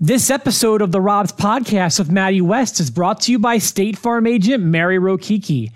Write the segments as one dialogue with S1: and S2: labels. S1: This episode of the Rob's podcast with Maddie West is brought to you by State Farm agent Mary Rokiki.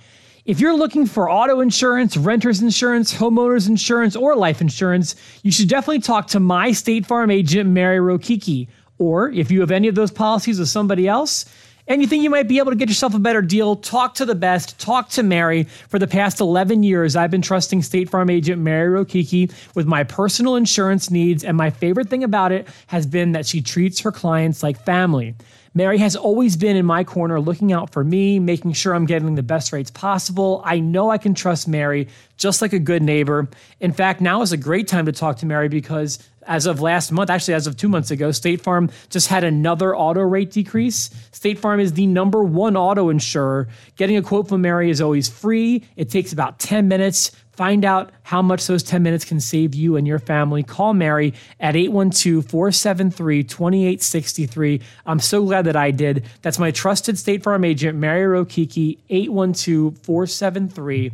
S1: If you're looking for auto insurance, renter's insurance, homeowner's insurance, or life insurance, you should definitely talk to my State Farm agent, Mary Rokiki. Or if you have any of those policies with somebody else, and you think you might be able to get yourself a better deal, talk to the best, talk to Mary. For the past 11 years, I've been trusting State Farm agent Mary Rokiki with my personal insurance needs, and my favorite thing about it has been that she treats her clients like family. Mary has always been in my corner looking out for me, making sure I'm getting the best rates possible. I know I can trust Mary just like a good neighbor. In fact, now is a great time to talk to Mary because as of last month, actually, as of two months ago, State Farm just had another auto rate decrease. State Farm is the number one auto insurer. Getting a quote from Mary is always free, it takes about 10 minutes. Find out how much those 10 minutes can save you and your family. Call Mary at 812 473 2863. I'm so glad that I did. That's my trusted State Farm agent, Mary Rokiki, 812 473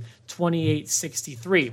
S1: 2863.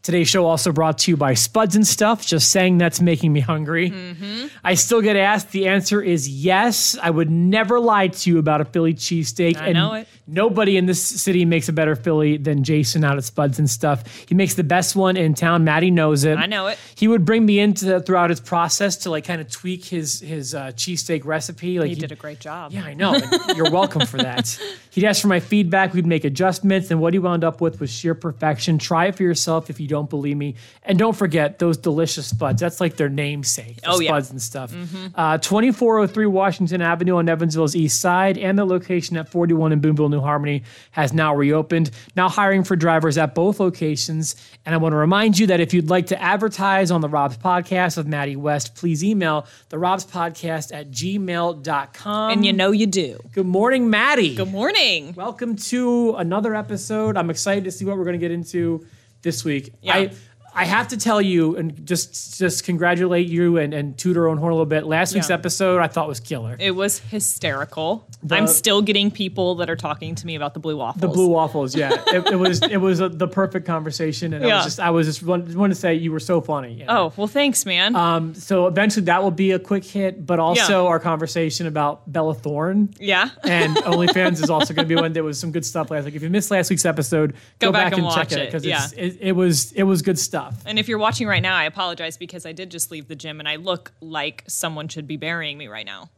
S1: Today's show also brought to you by Spuds and Stuff. Just saying that's making me hungry.
S2: Mm-hmm.
S1: I still get asked. The answer is yes. I would never lie to you about a Philly cheesesteak. I
S2: know it.
S1: Nobody in this city makes a better Philly than Jason out at Spuds and Stuff. He makes the best one in town. Maddie knows it.
S2: I know it.
S1: He would bring me into the, throughout his process to like kind of tweak his his uh, cheesesteak recipe. Like
S2: He did a great job.
S1: yeah, I know. and You're welcome for that. He'd ask for my feedback. We'd make adjustments. And what he wound up with was sheer perfection. Try it for yourself if you don't believe me. And don't forget those delicious spuds. That's like their namesake. the
S2: Oh, yeah.
S1: Spuds and stuff. Uh, 2403 Washington Avenue on Evansville's east side and the location at 41 in Boonville, New Harmony has now reopened. Now hiring for drivers at both locations. And I want to remind you that if you'd like to advertise on the Rob's podcast with Maddie West, please email the Rob's podcast at gmail.com.
S2: And you know you do.
S1: Good morning, Maddie.
S2: Good morning.
S1: Welcome to another episode. I'm excited to see what we're going to get into this week.
S2: Yeah.
S1: I I have to tell you and just just congratulate you and, and toot our own horn a little bit. Last week's
S2: Yeah.
S1: episode I thought was killer.
S2: It was hysterical. I'm still getting people that are talking to me about the blue waffles.
S1: the blue waffles, yeah. it, it was it was a, the perfect conversation, and I
S2: Yeah.
S1: was just I was just want, want to say you were so funny. and
S2: Oh, well, thanks, man.
S1: Um, so eventually that will be a quick hit, but also our conversation about Bella Thorne.
S2: yeah.
S1: and OnlyFans is also going to be one. There was some good stuff last week. If you missed last week's episode, go,
S2: back and
S1: check
S2: watch
S1: it
S2: it,
S1: because it, it was it was good stuff.
S2: And if you're watching right now, I apologize because I did just leave the gym and I look like someone should be burying me right now.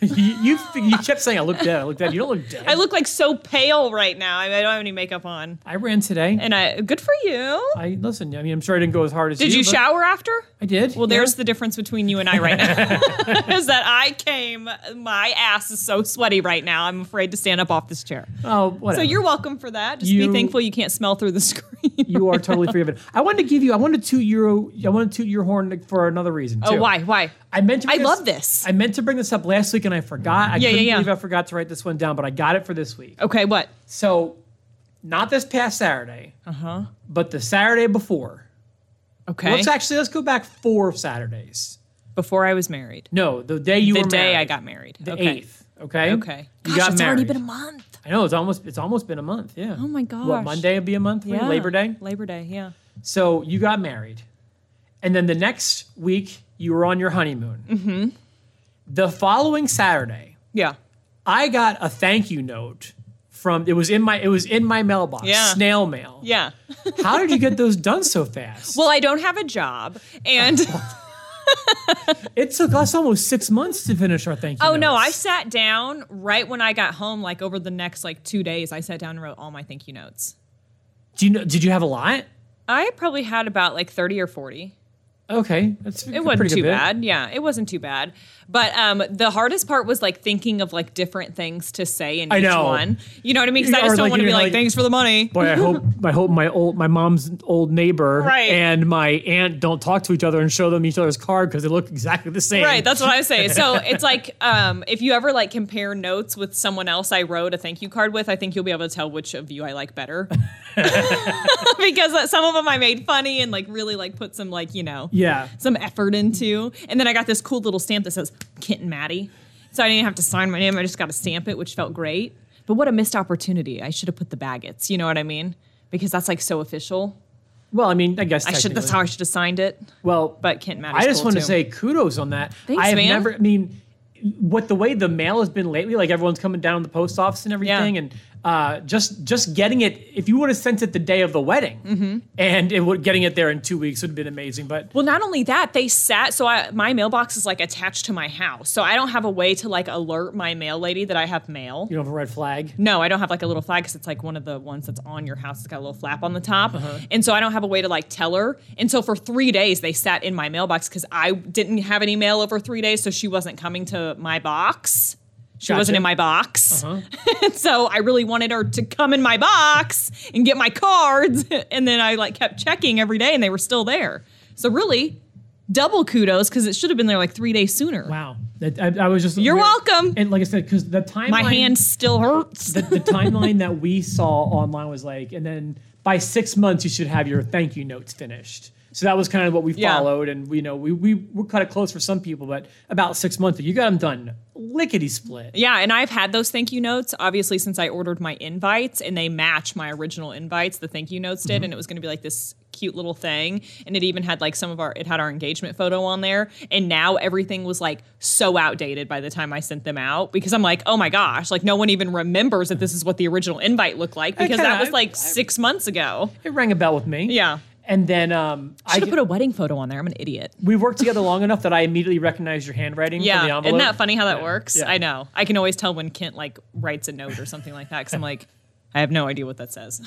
S1: you, you you kept saying I look dead, I look dead. You don't look dead.
S2: I look like so pale right now. I mean, I don't have any makeup on.
S1: I ran today.
S2: And I good for you.
S1: I listen. I mean, I'm sure I didn't go as hard as
S2: Did you
S1: but
S2: shower after?
S1: I did.
S2: Well, there's the difference between you and I right now. is that I came, my ass is so sweaty right now. I'm afraid to stand up off this chair.
S1: oh whatever.
S2: So you're welcome for that. Just
S1: You-
S2: be thankful you can't smell through the screen.
S1: you are totally free of it. I wanted to give you. I wanted to toot your. I wanted to toot your horn for another reason.
S2: oh,
S1: too.
S2: why? Why?
S1: I meant to.
S2: I
S1: bring
S2: love this.
S1: I meant to bring this up last week and I forgot. I
S2: Yeah, yeah,
S1: couldn't
S2: yeah.
S1: believe I forgot to write this one down, but I got it for this week.
S2: Okay, what?
S1: So, not this past Saturday, but the Saturday before.
S2: Uh-huh. Okay.
S1: Let's actually let's go back four Saturdays.
S2: Before I was married.
S1: No, the day you
S2: The
S1: were
S2: day
S1: married,
S2: I got married.
S1: the
S2: okay.
S1: eighth. Okay.
S2: Okay.
S1: You
S2: Gosh,
S1: got
S2: it's
S1: married.
S2: already been a month.
S1: I know it's almost it's almost been a month. Yeah.
S2: Oh my gosh.
S1: What Monday would be a month? for you?
S2: Yeah.
S1: Labor Day.
S2: Labor Day, yeah.
S1: So you got married, and then the next week you were on your honeymoon. Mm-hmm. The following Saturday,
S2: Yeah.
S1: I got a thank you note from it was in my it was in my mailbox,
S2: Yeah.
S1: snail mail.
S2: Yeah.
S1: How did you get those done so fast?
S2: Well, I don't have a job. And
S1: Oh, It took us almost six months to finish our thank you.
S2: oh no, I
S1: notes.
S2: sat down right when I got home, like over the next like two days, I sat down and wrote all my thank you notes.
S1: do you know? Did you have a lot?
S2: I probably had about like 30 or 40.
S1: Okay, that's
S2: it wasn't too bad yeah it wasn't too bad but um the hardest part was like thinking of like different things to say in
S1: I
S2: each
S1: know.
S2: one you know what i mean because i
S1: Or,
S2: just don't
S1: like,
S2: want to
S1: you're
S2: be like,
S1: like-
S2: thanks for the money
S1: Boy, I hope I hope my old my mom's old neighbor
S2: Right.
S1: and my aunt don't talk to each other and show them each other's card because they look exactly the same.
S2: right that's what i say so it's like um if you ever like compare notes with someone else i wrote a thank you card with i think you'll be able to tell which of you i like better because uh, some of them i made funny and like really like put some like you know
S1: yeah.
S2: some effort into. And then I got this cool little stamp that says Kent and Maddie. So I didn't have to sign my name. I just got to stamp it, which felt great. But what a missed opportunity. I should have put the Baggetts. You know what I mean? Because that's like so official.
S1: Well, I mean, I guess
S2: I should. That's
S1: technically.
S2: how I should have signed it.
S1: Well,
S2: But Kent Matters.
S1: I just
S2: cool
S1: want to
S2: too.
S1: say kudos on that.
S2: Thanks,
S1: I have
S2: man.
S1: never. I mean, what the way the mail has been lately, like everyone's coming down to the post office and everything, and uh, just just getting it. If you would have sent it the day of the wedding,
S2: Mm-hmm.
S1: and it would getting it there in two weeks would have been amazing. But
S2: Well, not only that, they sat. So I, my mailbox is like attached to my house, so I don't have a way to like alert my mail lady that I have mail.
S1: you don't have a red flag.
S2: No, I don't have like a little flag because it's like one of the ones that's on your house. It's got a little flap on the top,
S1: Uh-huh.
S2: and so I don't have a way to like tell her. And so for three days, they sat in my mailbox because I didn't have any mail over three days, so she wasn't coming to my box. She
S1: Gotcha. Uh-huh.
S2: wasn't in my box. so I really wanted her to come in my box and get my cards. And then I like kept checking every day and they were still there. So really, double kudos because it should have been there like three days sooner.
S1: Wow, that, I, I was just.
S2: You're welcome.
S1: And like I said, because the timeline,
S2: My hand still hurts.
S1: the, the timeline that we saw online was like, and then by six months you should have your thank you notes finished. So that was kind of what we
S2: Yeah.
S1: followed, and we you know we we were kind of close for some people, but about six months, you got them done lickety split.
S2: Yeah, and I've had those thank you notes obviously since I ordered my invites and they match my original invites. The thank you notes
S1: Mm-hmm.
S2: did, and it was going to be like this cute little thing. And it even had like some of our it had our engagement photo on there. And now everything was like so outdated by the time I sent them out because I'm like, oh my gosh, like no one even remembers that this is what the original invite looked like because
S1: kinda-
S2: that was like
S1: I-
S2: six months ago.
S1: It rang a bell with me.
S2: Yeah.
S1: And then um, I
S2: Should have put a wedding photo on there. I'm an idiot.
S1: we worked together long enough that I immediately recognized your handwriting from the
S2: Yeah,
S1: envelope.
S2: isn't that funny how that works?
S1: Yeah.
S2: I know. I can always tell when Kent like writes a note or something like that because I'm like, I have no idea what that says.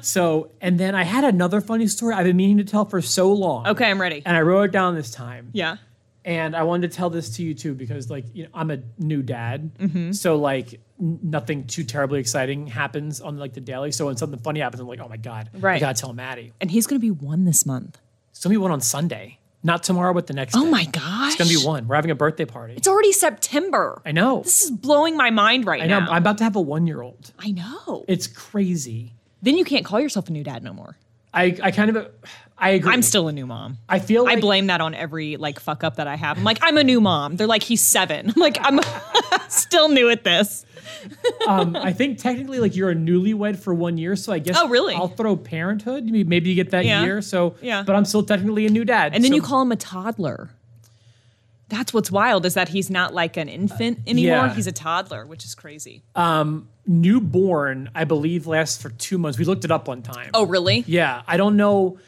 S1: So, and then I had another funny story I've been meaning to tell for so long.
S2: Okay, I'm ready.
S1: And I wrote it down this time.
S2: Yeah.
S1: and I wanted to tell this to you too because like you know I'm a new dad,
S2: Mm-hmm.
S1: so like n- nothing too terribly exciting happens on like the daily. So when something funny happens, I'm like, oh my god, I
S2: Right.
S1: gotta tell Maddie.
S2: And he's going to be one this month.
S1: It's gonna be one on Sunday, not tomorrow, but the next.
S2: Oh
S1: day.
S2: my gosh.
S1: It's gonna be one. We're having a birthday party.
S2: It's already September.
S1: I know.
S2: This is blowing my mind right
S1: I know.
S2: now.
S1: I'm about to have a one year old.
S2: I know.
S1: It's crazy.
S2: then you can't call yourself a new dad no more.
S1: I I kind of I agree.
S2: I'm still a new mom.
S1: I feel like
S2: I blame that on every like fuck up that I have. I'm like, I'm a new mom. They're like, he's seven. I'm like, I'm still new at this.
S1: um, I think technically like you're a newlywed for one year, so I guess
S2: Oh, really?
S1: I'll throw parenthood. Maybe- Maybe you get that
S2: Yeah.
S1: year. So
S2: Yeah.
S1: but I'm still technically a new dad.
S2: And then
S1: so-
S2: you call him a toddler. That's what's wild is that he's not like an infant anymore.
S1: Yeah.
S2: He's a toddler, which is crazy.
S1: newborn, I believe, lasts for two months. We looked it up one time.
S2: oh, really?
S1: Yeah, I don't know.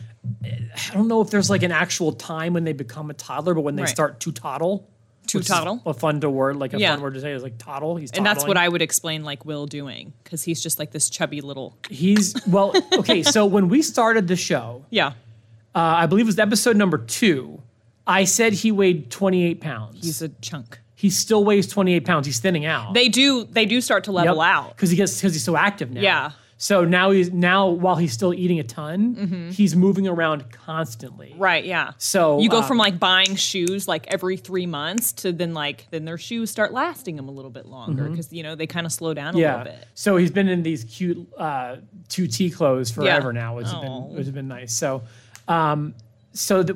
S1: I don't know if there's like an actual time when they become a toddler, but when they
S2: Right.
S1: start to toddle,
S2: To
S1: which is
S2: toddle?
S1: a fun to word, like a
S2: Yeah.
S1: fun word to say is like toddle. He's
S2: And that's what
S1: toddling.
S2: I would explain like Will doing because he's just like this chubby little.
S1: He's well, okay. so when we started the show,
S2: Yeah.
S1: uh, I believe it was episode number two. I said he weighed 28 pounds.
S2: He's a chunk.
S1: he still weighs 28 pounds. He's thinning out.
S2: They do they do start to level out.
S1: because he gets because he's so active now.
S2: Yeah.
S1: So now he's now while he's still eating a ton, he's moving around constantly.
S2: Mm-hmm. Right, yeah.
S1: So
S2: you go
S1: uh,
S2: from like buying shoes like every 3 months to then like then their shoes start lasting them a little bit longer cuz you know they kind of slow down a
S1: Mm-hmm. yeah.
S2: little bit.
S1: So he's been in these cute uh, two T clothes forever now, which has been
S2: Aw.
S1: which has been nice. So, um, so that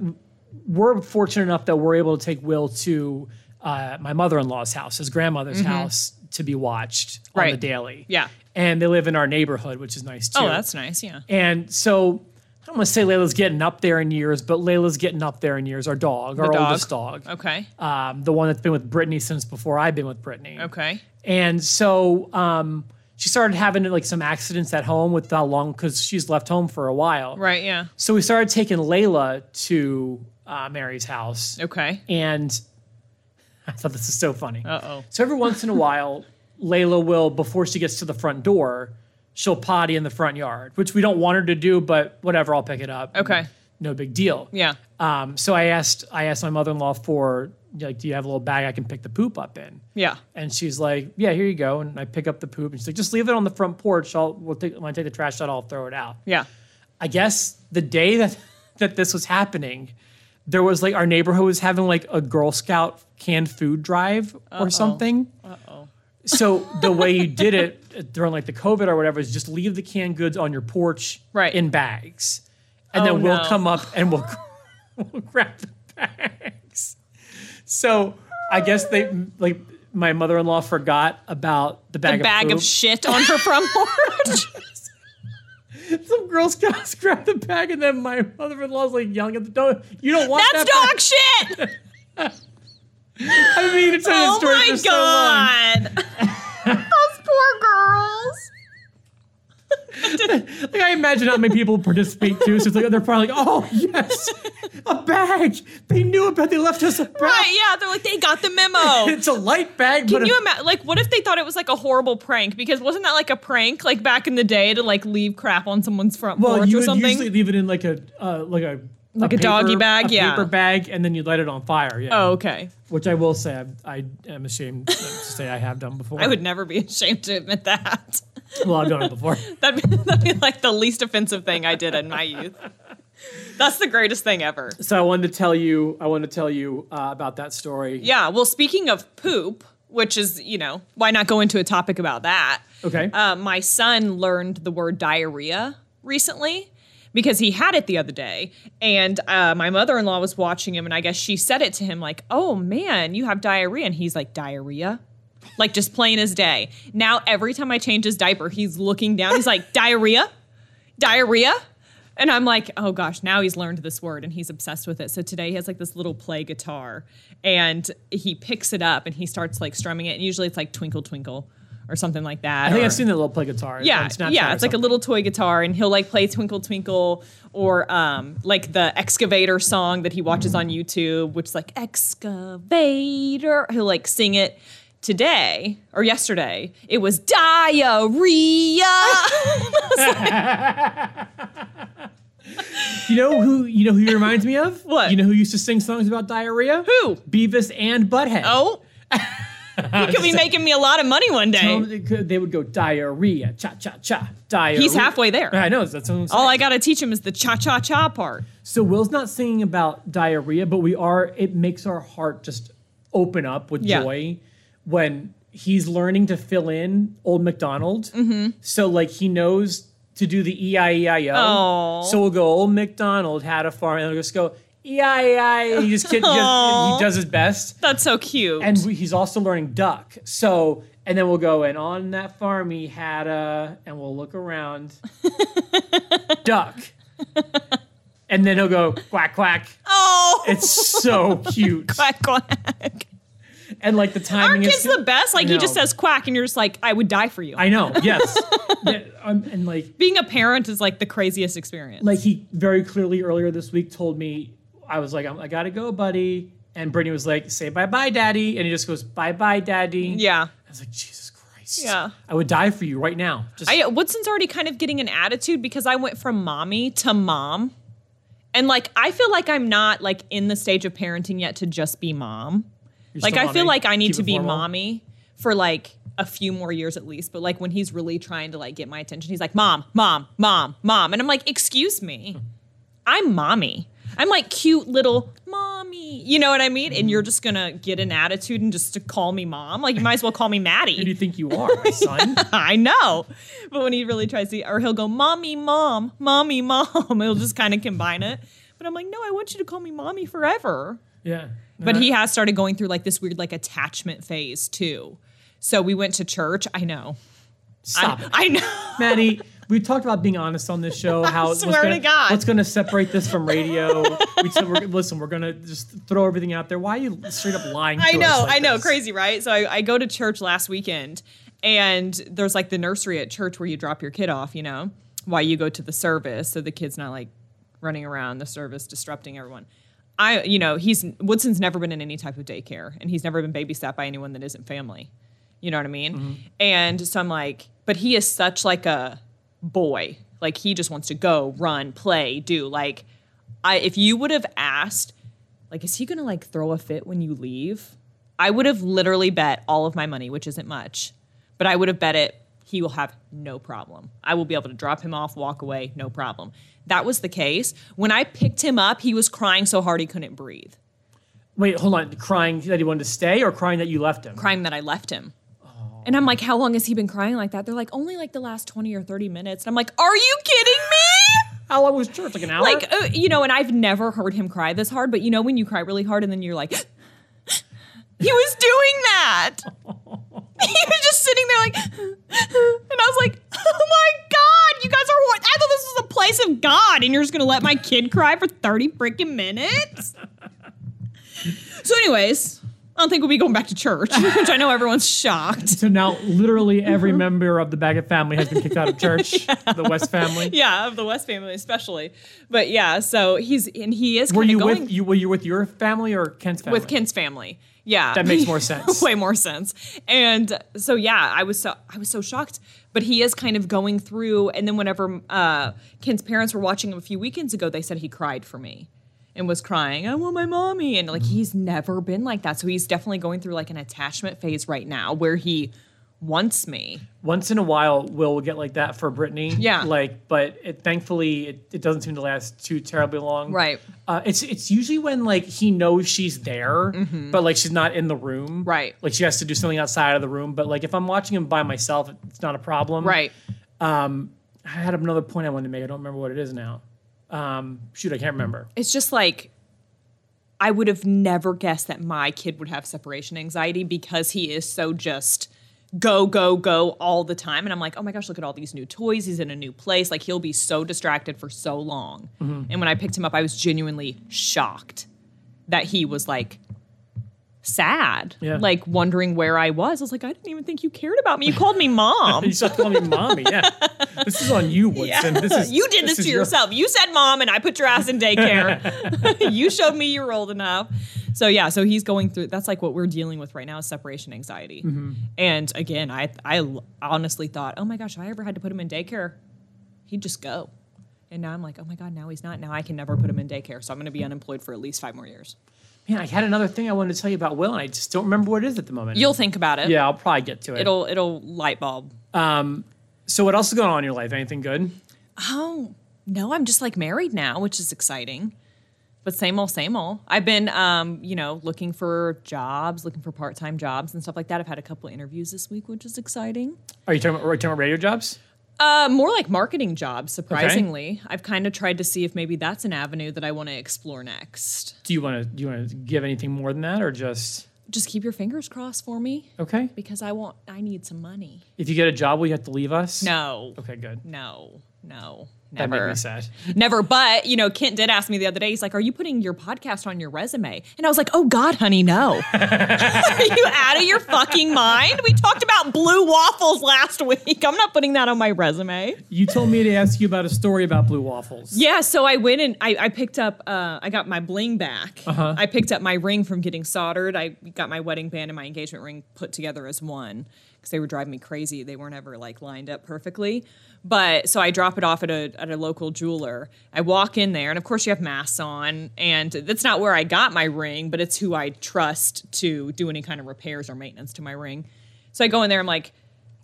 S1: we're fortunate enough that we're able to take Will to uh, my mother in law's house, his grandmother's house, to be watched on the
S2: Mm-hmm. Right.
S1: daily.
S2: Yeah.
S1: And they live in our neighborhood, which is nice too.
S2: Oh, that's nice, yeah.
S1: And so I don't want to say Layla's getting up there in years, but Layla's getting up there in years. Our dog, our
S2: dog.
S1: oldest dog,
S2: Okay.
S1: um, the one that's been with Brittany since before I've been with Brittany.
S2: Okay.
S1: And so um, she started having like some accidents at home with how long because she's left home for a while.
S2: Right, yeah.
S1: So we started taking Layla to uh, Mary's house,
S2: Okay.
S1: and I thought this is so funny.
S2: Uh-oh.
S1: So every once in a while, Layla will, before she gets to the front door, she'll potty in the front yard, which we don't want her to do, but whatever, I'll pick it up.
S2: Okay.
S1: No big deal.
S2: Yeah.
S1: Um, so I asked I asked my mother-in-law for like, do you have a little bag I can pick the poop up in?
S2: Yeah.
S1: And she's like, yeah, here you go. And I pick up the poop and she's like, just leave it on the front porch. I'll we'll take when I take the trash out, I'll throw it out.
S2: Yeah.
S1: I guess the day that that this was happening, there was like our neighborhood was having like a Girl Scout canned food drive or something.
S2: Uh-oh.
S1: So the way you did it uh, during like the COVID or whatever is just leave the canned goods on your porch
S2: Right.
S1: in bags, and
S2: Oh,
S1: then we'll
S2: no.
S1: come up and we'll, we'll grab the bags. So I guess they like my mother-in-law forgot about the bag
S2: A
S1: of
S2: bag
S1: poop.
S2: of shit on her front porch.
S1: Some Girl Scouts grabbed the bag, and then my mother-in-law's like yelling at the dog. You don't want
S2: That's
S1: that. bag."
S2: dog shit.
S1: I mean, it's
S2: oh
S1: this story
S2: my
S1: for so long.
S2: god. Those poor girls.
S1: Like I imagine how many people participate too. So it's like they're probably like, oh yes, a bag. They knew about. They left us a bag.
S2: Right? Yeah, they're like they got the memo.
S1: It's a light bag,
S2: Can
S1: but
S2: you
S1: a,
S2: imagine? Like, what if they thought it was like a horrible prank? Because wasn't that like a prank, like back in the day, to like leave crap on someone's front
S1: well,
S2: porch
S1: you
S2: or
S1: would
S2: something?
S1: usually leave it in like a uh, like a
S2: Like a doggy bag,
S1: a
S2: yeah.
S1: paper bag, and then you light it on fire. Yeah,
S2: oh, okay.
S1: which I will say I, I am ashamed to say I have done before.
S2: I would never be ashamed to admit that.
S1: Well, I've done it before.
S2: That'd be, that'd be like the least offensive thing I did in my youth. That's the greatest thing ever.
S1: So I wanted to tell you. I wanted to tell you uh, about that story.
S2: Yeah. Well, speaking of poop, which is, you know, why not go into a topic about that?
S1: Okay.
S2: Uh, my son learned the word diarrhea recently because he had it the other day. And uh, my mother in law was watching him, and I guess she said it to him, like, oh man, you have diarrhea. And he's like, diarrhea? Like, just plain as day. Now, every time I change his diaper, he's looking down. He's like, diarrhea? Diarrhea? And I'm like, oh gosh, now he's learned this word and he's obsessed with it. So today he has like this little play guitar and he picks it up and he starts like strumming it. And usually it's like Twinkle Twinkle or something like that.
S1: I think
S2: or-
S1: I've seen that little play guitar.
S2: yeah,
S1: on Snapchat
S2: yeah.
S1: or
S2: It's like a
S1: something.
S2: little toy guitar, and he'll like play Twinkle Twinkle or um, like the excavator song that he watches on YouTube, which is like excavator. He'll like sing it today or yesterday. It was diarrhea.
S1: You know who? You know who he reminds me of?
S2: What?
S1: You know who used to sing songs about diarrhea?
S2: Who?
S1: Beavis and Butthead.
S2: Oh, he could be making me a lot of money one
S1: Um,
S2: day.
S1: they could- they would go diarrhea, cha cha cha, diarrhea.
S2: He's halfway there.
S1: I know that's what I'm saying.
S2: All I gotta teach him is the cha cha cha part.
S1: so Will's not singing about diarrhea, but we are. It makes our heart just open up with
S2: Yeah.
S1: joy when he's learning to fill in Old McDonald.
S2: Mm-hmm.
S1: So like he knows to do the E I E I O.
S2: Aw.
S1: So we'll go Old McDonald had a farm, and we'll just go E I E I. He just kid, he just-
S2: Aw.
S1: he does his best.
S2: That's so cute.
S1: and we, he's also learning duck. So, and then we'll go and on that farm he had a, and we'll look around, duck, and then he'll go quack quack.
S2: oh,
S1: It's so cute,
S2: quack quack.
S1: and like the timing
S2: Aren't
S1: is
S2: kids the best? Like
S1: I
S2: he just
S1: know.
S2: says quack, and you're just like, I would die for you.
S1: I know, yes, Yeah, um, and like
S2: Being a parent is like the craziest experience.
S1: like he very clearly earlier this week told me I was like I'm, I gotta go, buddy, and Brittany was like say bye bye, daddy, and he just goes bye bye, daddy.
S2: yeah.
S1: I was like Jesus Christ,
S2: Yeah.
S1: I would die for you right now. Just
S2: I, Woodson's already kind of getting an attitude because I went from mommy to mom. And like I feel like I'm not like in the stage of parenting yet to just be mom.
S1: You're
S2: Like
S1: still
S2: I feel
S1: mommy.
S2: like I need
S1: Keep
S2: to
S1: it
S2: be
S1: formal.
S2: mommy for like a few more years at least. But like when he's really trying to like get my attention, he's like, Mom, mom, mom, mom. And I'm like, excuse me. I'm mommy. I'm like cute little mommy. You know what I mean? And you're just gonna get an attitude and just to call me mom. Like you might as well call me
S1: Who do you
S2: Maddie.
S1: think you are, son?
S2: I know. But when he really tries to or he'll go, Mommy, mom, mommy, mom. He'll just kind of combine it. But I'm like, no, I want you to call me mommy forever.
S1: yeah.
S2: But he
S1: Uh-huh.
S2: has started going through like this weird like attachment phase too. So we went to church. I know.
S1: Stop
S2: I,
S1: it.
S2: I know.
S1: Maddie, we talked about being honest on this show. How what's
S2: swear to
S1: gonna-
S2: God.
S1: What's going to separate this from radio? we said, we're, listen, we're going to just throw everything out there. Why are you straight up lying to
S2: I
S1: us
S2: know,
S1: like
S2: I know,
S1: this?
S2: crazy, right? So I, I go to church last weekend, and there's like the nursery at church where you drop your kid off, you know, while you go to the service, so the kid's not like running around the service disrupting everyone. I, you know, he's Woodson's never been in any type of daycare, and he's never been babysat by anyone that isn't family. You know what I mean?
S1: Mm-hmm.
S2: And so I'm like, but he is such like a boy. Like he just wants to go, run, play, do. Like, I if you would have asked like is he gonna like throw a fit when you leave i would have literally bet all of my money which isn't much but i would have bet it he will have no problem i will be able to drop him off walk away no problem that was the case when i picked him up he was crying so hard he couldn't breathe
S1: Wait, hold on. Crying that he wanted to stay or crying that you left him?
S2: crying that i left him and i'm like how long has he been crying like that they're like only like the last 20 or 30 minutes and i'm like are you kidding me
S1: How long was church? Like an hour?
S2: like uh, you know and i've never heard him cry this hard but you know when you cry really hard and then you're like he was doing that he was just sitting there like and i was like oh my god you guys are hor- i thought this Jr.'s going to let my kid cry for 30 freaking minutes? So, anyways, I don't think we'll be going back to church, which I know everyone's shocked.
S1: So now, literally
S2: Mm-hmm.
S1: every member of the Baggett family has been kicked out of church. The West family.
S2: Yeah, of the West family especially. But yeah, so he's and he is
S1: Were
S2: kinda
S1: you
S2: going
S1: with you? Were you with your family or Kent's family?
S2: with Kent's family. Yeah,
S1: That makes more sense.
S2: Way more sense. And so yeah, I was so I was so shocked. But he is kind of going through. And then whenever uh, Kent's parents were watching him a few weekends ago, they said he cried for me and was crying. I want my mommy. And
S1: Mm-hmm.
S2: like he's never been like that. So he's definitely going through like an attachment phase right now where he wants me.
S1: Once in a while, Will will get like that for Brittany.
S2: Yeah.
S1: Like, but it, thankfully, it, it doesn't seem to last too terribly long.
S2: Right.
S1: Uh, it's it's usually when like he knows she's there, but like she's not in the room.
S2: Mm-hmm. Right.
S1: Like she has to do something outside of the room. But like if I'm watching him by myself, it's not a problem.
S2: Right.
S1: I had another point I wanted to make. I don't remember what it is now. Um, shoot, I can't remember.
S2: It's just like I would have never guessed that my kid would have separation anxiety because he is so just go go go all the time and I'm like, "Oh my gosh, look at all these new toys. He's in a new place. Like he'll be so distracted for so long." And when I picked him up, I was genuinely shocked that he was like sad.
S1: Yeah.
S2: Like wondering where I was. I was like, "I didn't even think you cared about me. You called me mom."
S1: You start calling me mommy. Yeah. This is on you, Woodson. This is
S2: you did this,
S1: is
S2: to
S1: your-
S2: yourself. You said mom, and I put your ass in daycare. you showed me you were old enough. So yeah, so he's going through. That's like what we're dealing with right now is separation anxiety.
S1: Mm-hmm.
S2: And again, I I l- honestly thought, oh my gosh, if I ever had to put him in daycare, he'd just go. And now I'm like, oh my god, now he's not. Now I can never put him in daycare. So I'm going to be unemployed for at least five more years.
S1: Man, I had another thing I wanted to tell you about Will, and I just don't remember what it is at the moment.
S2: You'll think about it.
S1: yeah, I'll probably get to it.
S2: It'll it'll light bulb.
S1: Um, so, what else is going on in your life? Anything good?
S2: Oh, no, I'm just like married now, which is exciting. But same old, same old. I've been, um, you know, looking for jobs, looking for part time jobs and stuff like that. I've had a couple interviews this week, which is exciting.
S1: Are you talking about, are you talking about radio jobs?
S2: Uh, more like marketing jobs, surprisingly. I've kind of tried to see if maybe that's an avenue that I want to explore next.
S1: Do you want to do you want to give anything more than that, or just
S2: Just keep your fingers crossed for me
S1: okay?
S2: because I want, I need some money.
S1: If you get a job, will you have to leave us?
S2: No,
S1: Okay, good.
S2: no, no,
S1: That
S2: never.
S1: made me sad.
S2: Never, but you know, Kent did ask me the other day. He's like, "Are you putting your podcast on your resume?" And I was like, "Oh God, honey, no! Are you out of your fucking mind? We talked about blue waffles last week. I'm not putting that on my resume."
S1: You told me to ask you about a story about blue waffles.
S2: Yeah, so I went and I, I picked up. Uh, I got my bling back. I picked up my ring from getting soldered. I got my wedding band and my engagement ring put together as one because they were driving me crazy. They weren't ever like lined up perfectly. But so I drop it off at a at a local jeweler. I walk in there, and of course you have masks on, and that's not where I got my ring, but it's who I trust to do any kind of repairs or maintenance to my ring. So I go in there. I'm like.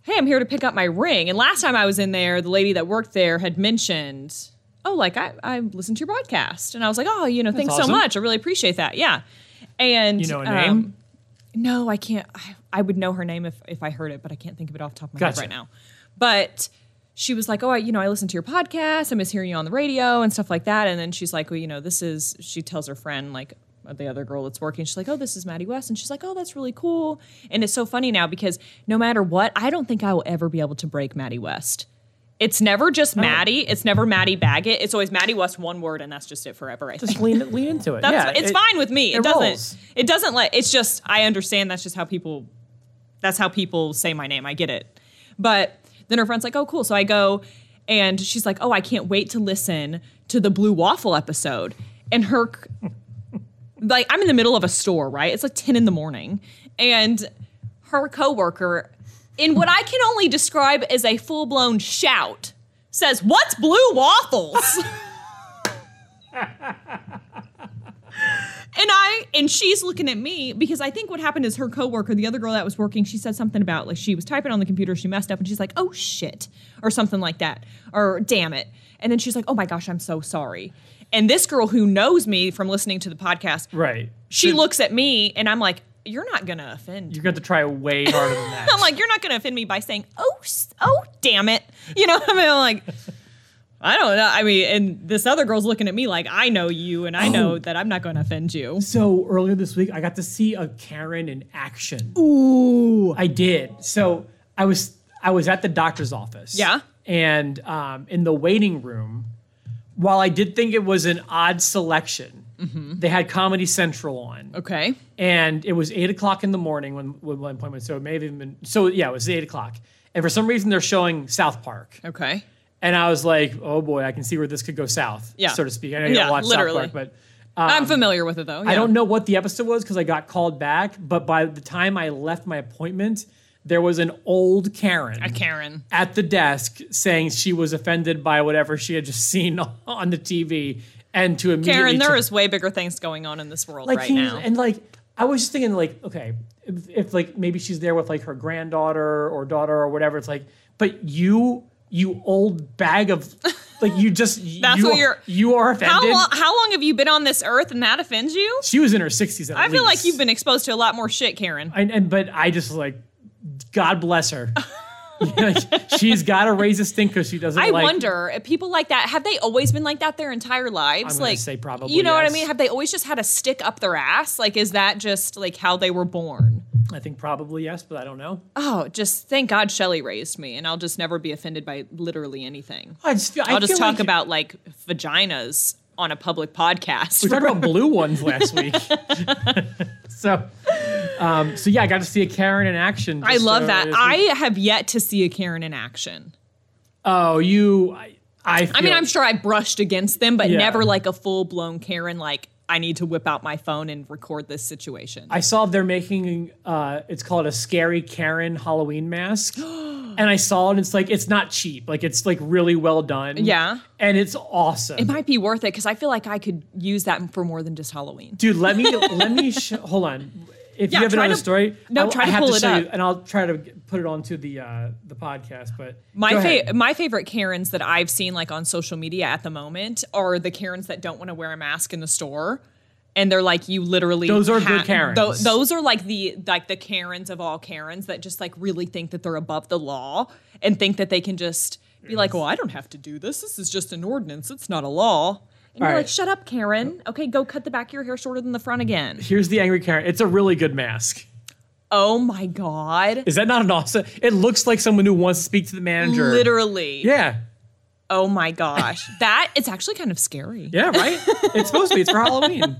S2: Hey, I'm here to pick up my ring. And last time I was in there, the lady that worked there had mentioned oh, like I, I listened to your podcast. And I was like, oh, you know, thanks so
S1: awesome.
S2: much. I really appreciate that. Yeah. And
S1: You know a
S2: um,
S1: name?
S2: no, I can't. I, I would know her name if, if I heard it, but I can't think of it off the top of my
S1: Gotcha.
S2: head right now. But she was like, oh, I, you know, I listen to your podcast. I miss hearing you on the radio and stuff like that. And then she's like, well, you know, this is, she tells her friend, like, the other girl that's working, she's like, oh, this is Maddie West. And she's like, oh, that's really cool. And it's so funny now because no matter what, I don't think I will ever be able to break Maddie West. It's never just Maddie. It's never Maddie Baggett. It's always Maddie West, one word, and that's just it forever, I think.
S1: Just lean lean into it.
S2: That's
S1: yeah,
S2: it's
S1: it-
S2: fine with me. It,
S1: it
S2: doesn't.
S1: rolls.
S2: It doesn't let. It's just I understand. That's just how people. That's how people say my name. I get it. But then her friend's like, "Oh, cool." So I go, and she's like, "Oh, I can't wait to listen to the Blue Waffle episode." And her, like, I'm in the middle of a store, right? It's like ten in the morning, and her coworker, in what I can only describe as a full blown shout, says, "What's Blue Waffles?" And I and she's looking at me because I think what happened is her coworker, the other girl that was working, she said something about like she was typing on the computer, she messed up, and she's like, "Oh shit," or something like that, or "Damn it," and then she's like, "Oh my gosh, I'm so sorry." And this girl who knows me from listening to the podcast,
S1: Right.
S2: she
S1: So
S2: looks at me, and I'm like, "You're not gonna offend."
S1: You're going to try way harder than that.
S2: I'm like, "You're not gonna offend me by saying, oh, s- oh, damn it," you know? I mean, I'm like. I don't know. I mean, and this other girl's looking at me like, I know you, and I know that I'm not going to offend you.
S1: So earlier this week, I got to see a Karen in action. Ooh, I did. So I was I was at the doctor's office.
S2: Yeah.
S1: and um, in the waiting room while I did think it was an odd selection, they had Comedy Central on,
S2: Mm-hmm. Okay.
S1: and it was eight o'clock in the morning when when one appointment. So it may have even been so. Yeah, it was eight o'clock, and for some reason they're showing South Park,
S2: Okay.
S1: and I was like, oh boy, I can see where this could go south,
S2: Yeah.
S1: so to speak. I know you
S2: Yeah,
S1: don't watch
S2: literally.
S1: South Park, but.
S2: I'm familiar with it though.
S1: I
S2: yeah.
S1: don't know what the episode was because I got called back, but by the time I left my appointment, there was an old Karen
S2: Karen.
S1: at the desk saying she was offended by whatever she had just seen on the TV, and to immediately
S2: Karen, there
S1: turn-
S2: is way bigger things going on in this world
S1: like
S2: right
S1: can you-
S2: now.
S1: and like I was just thinking like okay if, if like maybe she's there with like her granddaughter or daughter or whatever it's like but you you old bag of like you just
S2: That's
S1: you,
S2: what
S1: are-
S2: you're-
S1: you are
S2: how,
S1: offended
S2: lo- how long have you been on this earth and that offends you?
S1: she was in her 60s at
S2: I feel like
S1: least.
S2: you've been exposed to a lot more shit, Karen.
S1: and, and but I just was like, God bless her. Like, she's got to raise a stink because she doesn't.
S2: I
S1: like,
S2: wonder if people like that have they always been like that their entire lives?
S1: I'm gonna
S2: like,
S1: say probably
S2: You know what I
S1: yes.
S2: mean? Have they always just had a stick up their ass? Like, is that just like how they were born?
S1: I think probably yes, but I don't know.
S2: Oh, just thank God Shelley raised me, and I'll just never be offended by literally anything.
S1: I just feel, I
S2: I'll just
S1: feel
S2: talk
S1: like
S2: about like vaginas on a public podcast.
S1: We talked about blue ones last week. so, um, so yeah, I got to see a Karen in action.
S2: I
S1: just,
S2: love
S1: uh,
S2: that.
S1: this
S2: I
S1: week.
S2: have yet to see a Karen in action.
S1: oh you I I,
S2: I mean,
S1: feel-
S2: I'm sure I brushed against them, but
S1: Yeah.
S2: never like a full blown Karen. Like, I need to whip out my phone and record this situation.
S1: I saw they're making uh it's called a scary Karen Halloween mask. and I saw it and it's like it's not cheap. Like it's like really well done.
S2: Yeah.
S1: And it's awesome.
S2: it might be worth it because I feel like I could use that for more than just Halloween.
S1: dude let me let me sh- hold on if
S2: Yeah,
S1: you have
S2: try
S1: another
S2: to-
S1: story
S2: no,
S1: I,
S2: try
S1: I
S2: to
S1: have
S2: pull
S1: to
S2: it
S1: show you
S2: up.
S1: and i'll try to g- put it onto the uh the podcast but
S2: My
S1: go ahead.
S2: fa- my favorite Karens that I've seen like on social media at the moment are the Karens that don't want to wear a mask in the store, and they're like you literally
S1: Those are good Karens.
S2: tho- those are like the like the Karens of all Karens that just like really think that they're above the law and think that they can just be like, well, I don't have to do this. This is just an ordinance. It's not a law. And you're
S1: All
S2: like,
S1: right.
S2: shut up, Karen. Okay, go cut the back of your hair shorter than the front again.
S1: here's the angry karen it's a really good mask
S2: Oh my god.
S1: is that not an awesome it looks like someone who wants to speak to the manager
S2: Literally.
S1: yeah
S2: Oh my gosh. That it's actually kind of scary.
S1: yeah right it's supposed to be it's for halloween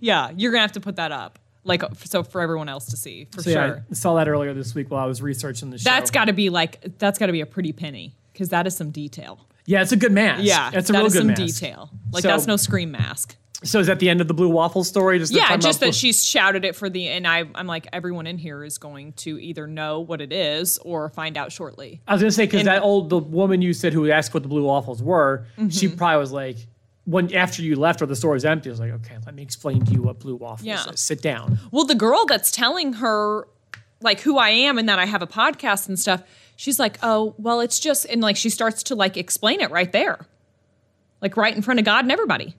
S2: Yeah, you're gonna have to put that up, like f- so for everyone else to see for
S1: so
S2: sure.
S1: yeah, i saw that earlier this week while i was researching the show
S2: That's got to be like that's got to be a pretty penny because that is some detail.
S1: yeah it's a good mask
S2: Yeah,
S1: it's a
S2: that
S1: real
S2: is
S1: good
S2: some
S1: mask
S2: detail. Like
S1: So-
S2: that's no scream mask.
S1: so is that the end of the blue waffle story just
S2: Yeah,
S1: talking
S2: just
S1: about
S2: that she's shouted it for the and I I'm like everyone in here is going to either know what it is or find out shortly.
S1: I was gonna say because
S2: And-
S1: that old the woman you said who asked what the blue waffles were, she
S2: Mm-hmm.
S1: probably was like, when after you left or the store was empty, I was like, okay, let me explain to you what blue waffles
S2: Yeah.
S1: is. Sit down.
S2: Well, the girl that's telling her like who I am and that I have a podcast and stuff, she's like, "Oh, well, it's just," and like she starts to like explain it right there, like right in front of God and everybody.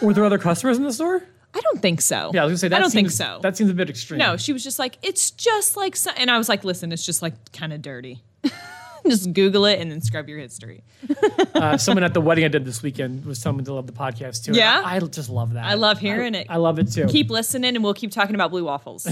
S1: Were there other customers in the store?
S2: I don't think so.
S1: Yeah, I was gonna say that.
S2: I don't think
S1: seems-
S2: so.
S1: That seems a bit extreme.
S2: no, she was just like, it's just like, so-" and I was like, listen, it's just like kind of dirty. just Google it and then scrub your history.
S1: uh, someone at the wedding I did this weekend was someone to love the podcast too. and
S2: Yeah?
S1: I, I just love that.
S2: I love hearing it.
S1: I love it too.
S2: keep listening, and we'll keep talking about blue waffles.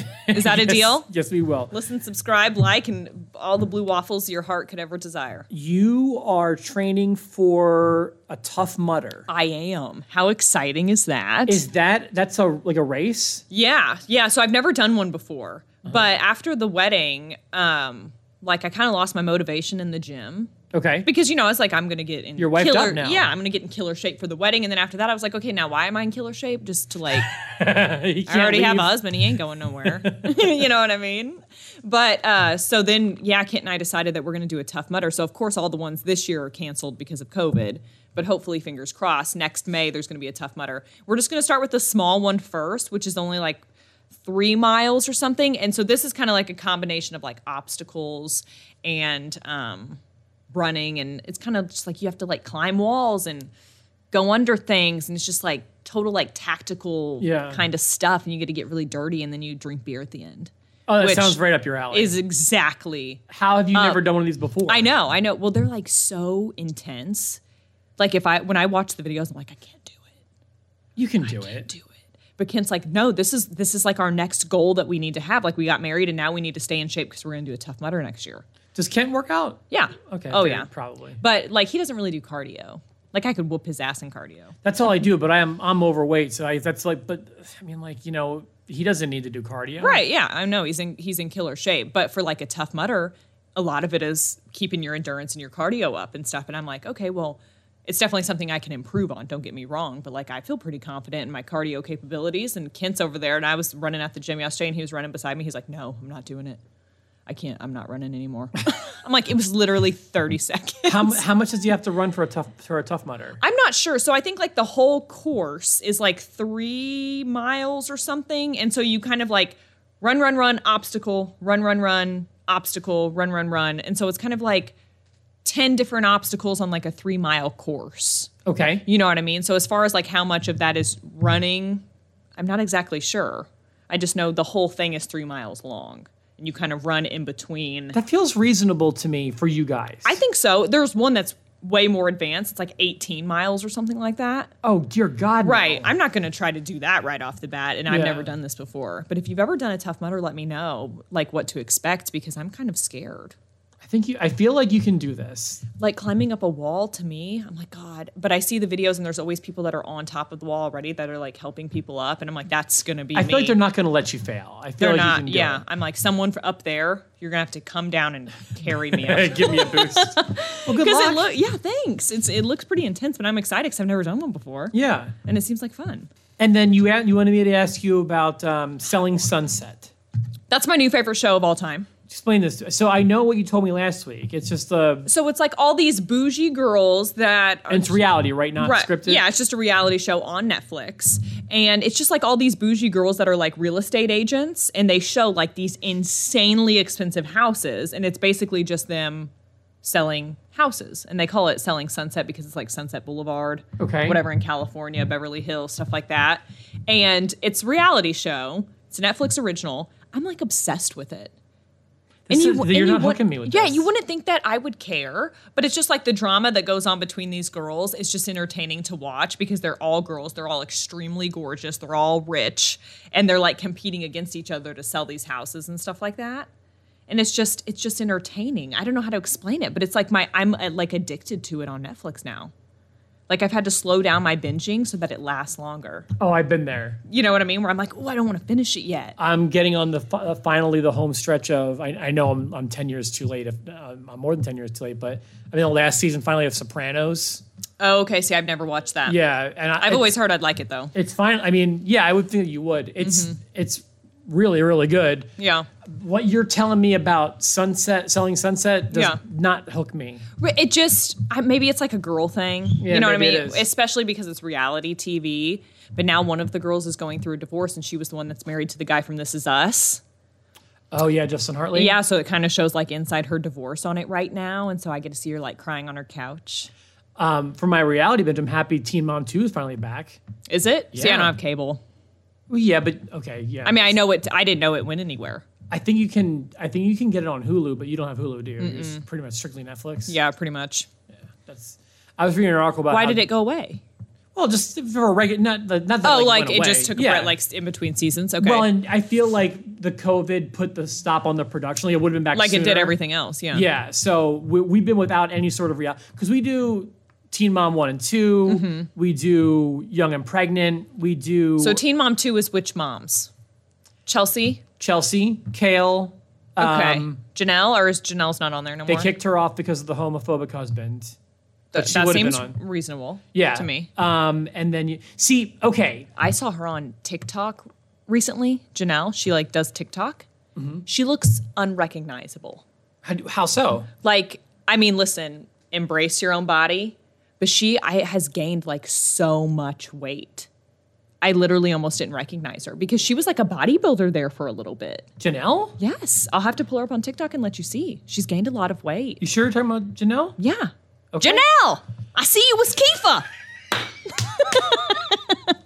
S2: Is that a
S1: Yes,
S2: deal?
S1: Yes, we will.
S2: Listen, subscribe, like, and all the blue waffles your heart could ever desire.
S1: You are training for a tough mutter.
S2: I am. How exciting is that?
S1: Is that that's a like a race?
S2: Yeah, yeah. So I've never done one before,
S1: Uh-huh.
S2: but after the wedding, um, like I kind of lost my motivation in the gym
S1: Okay.
S2: because you know I was like, I'm gonna get in
S1: You're wiped
S2: killer,
S1: up now.
S2: Yeah, I'm gonna get in killer shape for the wedding, and then after that, I was like, okay, now why am I in killer shape? Just to like,
S1: You
S2: I already have
S1: leave.
S2: a husband; he ain't going nowhere. you know what I mean? But uh, so then, yeah, Kent and I decided that we're gonna do a tough mutter. So of course, all the ones this year are canceled because of COVID. But hopefully, fingers crossed, next May there's gonna be a tough mutter. We're just gonna start with the small one first, which is only like three miles or something. And so this is kind of like a combination of like obstacles and um, running. And it's kind of just like you have to like climb walls and go under things. And it's just like total like tactical
S1: Yeah.
S2: kind of stuff. And you get to get really dirty and then you drink beer at the end.
S1: Oh, that
S2: which
S1: sounds right up your alley.
S2: Is exactly.
S1: How have you never done one of these before?
S2: Um, I know, I know. Well, they're like so intense. Like if I, when I watch the videos, I'm like, I can't do it.
S1: You can do it.
S2: do it. But Kent's like, no, this is this is like our next goal that we need to have. Like we got married and now we need to stay in shape because we're gonna do a tough mutter next year.
S1: Does Kent work out?
S2: Yeah.
S1: Okay.
S2: Oh
S1: fair,
S2: yeah.
S1: Probably.
S2: But like he doesn't really do cardio. Like I could whoop his ass in cardio.
S1: That's all I do, but I'm I'm overweight, so I, that's like. But I mean, like you know, he doesn't need to do cardio,
S2: Right. Yeah. I know he's in he's in killer shape, but for like a tough mutter, a lot of it is keeping your endurance and your cardio up and stuff. And I'm like, okay, well, it's definitely something I can improve on. Don't get me wrong, but like I feel pretty confident in my cardio capabilities. And Kent's over there, and I was running at the gym yesterday, and he was running beside me. He's like, no, I'm not doing it. I can't. I'm not running anymore. I'm like, it was literally 30 seconds.
S1: How mu- how much does he have to run for a tough for a tough mutter?
S2: I'm not sure. So I think like the whole course is like three miles or something. And so you kind of like run, run, run, obstacle, run, run, run, obstacle, run, run, run. And so it's kind of like 10 different obstacles on like a three mile course.
S1: Okay,
S2: You know what I mean? So as far as like how much of that is running, I'm not exactly sure. I just know the whole thing is three miles long. And you kind of run in between.
S1: that feels reasonable to me for you guys.
S2: I think so. There's one that's way more advanced. It's like 18 miles or something like that.
S1: Oh dear God, no.
S2: Right. I'm not going to try to do that right off the bat. And I've
S1: Yeah.
S2: never done this before. But if you've ever done a tough mutter, let me know like what to expect because I'm kind of scared.
S1: I think you. I feel like you can do this.
S2: Like climbing up a wall to me, I'm like, God. But I see the videos and there's always people that are on top of the wall already that are like helping people up. And I'm like, that's going to be
S1: I
S2: me.
S1: feel like they're not going to let you fail. I feel
S2: They're
S1: like
S2: not.
S1: you can do
S2: yeah. I'm like, someone for up there, you're going to have to come down and carry me up.
S1: it. Give me a boost. well, good
S2: Because
S1: luck.
S2: it look, yeah, thanks. It's it looks pretty intense, but I'm excited because I've never done one before,
S1: yeah,
S2: and it seems like fun.
S1: and then you a- you wanted me to ask you about um, selling sunset.
S2: That's my new favorite show of all time.
S1: Explain this. To, so I know what you told me last week. It's just the
S2: So it's like all these bougie girls that are
S1: and it's reality, right? Not
S2: Right.
S1: scripted.
S2: Yeah, it's just a reality show on Netflix. And it's just like all these bougie girls that are like real estate agents and they show like these insanely expensive houses and it's basically just them selling houses. And they call it selling sunset because it's like Sunset Boulevard,
S1: Okay.
S2: whatever in California, Beverly Hills, stuff like that. And it's a reality show. It's a Netflix original. I'm like obsessed with it
S1: This is- you're not
S2: wouldn't-
S1: hooking me with
S2: yeah
S1: this.
S2: you wouldn't think that i would care but it's just like the drama that goes on between these girls is just entertaining to watch because they're all girls they're all extremely gorgeous they're all rich and they're like competing against each other to sell these houses and stuff like that and it's just it's just entertaining i don't know how to explain it but it's like my i'm uh, like addicted to it on netflix now like i've had to slow down my binging so that it lasts longer
S1: Oh, I've been there.
S2: you know what i mean where i'm like oh i don't want to finish it yet
S1: I'm getting on the fi- uh, finally the home stretch of. I, I know I'm, I'm ten years too late. If uh, I'm more than ten years too late, but I mean the last season finally of Sopranos.
S2: oh, okay see i've never watched that
S1: Yeah, and I,
S2: i've always heard i'd like it though
S1: It's fine. I mean, yeah, I would think that you would. It's
S2: Mm-hmm.
S1: it's really really good.
S2: yeah
S1: What you're telling me about sunset selling sunset does
S2: Yeah.
S1: not hook me.
S2: But It just I- maybe it's like a girl thing. you know what I
S1: maybe
S2: mean?
S1: it is.
S2: Especially because it's reality TV. But now one of the girls is going through a divorce, and she was the one that's married to the guy from This Is Us.
S1: Oh yeah, Justin Hartley.
S2: Yeah, so it kind of shows like inside her divorce on it right now, and so I get to see her like crying on her couch.
S1: Um, for my reality binge, I'm happy Teen Mom Two is finally back.
S2: Is it? See, I
S1: Yeah.
S2: don't have cable.
S1: Well, yeah, but okay, yeah.
S2: I mean, I know it. I didn't know it went anywhere.
S1: I think you can. I think you can get it on Hulu, but you don't have Hulu, do you? It's pretty much strictly Netflix.
S2: Yeah, pretty much.
S1: That's. I was reading an article about
S2: Why
S1: how-
S2: did it go away?
S1: Well, just for a regular, not not that.
S2: Oh,
S1: like,
S2: like,
S1: went
S2: it just
S1: away.
S2: took
S1: yeah.
S2: a break, like in between seasons. Okay,
S1: Well, and I feel like the COVID put the stop on the production. Like it would have been back.
S2: like it did
S1: sooner.
S2: everything else. Yeah.
S1: Yeah. So we, we've been without any sort of reality because we do Teen Mom one and 2 We do Young and Pregnant. We do
S2: Mm-hmm. So Teen Mom Two is which moms? Chelsea,
S1: Chelsea Kale.
S2: Okay.
S1: Um,
S2: Janelle, or is Janelle's not on there no
S1: They
S2: more?
S1: kicked her off because of the homophobic husband.
S2: Th-
S1: she
S2: that
S1: would've been
S2: seems
S1: on.
S2: reasonable
S1: Yeah.
S2: to me.
S1: Um, and then you see. Okay.
S2: I saw her on TikTok recently. Janelle, she like does TikTok.
S1: Mm-hmm.
S2: She looks unrecognizable.
S1: How, do- how so?
S2: Like, I mean, listen, embrace your own body, but she I, has gained like so much weight. I literally almost didn't recognize her because she was like a bodybuilder there for a little bit.
S1: Janelle?
S2: Yes, I'll have to pull her up on TikTok and let you see. She's gained a lot of weight.
S1: You sure you're talking about Janelle?
S2: Yeah.
S1: Okay.
S2: Janelle, I see you was Kifa.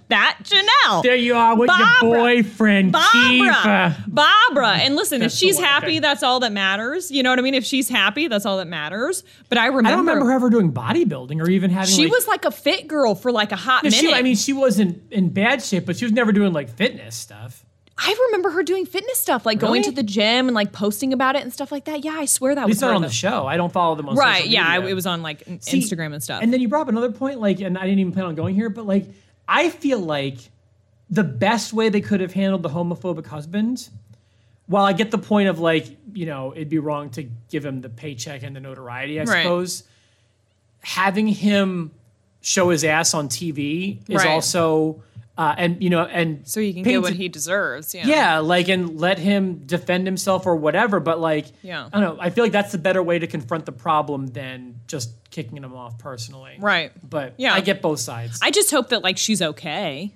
S2: that Janelle.
S1: There you are with your
S2: Barbara.
S1: boyfriend,
S2: Barbara.
S1: Keefa.
S2: Barbara. And listen, if
S1: That's the
S2: she's
S1: one,
S2: happy,
S1: okay.
S2: that's all that matters. You know what I mean? If she's happy, that's all that matters. But I remember,
S1: I don't remember her ever doing bodybuilding or even having.
S2: she
S1: like-
S2: was like a fit girl for like a hot
S1: No,
S2: minute.
S1: she, I mean, she wasn't in bad shape, but she was never doing like fitness stuff.
S2: I remember her doing fitness stuff, like going
S3: Really?
S2: to the gym and like posting about it and stuff like that. Yeah, I swear that
S1: At
S2: was
S1: least not
S2: her,
S1: on the
S2: though.
S1: show. I don't follow them on
S2: Right?
S1: social
S2: Yeah, I,
S1: media.
S2: it was on like in-
S1: See,
S2: Instagram and stuff.
S1: And then you brought up another point, like, and I didn't even plan on going here, but like, I feel like the best way they could have handled the homophobic husband, while I get the point of like, you know, it'd be wrong to give him the paycheck and the notoriety, I
S2: Right.
S1: suppose. Having him show his ass on TV is
S2: Right.
S1: also, uh, and you know, and
S2: so you can
S1: paint
S2: get what
S1: it-
S2: he deserves. Yeah.
S1: yeah, like and let him defend himself or whatever. But like,
S2: Yeah.
S1: I don't know. I feel like that's the better way to confront the problem than just kicking him off personally.
S2: Right.
S1: But yeah,
S2: Yeah.
S1: I get both sides.
S2: I just hope that like she's okay.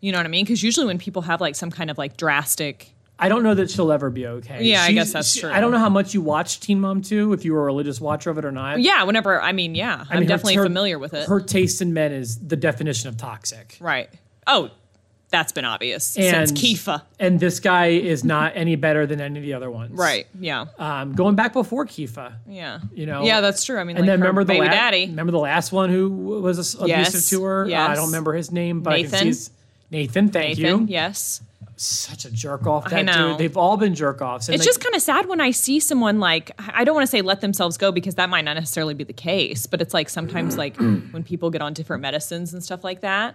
S2: You know what I mean? Because usually when people have like some kind of like drastic,
S1: I don't know that she'll ever be okay.
S2: Yeah, I guess that's true.
S1: I don't know how much you watched Teen Mom 2, if you were a religious watcher of it or not.
S2: yeah. Whenever I mean, yeah, I
S1: mean,
S2: am
S1: her-
S2: definitely
S1: her-
S2: familiar with it.
S1: Her taste in men is the definition of toxic.
S2: right. Oh, that's been obvious
S1: And
S2: since Kifa.
S1: And this guy is not any better than any of the other ones.
S2: Right. Yeah.
S1: Um, going back before Kifa.
S2: Yeah.
S1: You know,
S2: Yeah, that's true. I mean,
S1: And
S2: like
S1: then
S2: her
S1: remember the
S2: baby
S1: la-
S2: daddy.
S1: Remember the last one who was ass-
S2: Yes,
S1: abusive to her. Uh, I
S2: yes.
S1: don't remember his name, but I can see
S2: Nathan?
S1: his- Nathan. Thank
S2: Nathan,
S1: you.
S2: yes.
S1: Such a jerk off.
S2: I
S1: That
S2: know.
S1: dude. They've all been jerk offs.
S2: It's just kind of sad when I see someone like I don't want to say let themselves go because that might not necessarily be the case, but it's like sometimes like when people get on different medicines and stuff like that,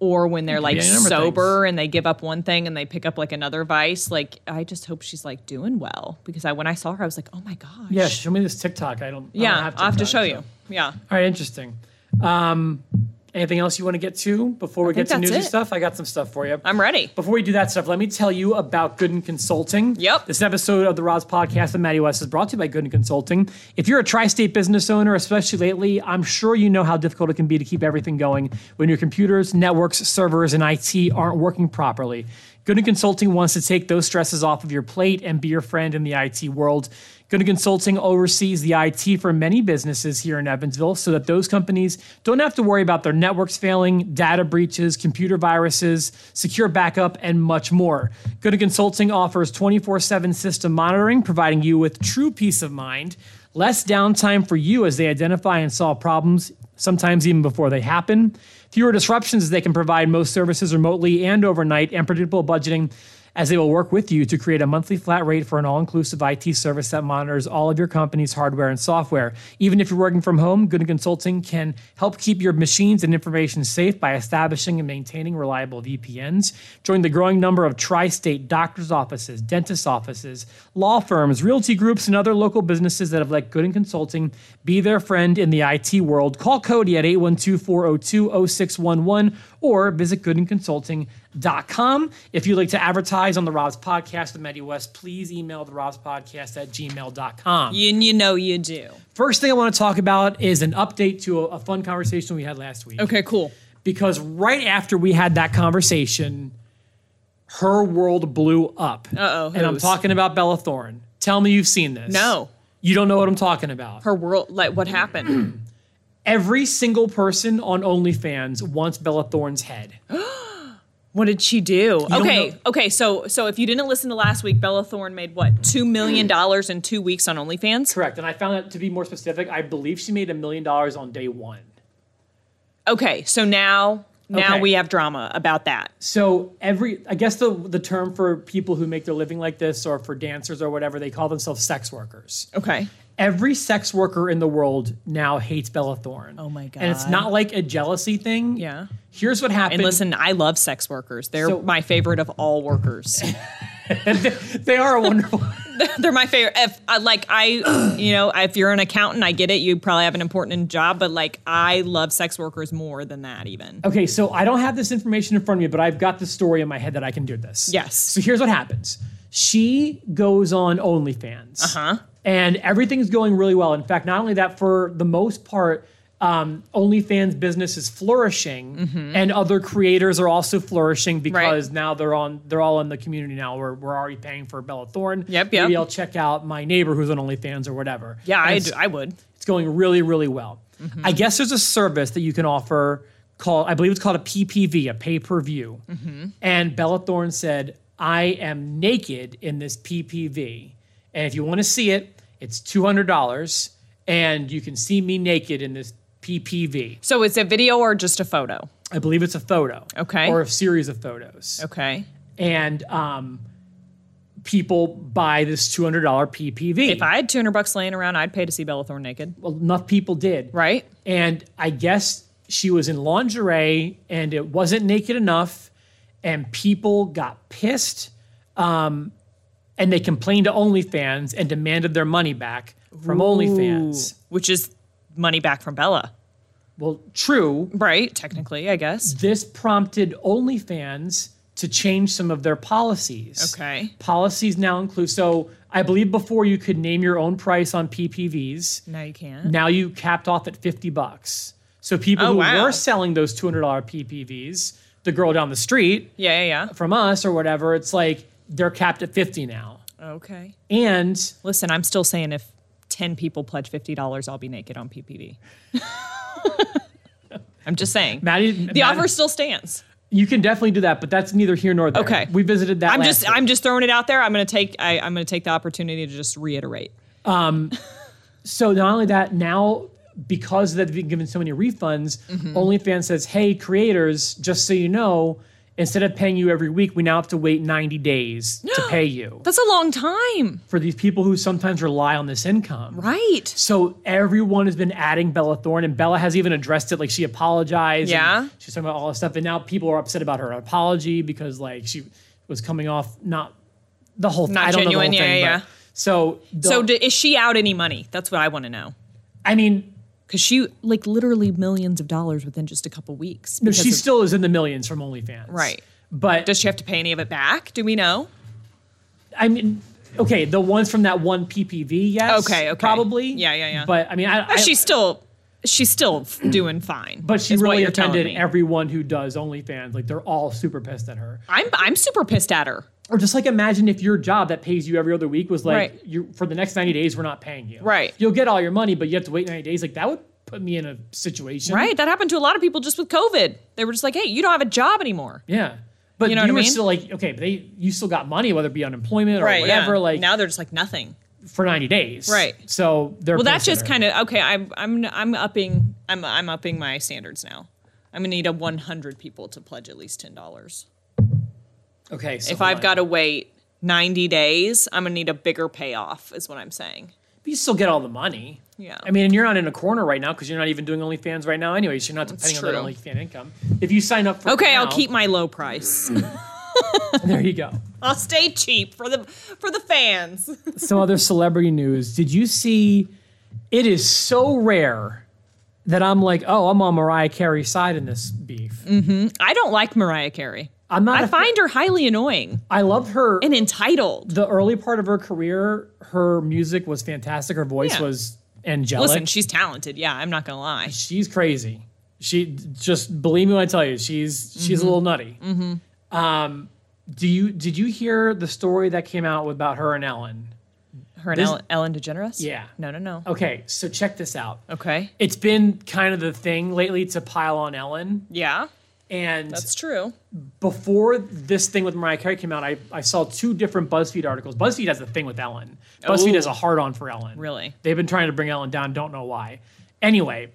S2: or when they're like
S1: a number of
S2: sober and they give up one thing and they pick up like another vice. Like I just hope she's like doing well because I when I saw her I was like oh my gosh
S1: yeah. Show me this TikTok. I don't. I
S2: yeah
S1: don't have
S2: I'll have to
S1: TikTok,
S2: show
S1: so.
S2: you yeah
S1: All right. Interesting. Um, anything else you want to get to before we
S2: think
S1: get to
S2: that's
S1: newsy
S2: it.
S1: stuff? I got some stuff for you.
S2: I'm ready
S1: Before we do that stuff, let me tell you about Gooden Consulting.
S2: Yep.
S1: This episode of the Roz Podcast and Maddie West is brought to you by Gooden Consulting. If you're a tri-state business owner, especially lately, I'm sure you know how difficult it can be to keep everything going when your computers, networks, servers, and IT aren't working properly. Gooden Consulting wants to take those stresses off of your plate and be your friend in the IT world. Gooden Consulting oversees the IT for many businesses here in Evansville so that those companies don't have to worry about their networks failing, data breaches, computer viruses, secure backup, and much more. Gooden Consulting offers 24 7 system monitoring, providing you with true peace of mind, less downtime for you as they identify and solve problems, sometimes even before they happen, fewer disruptions as they can provide most services remotely and overnight, and predictable budgeting as they will work with you to create a monthly flat rate for an all inclusive IT service that monitors all of your company's hardware and software. Even if you're working from home, Gooden Consulting can help keep your machines and information safe by establishing and maintaining reliable VPNs. Join the growing number of tri state doctors' offices, dentist offices, law firms, realty groups, and other local businesses that have let Gooden Consulting be their friend in the IT world. Call Cody at 812 402 0611 or visit goodenconsulting.com. If you'd like to advertise on the Robs Podcast with Maddie West, please email the Robs Podcast at gmail.com.
S2: you you know you do
S1: First thing I want to talk about is an update to a, a fun conversation we had last week.
S2: okay cool
S1: Because right after we had that conversation, her world blew up.
S2: Uh-oh,
S1: And I'm
S2: whose?
S1: talking about Bella Thorne. Tell me you've seen this.
S2: No.
S1: You don't know what I'm talking about.
S2: her world like what happened
S1: Every single person on OnlyFans wants Bella Thorne's head.
S2: what did she do
S1: don't
S2: okay
S1: know-
S2: okay so so if you didn't listen to last week Bella Thorne made what two million dollars in two weeks on OnlyFans
S1: Correct. And I found that to be more specific, I believe she made a million dollars on day one.
S2: Okay, so now now
S1: Okay.
S2: we have drama about that.
S1: So every, I guess the the term for people who make their living like this, or for dancers or whatever, they call themselves sex workers.
S2: Okay.
S1: Every sex worker in the world now hates Bella Thorne. Oh
S2: my
S1: And it's
S2: God.
S1: not like a jealousy thing.
S2: Yeah.
S1: Here's what happened.
S2: And listen, I love sex workers. They're
S1: So-
S2: my favorite of all workers.
S1: they are a wonderful.
S2: They're my favorite. If I like, I you know, if you're an accountant, I get it. You probably have an important job, but like, I love sex workers more than that. Even
S1: Okay, so I don't have this information in front of me, but I've got the story in my head that I can do this.
S2: Yes.
S1: So here's what happens. She goes on OnlyFans. Uh-huh. And everything's going really well. In fact, not only that, for the most part, um, OnlyFans business is flourishing,
S2: Mm-hmm.
S1: and other creators are also flourishing because now they're on. They're all in the community now. We're, we're already paying for Bella Thorne.
S2: Yep, yep.
S1: Maybe I'll check out my neighbor who's on OnlyFans or whatever.
S2: yeah,
S1: And
S2: I
S1: it's-
S2: do, I would.
S1: it's going really, really well.
S2: Mm-hmm.
S1: I guess there's a service that you can offer called, I believe it's called a PPV, a pay per view.
S2: Mm-hmm.
S1: And Bella Thorne said, I am naked in this PPV. And if you want to see it, it's $200 and you can see me naked in this PPV.
S2: So it's a video or just a photo.
S1: I believe it's a photo.
S2: Okay.
S1: Or a series of photos.
S2: Okay.
S1: and um, people buy this two hundred dollar PPV.
S2: If I had 200 bucks laying around, I'd pay to see Bellathorne naked.
S1: Enough people did,
S2: Right?
S1: and I guess she was in lingerie and it wasn't naked enough, and people got pissed, um, and they complained to OnlyFans and demanded their money back from OnlyFans.
S2: Which is money back from Bella.
S1: Well, true.
S2: Right? Technically, I guess.
S1: This prompted OnlyFans to change some of their policies.
S2: Okay.
S1: Policies now include so I believe before you could name your own price on PPVs.
S2: Now you can't.
S1: Now you capped off at 50 bucks. So people
S2: Oh,
S1: who
S2: wow.
S1: were selling those $200 PPVs, the girl down the street
S2: Yeah, yeah,
S1: from us or whatever, it's like they're capped at 50 now.
S2: yeah. Okay.
S1: And
S2: Listen, I'm still saying if 10 people pledge $50, I'll be naked on PPV. I'm just saying.
S1: Maddie,
S2: the
S1: Maddie-
S2: offer still stands.
S1: you can definitely do that, but that's neither here nor there.
S2: Okay.
S1: We visited that.
S2: I'm
S1: last
S2: just
S1: week.
S2: I'm just throwing it out there. I'm gonna take I, I'm gonna take the opportunity to just reiterate.
S1: So not only that, now because they've been given so many refunds,
S2: Mm-hmm.
S1: OnlyFans says, "Hey, creators, just so you know, instead of paying you every week, we now have to wait 90 days to pay you
S2: That's a long time,
S1: for these people who sometimes rely on this income."
S2: right?
S1: So everyone has been adding Bella Thorne, and Bella has even addressed it. Like she apologized. and
S2: Yeah.
S1: she's talking about all this stuff, and now people are upset about her apology because like she was coming off not the whole
S2: Not
S1: I don't
S2: genuine,
S1: Know the whole thing,
S2: yeah, yeah.
S1: but- So the-
S2: So d- is she out any money? That's what I want to know.
S1: I mean,
S2: Because she like literally millions of dollars within just a couple weeks.
S1: No,
S2: because
S1: she
S2: of-
S1: still is in the millions from OnlyFans.
S2: Right.
S1: But
S2: does she have to pay any of it back? Do we know?
S1: I mean, okay, the ones from that one PPV, yes.
S2: Okay, okay.
S1: Probably.
S2: Yeah, yeah, yeah.
S1: But I mean, I, I,
S2: But she's still she's still f- doing fine.
S1: but she
S2: is what
S1: really
S2: you're telling
S1: offended
S2: me.
S1: everyone who does OnlyFans. Like they're all super pissed at her.
S2: I'm I'm super pissed at her.
S1: Or just like imagine if your job that pays you every other week was like
S2: Right.
S1: you for the next ninety days we're not paying you.
S2: Right.
S1: You'll get all your money, but you have to wait ninety days. Like that would put me in a situation.
S2: Right? That happened to a lot of people just with COVID. They were just like, hey, you don't have a job anymore.
S1: Yeah. But you,
S2: You know what I
S1: were
S2: mean?
S1: still like okay, but they you still got money whether it be unemployment or
S2: yeah.
S1: whatever. Like
S2: now they're just like nothing.
S1: for ninety days.
S2: Right.
S1: So they're
S2: Well, that's
S1: pissed at
S2: just
S1: her.
S2: kind of okay. I'm I'm I'm upping I'm I'm upping my standards now. I'm gonna need a 100 people to pledge at least ten dollars.
S1: Okay. So
S2: If I've
S1: like,
S2: got to wait 90 days, I'm gonna need a bigger payoff. Is what I'm saying.
S1: but you still get all the money.
S2: Yeah.
S1: I mean, and you're not in a corner right now because you're not even doing OnlyFans right now, anyways. You're not depending on that
S2: true.
S1: OnlyFans income. If you sign up for
S2: Okay,
S1: now,
S2: I'll keep my low price.
S1: There you go.
S2: I'll stay cheap for the for the fans.
S1: Some other celebrity news. Did you see? It is so rare that I'm like, oh, I'm on Mariah Carey's side in this beef.
S2: I don't like Mariah Carey.
S1: I'm not.
S2: Mm, I
S1: a-
S2: find her highly annoying
S1: I love her.
S2: and entitled.
S1: the early part of her career, her music was fantastic. Her voice
S2: Yeah.
S1: was angelic.
S2: Listen, she's talented. Yeah, I'm not gonna lie.
S1: she's crazy. She just believe me when I tell you, she's
S2: Mm-hmm.
S1: she's a little nutty. Um, do you did you hear the story that came out about her and Ellen?
S2: Her and
S1: This-
S2: Ellen, Ellen DeGeneres.
S1: Yeah.
S2: No, no, no.
S1: Okay, so check this out.
S2: Okay.
S1: It's been kind of the thing lately to pile on Ellen,
S2: Yeah,
S1: and
S2: that's true.
S1: before this thing with Mariah Carey came out, I, I saw two different BuzzFeed articles. BuzzFeed has a thing with Ellen. BuzzFeed has a hard on for Ellen.
S2: Really?
S1: They've been trying to bring Ellen down. Don't know why. Anyway,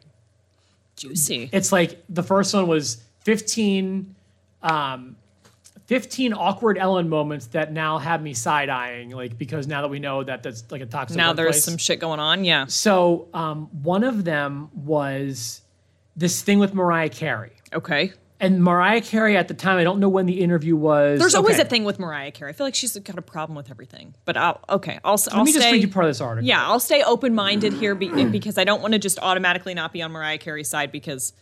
S2: Juicy.
S1: it's like the first one was 15 um 15 awkward ellen moments that now have me side-eyeing like because now that we know that that's like a toxic
S2: Now there's
S1: workplace.
S2: some shit going on. Yeah.
S1: so um one of them was this thing with mariah carey
S2: Okay.
S1: and mariah carey at the time i don't know when the interview was
S2: There's always
S1: Okay.
S2: a thing with Mariah Carey. I feel like she's got a problem with everything. But I'll, okay, I'll, I'll
S1: let me
S2: stay.
S1: just read you part of this article
S2: yeah, I'll stay open minded here be, because I don't want to just automatically not be on Mariah Carey's side because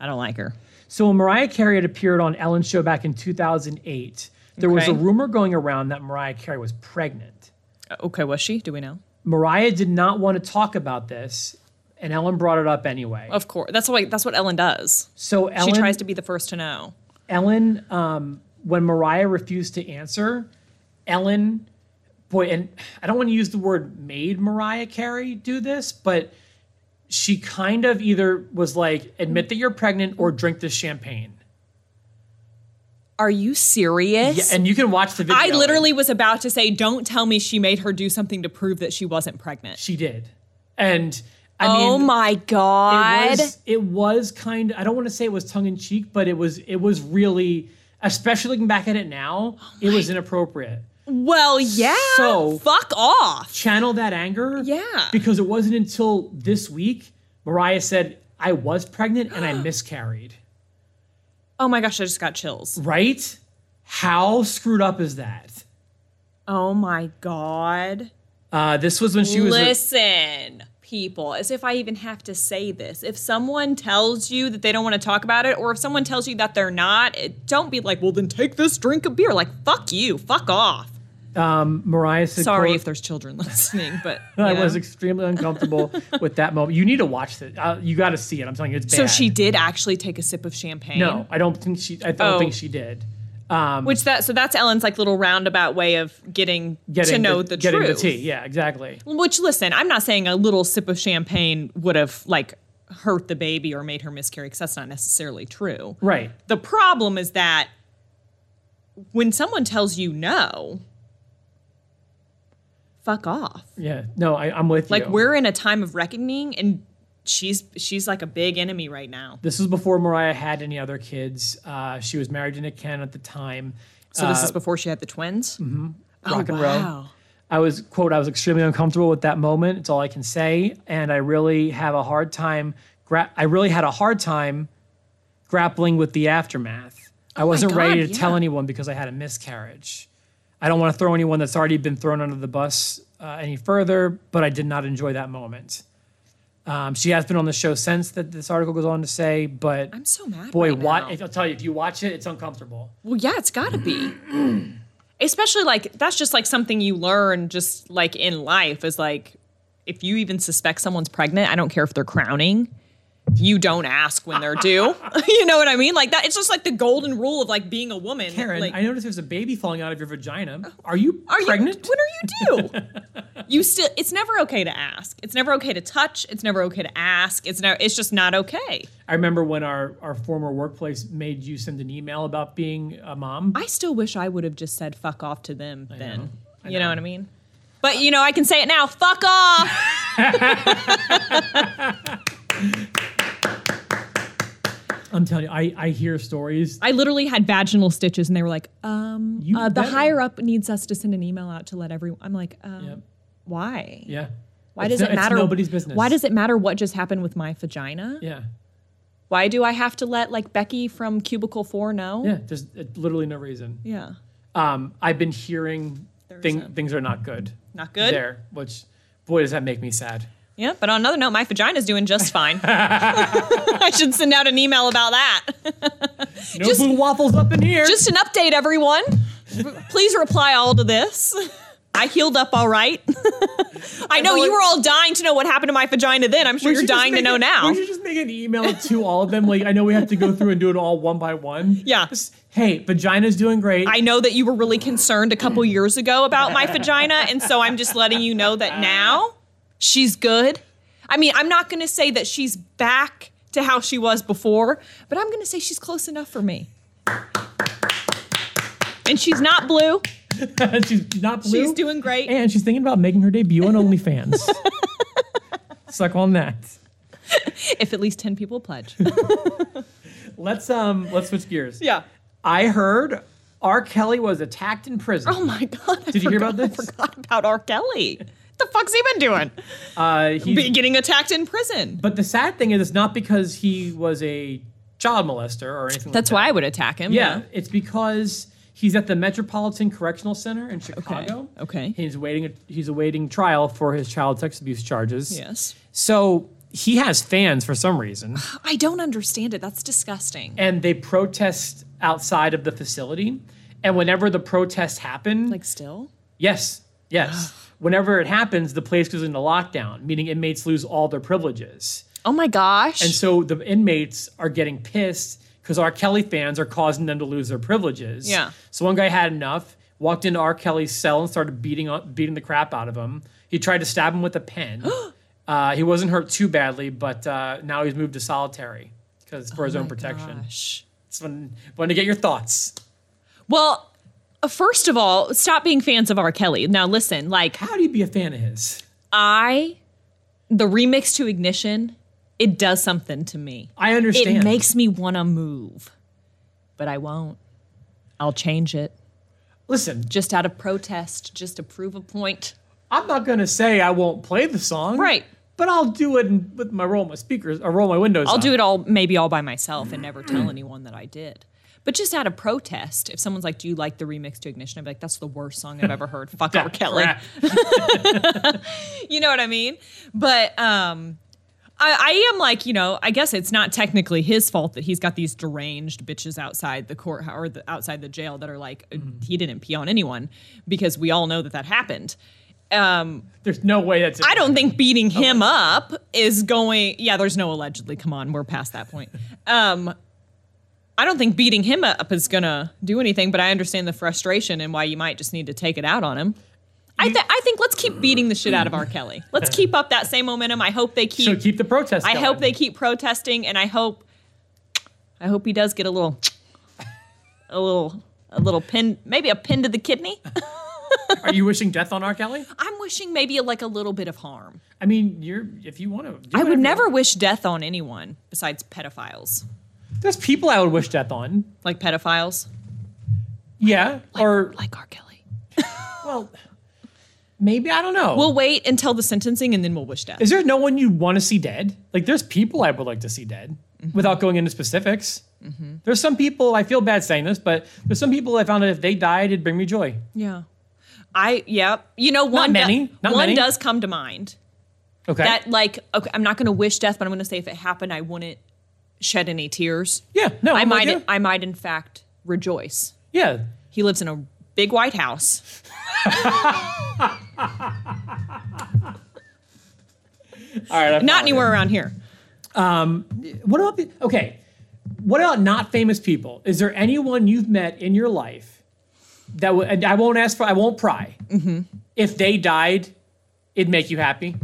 S2: I don't like her.
S1: So when Mariah Carey had appeared on Ellen's show back in 2008, there was
S2: Okay.
S1: a rumor going around that Mariah Carey was pregnant.
S2: Uh, Okay, was she? Do we know?
S1: Mariah did not want to talk about this, and Ellen brought it up anyway.
S2: Of course. That's what that's what Ellen does.
S1: So Ellen,
S2: Oh, she tries to be the first to know.
S1: Ellen, um, when Mariah refused to answer, Ellen, boy, and I don't want to use the word made Mariah Carey do this, but she kind of either was like, admit that you're pregnant or drink this champagne.
S2: Are you serious?
S1: Yeah, and you can watch the video.
S2: I literally was about to say, don't tell me she made her do something to prove that she wasn't pregnant.
S1: She did. And I
S2: oh
S1: mean,
S2: my
S1: it
S2: God.
S1: was, it was kind I don't want to say it was tongue in cheek, but it was it was really I especially looking back at it now, it
S2: Oh
S1: was inappropriate.
S2: Well, yeah.
S1: So-
S2: fuck off.
S1: Channel that anger.
S2: Yeah.
S1: Because it wasn't until this week Mariah said, I was pregnant and I miscarried.
S2: Oh my gosh, I just got chills.
S1: Right? How screwed up is that?
S2: Oh my god.
S1: Uh, this was when she was.
S2: Listen, people, as if I even have to say this. If someone tells you that they don't want to talk about it, or if someone tells you that they're not, it, don't be like, well, then take this drink of beer. Like, fuck you. Fuck off.
S1: um, Mariah said,
S2: Sorry
S1: quote,
S2: if there's children listening, but.
S1: I
S2: you
S1: was
S2: know.
S1: extremely uncomfortable with that moment. You need to watch it. Uh, you got to see it. I'm telling you, it's bad.
S2: So she did actually take a sip of champagne.
S1: No, I don't think she. I don't
S2: Oh.
S1: think she did. Um,
S2: Which that so that's Ellen's like little roundabout way of getting,
S1: getting
S2: to know the,
S1: getting
S2: truth.
S1: the tea. Yeah, exactly.
S2: Which listen, I'm not saying a little sip of champagne would have like hurt the baby or made her miscarry because that's not necessarily true.
S1: Right.
S2: The problem is that when someone tells you no, fuck off.
S1: Yeah. No, I, I'm with
S2: Like
S1: you.
S2: we're in a time of reckoning and she's she's like a big enemy right now.
S1: This was before Mariah had any other kids. Uh, she was married to Nick Cannon at the time.
S2: So this is before she had the twins. Mm-hmm. Oh,
S1: Uh, Rock and roll.
S2: wow.
S1: I was quote I was extremely uncomfortable with that moment. It's all I can say, and I really have a hard time. Gra- I really had a hard time grappling with the aftermath. I wasn't
S2: God,
S1: ready to
S2: yeah.
S1: tell anyone because I had a miscarriage. I don't want to throw anyone that's already been thrown under the bus uh, any further, but I did not enjoy that moment. Um, she has been on the show since that this article goes on to say, but
S2: I'm so mad.
S1: boy,
S2: right
S1: what
S2: now.
S1: I'll tell you if you watch it, it's uncomfortable.
S2: Well, yeah, it's got to be. Especially like that's just like something you learn just like in life is like if you even suspect someone's pregnant, I don't care if they're crowning, you don't ask when they're due. you know what I mean? Like that it's just like the golden rule of like being a woman.
S1: Karen,
S2: like, Oh.
S1: I noticed there's a baby falling out of your vagina. Are you
S2: are you
S1: pregnant?
S2: when are you due? you still it's never okay to ask. It's never okay to touch. It's never okay to ask. It's no it's just not okay.
S1: I remember when our, our former workplace made you send an email about being a mom.
S2: I still wish I would have just said fuck off to them then.
S1: know. I
S2: You know
S1: know.
S2: what I mean? But you know, I can say it now. Fuck off.
S1: I'm telling you, I, I hear stories.
S2: I literally had vaginal stitches, and they were like, um,
S1: You
S2: uh, the
S1: better.
S2: higher up needs us to send an email out to let everyone. I'm like, um,
S1: Yep.
S2: why?
S1: Yeah.
S2: Why
S1: It's
S2: does
S1: no-
S2: it matter?
S1: It's nobody's business.
S2: Why does it matter what just happened with my vagina?
S1: Yeah.
S2: Why do I have to let like Becky from Cubicle Four know?
S1: Yeah. There's uh, literally no reason.
S2: Yeah.
S1: Um, I've been hearing
S2: There
S1: thing,
S2: isn't.
S1: things are not good.
S2: Not good?
S1: There, which, boy, does that make me sad.
S2: Yeah, But on another note, my vagina's doing just fine. I should send out an email about that.
S1: No blue waffles up in here.
S2: Just an update, everyone. R- Please reply all to this. I healed up all right. I know you were all dying to know what happened to my vagina then. I'm sure
S1: We
S2: you're
S1: should just
S2: dying to
S1: make
S2: know
S1: it-
S2: now.
S1: We should just make an email to all of them. Like, I know we have to go through and do it all one by one.
S2: Yeah.
S1: Just, hey, vagina's doing great.
S2: I know that you were really concerned a couple years ago about my vagina, and so I'm just letting you know that now she's good. I mean, I'm not going to say that she's back to how she was before, but I'm going to say she's close enough for me. And she's not blue.
S1: she's not blue.
S2: She's doing great.
S1: And she's thinking about making her debut on OnlyFans. Suck on that.
S2: if at least 10 people pledge.
S1: Let's um let's switch gears.
S2: yeah.
S1: I heard R. Kelly was attacked in prison.
S2: Oh my God. I
S1: Did you hear
S2: forgot-
S1: about this?
S2: I forgot about R. Kelly. The fuck's he been doing?
S1: uh,
S2: Be
S1: he's,
S2: getting attacked in prison.
S1: but the sad thing is it's not because he was a child molester or anything
S2: That's
S1: like
S2: why I would attack him.
S1: that. Yeah. It's because he's at the Metropolitan Correctional Center in Chicago.
S2: Okay.
S1: He's waiting he's awaiting trial for his child sex abuse charges.
S2: Yes.
S1: So he has fans for some reason.
S2: I don't understand it. That's disgusting.
S1: and they protest outside of the facility. And whenever the protests happen,
S2: Like still?
S1: yes, yes, whenever it happens, the place goes into lockdown, meaning inmates lose all their privileges.
S2: Oh my gosh.
S1: And so the inmates are getting pissed because R. Kelly fans are causing them to lose their privileges.
S2: Yeah.
S1: So one guy had enough, walked into R. Kelly's cell and started beating up, beating the crap out of him. He tried to stab him with a pen. uh, he wasn't hurt too badly, but uh, now he's moved to solitary because for his own protection.
S2: Oh Gosh.
S1: It's fun, fun to get your thoughts.
S2: Well, uh, first of all, stop being fans of R. Kelly. Now listen, like
S1: How do you be a fan of his?
S2: I the remix to Ignition, it does something to me.
S1: I understand.
S2: It makes me want to move, but I won't. I'll change it
S1: Listen,
S2: just out of protest, just to prove a point.
S1: I'm not gonna say I won't play the song,
S2: Right.
S1: But I'll do it in- with my roll my speakers or roll my windows.
S2: I'll
S1: up.
S2: do it all, maybe all by myself and never tell anyone that I did. But just out of protest, if someone's like, Do you like the remix to Ignition? I'd be like, That's the worst song I've ever heard. Fuck R. Kelly.
S1: Crap.
S2: You know what I mean? But um, I, I am like, you know, I guess it's not technically his fault that he's got these deranged bitches outside the court or the, outside the jail that are like, He didn't pee on anyone because we all know that that happened. Um,
S1: There's no way that's.
S2: I don't think beating him up is going. Yeah, there's no allegedly. Come on, we're past that point. Um, I don't think beating him up is gonna do anything, but I understand the frustration and why you might just need to take it out on him. I, th- I think let's keep beating the shit out of R. Kelly. Let's keep up that same momentum. I hope they
S1: So
S2: keep.
S1: keep the protest.
S2: I
S1: going.
S2: hope they keep protesting, and I hope. I hope he does get a little, a little, a little pin, maybe a pin to the kidney.
S1: Are you wishing death on R. Kelly?
S2: I'm wishing maybe like a little bit of harm.
S1: I mean, you're if you want to.
S2: I would never wish death on anyone besides pedophiles.
S1: There's people I would wish death on.
S2: Like pedophiles.
S1: Yeah, or
S2: like R. Kelly.
S1: well, maybe I don't know.
S2: We'll wait until the sentencing and then we'll wish death.
S1: Is there no one you want to see dead? Like, there's people I would like to see dead
S2: Mm-hmm.
S1: without going into specifics. There's some people, I feel bad saying this, but there's some people I found that if they died, it'd bring me joy.
S2: yeah. I yeah. You know, one do-
S1: many, not
S2: one
S1: many.
S2: does come to mind.
S1: Okay.
S2: That like okay, I'm not gonna wish death, but I'm gonna say if it happened, I wouldn't shed any tears.
S1: yeah, no,
S2: I
S1: I'm with
S2: might
S1: you.
S2: I might in fact rejoice.
S1: yeah.
S2: He lives in a big white house.
S1: All right. I
S2: Not
S1: found it.
S2: anywhere around here.
S1: What about the, okay? What about not famous people? Is there anyone you've met in your life that would? And I won't ask for. I won't pry.
S2: Mm-hmm.
S1: If they died, it'd make you happy.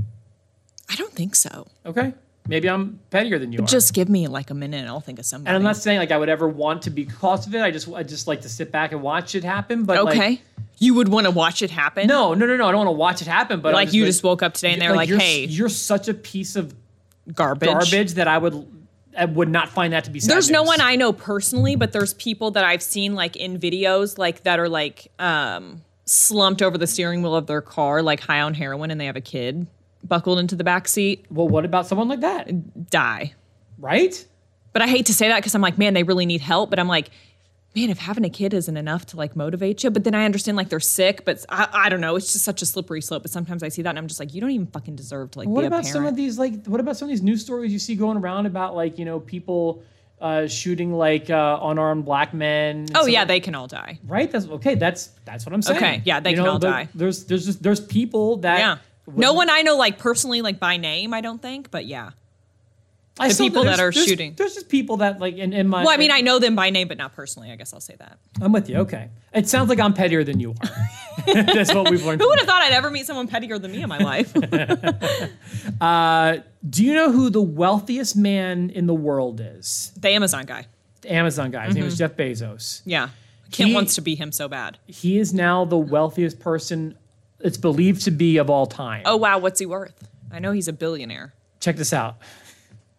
S2: I don't think so.
S1: Okay. Maybe I'm pettier than you are.
S2: Just give me like a minute and I'll think of somebody.
S1: and I'm not saying like I would ever want to be caused of it. I just I just like to sit back and watch it happen. But
S2: okay.
S1: like,
S2: you would want to watch it happen?
S1: no, no, no, no. I don't want to watch it happen. But I'm
S2: like you
S1: like-
S2: just woke up today and they were like,
S1: you're,
S2: "Hey,
S1: you're such a piece of
S2: garbage."
S1: garbage that I would I would not find that to be. Sad
S2: There's no
S1: news."
S2: one I know personally, but there's people that I've seen like in videos like that are like um slumped over the steering wheel of their car, like high on heroin, and they have a kid buckled into the back seat.
S1: well, what about someone like that?
S2: Die.
S1: Right?
S2: But I hate to say that because I'm like, man, they really need help. But I'm like, man, if having a kid isn't enough to like motivate you, but then I understand like they're sick. But I, I don't know. It's just such a slippery slope. But sometimes I see that and I'm just like, you don't even fucking deserve to like
S1: What
S2: be a
S1: about
S2: parent.
S1: some of these like? What about some of these news stories you see going around about like you know people uh, shooting like uh, unarmed black men? and
S2: oh
S1: stuff
S2: yeah,
S1: like-
S2: they can all die.
S1: right. That's okay. That's that's what I'm saying.
S2: Okay, yeah, they
S1: You
S2: can
S1: know,
S2: all
S1: there-
S2: die.
S1: There's there's just there's people that
S2: Yeah.
S1: wouldn't-
S2: No one I know, like personally, like by name, I don't think, but yeah.
S1: I
S2: the
S1: still-
S2: people that
S1: there's-
S2: are
S1: there's-
S2: shooting.
S1: There's just people that like in, in my.
S2: Well, I mean, I know them by name, but not personally. I guess I'll say that.
S1: I'm with you. Okay, it sounds like I'm pettier than you are. that's what we've learned.
S2: Who would have thought I'd ever meet someone pettier than me in my life?
S1: Uh, Do you know who the wealthiest man in the world is?
S2: the Amazon guy.
S1: The Amazon guy. His name
S2: Mm-hmm.
S1: is Jeff Bezos.
S2: Yeah. Kim
S1: He-
S2: wants to be him so bad.
S1: He is now the wealthiest person it's believed to be of all time.
S2: Oh, wow. What's he worth? I know he's a billionaire.
S1: Check this out.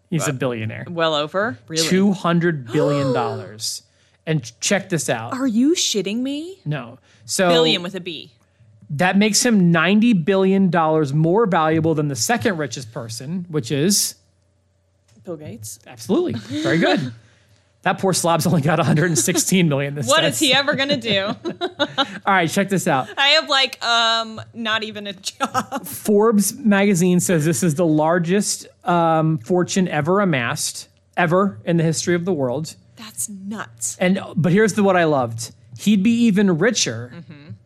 S1: He's a billionaire.
S2: Well over. Really?
S1: Two hundred billion dollars. and check this out.
S2: Are you shitting me?
S1: No. So
S2: Billion with a B.
S1: that makes him ninety billion dollars more valuable than the second richest person, which is
S2: Bill Gates.
S1: absolutely very good. that poor slob's only got 116 million this
S2: What
S1: time.
S2: is he ever going to do?
S1: All right, check this out.
S2: I have like um not even a job.
S1: Forbes magazine says this is the largest um, fortune ever amassed, ever in the history of the world.
S2: That's nuts.
S1: And but here's the what I loved. He'd be even richer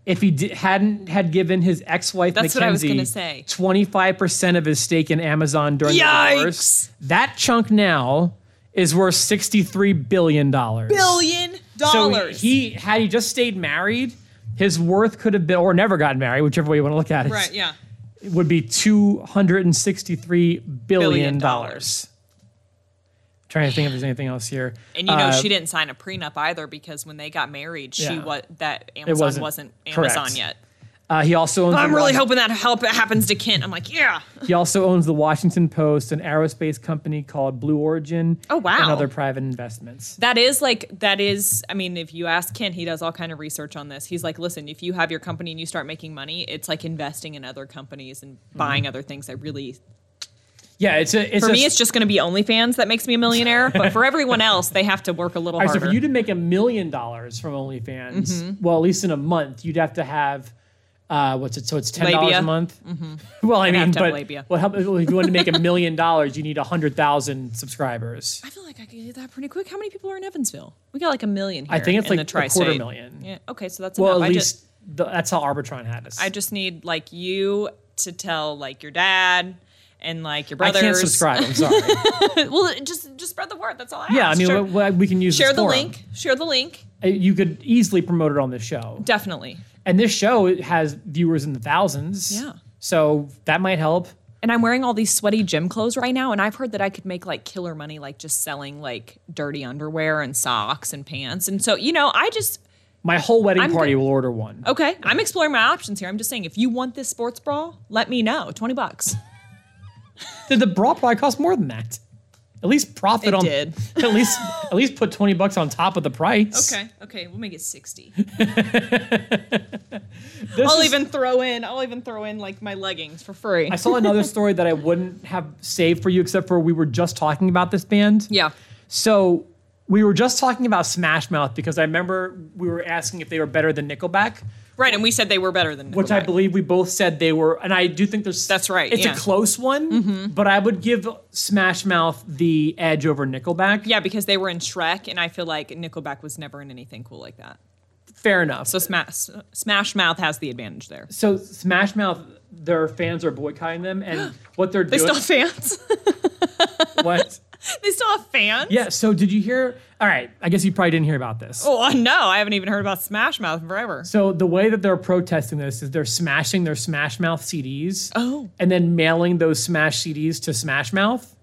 S1: if he di- hadn't had given his ex-wife
S2: Mm-hmm. That's what I was gonna say.
S1: Mackenzie twenty five percent of his stake in Amazon during the divorce. That chunk now is worth sixty three billion dollars.
S2: Billion dollars.
S1: So he had he just stayed married, his worth could have been or never gotten married, whichever way you want to look at it.
S2: right. Yeah.
S1: would be two hundred and sixty-three billion
S2: Billion
S1: dollars.
S2: dollars.
S1: Trying to think if there's anything else here.
S2: And you know,
S1: Uh,
S2: she didn't sign a prenup either because when they got married, she
S1: Yeah.
S2: wa that Amazon
S1: wasn't-
S2: wasn't,
S1: correct.
S2: Amazon yet.
S1: Uh, he also owns.
S2: I'm
S1: the
S2: really
S1: Wa-
S2: hoping that help happens to Kent. I'm like, yeah.
S1: He also owns the Washington Post, an aerospace company called Blue Origin.
S2: Oh, wow.
S1: And other private investments.
S2: That is like that is. I mean, if you ask Kent, he does all kind of research on this. He's like, listen, if you have your company and you start making money, it's like investing in other companies and
S1: Mm-hmm.
S2: buying other things. I really,
S1: Yeah, it's a. It's
S2: for
S1: a,
S2: me, it's just going to be OnlyFans that makes me a millionaire. But for everyone else, they have to work a
S1: All
S2: little
S1: right,
S2: harder. Mm-hmm.
S1: so for you to make a million dollars from OnlyFans, well, at least in a month, you'd have to have uh, what's it? So it's ten dollars a
S2: Labia. Mm-hmm.
S1: month. Well, I
S2: have
S1: mean,
S2: to have
S1: but
S2: labia.
S1: well, how, well, if you want to make a million dollars, you need hundred thousand subscribers.
S2: I feel like I could do that pretty quick. How many people are in Evansville? We got like a million. Here
S1: I think it's
S2: in
S1: like
S2: the
S1: a quarter
S2: tri-state.
S1: million.
S2: Yeah. Okay, so that's
S1: Well,
S2: enough.
S1: at
S2: I
S1: least
S2: just
S1: the, that's how Arbitron had us.
S2: I just need like you to tell like your dad and like your
S1: I
S2: brothers.
S1: can't subscribe. I'm sorry.
S2: well, just just spread the word. That's all I
S1: yeah, I
S2: ask.
S1: mean,
S2: Share-
S1: we, we- we can use
S2: share
S1: this
S2: the
S1: forum.
S2: link. Share the link.
S1: Uh, You could easily promote it on this show,
S2: Definitely.
S1: and this show it has viewers in the thousands.
S2: Yeah.
S1: So that might help.
S2: And I'm wearing all these sweaty gym clothes right now, and I've heard that I could make like killer money, like just selling like dirty underwear and socks and pants. And so, you know, I just
S1: My whole wedding
S2: I'm Oh.
S1: party
S2: go-
S1: will order one.
S2: okay. I'm exploring my options here. I'm just saying, if you want this sports bra, let me know. Twenty bucks.
S1: Did the bra probably cost more than that? At least profit
S2: It
S1: on
S2: did.
S1: At least at least put twenty bucks on top of the price.
S2: Okay. Okay. We'll make it sixty.
S1: This
S2: I'll
S1: is-
S2: even throw in. I'll even throw in like my leggings for free.
S1: I saw another story that I wouldn't have saved for you, except for we were just talking about this band.
S2: yeah.
S1: So we were just talking about Smash Mouth because I remember we were asking if they were better than Nickelback,
S2: Right. And we said they were better than
S1: which I
S2: Nickelback.
S1: believe we both said they were. And I do think there's
S2: That's right,
S1: It's
S2: yeah. Mm-hmm.
S1: a close one, but I would give Smash Mouth the edge over Nickelback.
S2: Yeah, because they were in Shrek, and I feel like Nickelback was never in anything cool like that.
S1: fair enough.
S2: So Smash, Smash Mouth has the advantage there.
S1: So Smash Mouth, their fans are boycotting them, and what they're
S2: They
S1: doing.
S2: still have fans.
S1: what?
S2: they still have fans.
S1: Yeah. So did you hear? All right. I guess you probably didn't hear about this.
S2: Oh no, I haven't even heard about Smash Mouth in forever.
S1: So the way that they're protesting this is they're smashing their Smash Mouth CDs.
S2: Oh.
S1: And then mailing those Smash CDs to Smash Mouth.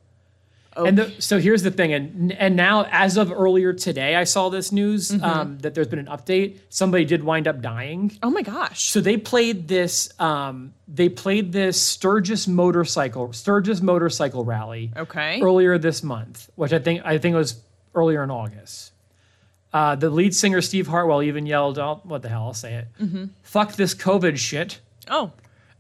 S1: And the, so here's the thing, and and now as of earlier today, I saw this news um, that there's been an update. Somebody did wind up dying.
S2: Oh my gosh.
S1: So they played this. Um, they played this Sturgis motorcycle Sturgis motorcycle rally
S2: Okay.
S1: earlier this month, which I think I think was earlier in August. Uh, the lead singer Steve Hartwell even yelled, oh, "What the hell? I'll say it.
S2: Mm-hmm.
S1: Fuck this COVID shit."
S2: Oh,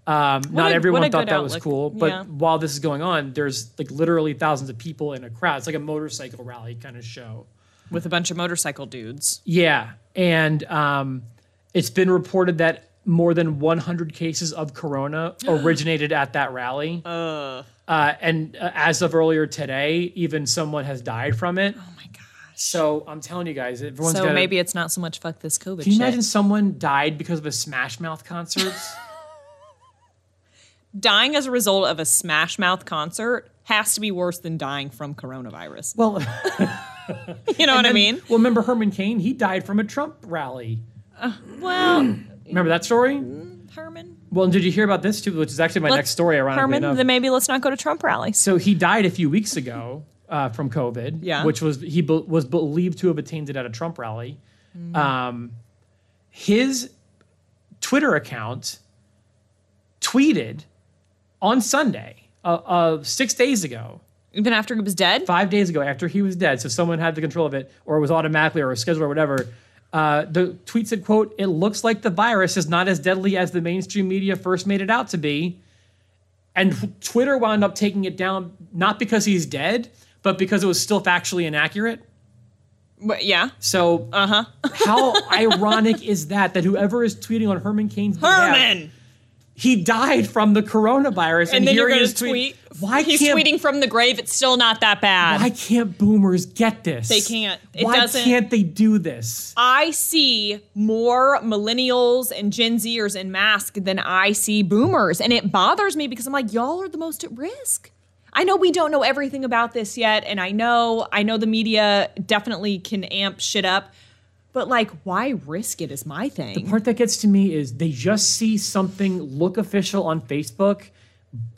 S1: Um, not
S2: a-
S1: everyone
S2: what a
S1: thought
S2: good
S1: that was
S2: outlook.
S1: cool, but
S2: Yeah.
S1: while this is going on, there's like literally thousands of people in a crowd. It's like a motorcycle rally kind of show.
S2: with a bunch of motorcycle dudes.
S1: Yeah, and um, it's been reported that more than 100 cases of corona originated at that rally. Uh. and uh, as of earlier today, even someone has died from it.
S2: Oh my gosh.
S1: So I'm telling you guys, everyone's
S2: So
S1: gotta,
S2: maybe it's not so much fuck this COVID
S1: Can you
S2: shit.
S1: imagine someone died because of a Smash Mouth concert?
S2: dying as a result of a Smash Mouth concert has to be worse than dying from coronavirus.
S1: well,
S2: You know what I mean?
S1: well, remember Herman Cain? He died from a Trump rally.
S2: Well,
S1: Remember that story?
S2: Mm. Herman.
S1: Well, and did you hear about this too? Which is actually my
S2: Let's-
S1: next story, ironically
S2: Herman,
S1: enough.
S2: then maybe let's not go to Trump rallies.
S1: so he died a few weeks ago uh, from COVID,
S2: Yeah.
S1: which was he be- was believed to have attained it at a Trump rally. Um, his Twitter account tweeted on Sunday, uh, uh, six days ago,
S2: Even after he was dead?
S1: five days ago after he was dead, so someone had the control of it, or it was automatically, or was scheduled, or whatever. Uh, the tweet said, "quote It looks like the virus is not as deadly as the mainstream media first made it out to be." And Twitter wound up taking it down not because he's dead, but because it was still factually inaccurate.
S2: Wh- yeah.
S1: So,
S2: Uh-huh.
S1: uh huh. how ironic is that? That whoever is tweeting on Herman Cain's behalf,
S2: Herman!
S1: he died from the coronavirus, and,
S2: And then
S1: here
S2: you're
S1: he
S2: going
S1: is
S2: to tweet.
S1: tweeting. Why
S2: He's
S1: can't
S2: tweeting from the grave. It's still not that bad.
S1: Why can't boomers get this?
S2: They can't. It
S1: Why
S2: doesn't-
S1: can't they do this?
S2: I see more millennials and Gen Zers in mask than I see boomers. And it bothers me because I'm like, y'all are the most at risk. I know we don't know everything about this yet, and I know I know the media definitely can amp shit up, but like, why risk it is my thing.
S1: Part that gets to me is they just see something look official on Facebook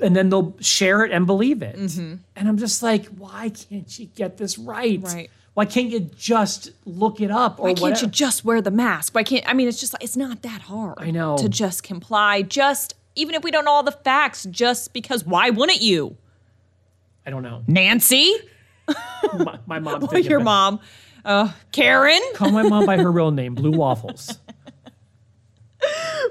S1: and then
S2: Mm-hmm.
S1: they'll share it and believe it. And I'm just like, why can't you get this right?
S2: Right.
S1: Why can't you just look it up or
S2: Why can't
S1: whatever?
S2: you just wear the mask? Why can't I mean it's just like it's not that hard. I
S1: know.
S2: To just comply, just even if we don't know all the facts, just because why wouldn't you?
S1: I don't know.
S2: Nancy?
S1: My, my mom.
S2: Or your mom. Uh, Karen?
S1: Call my mom by her real name, Blue Waffles.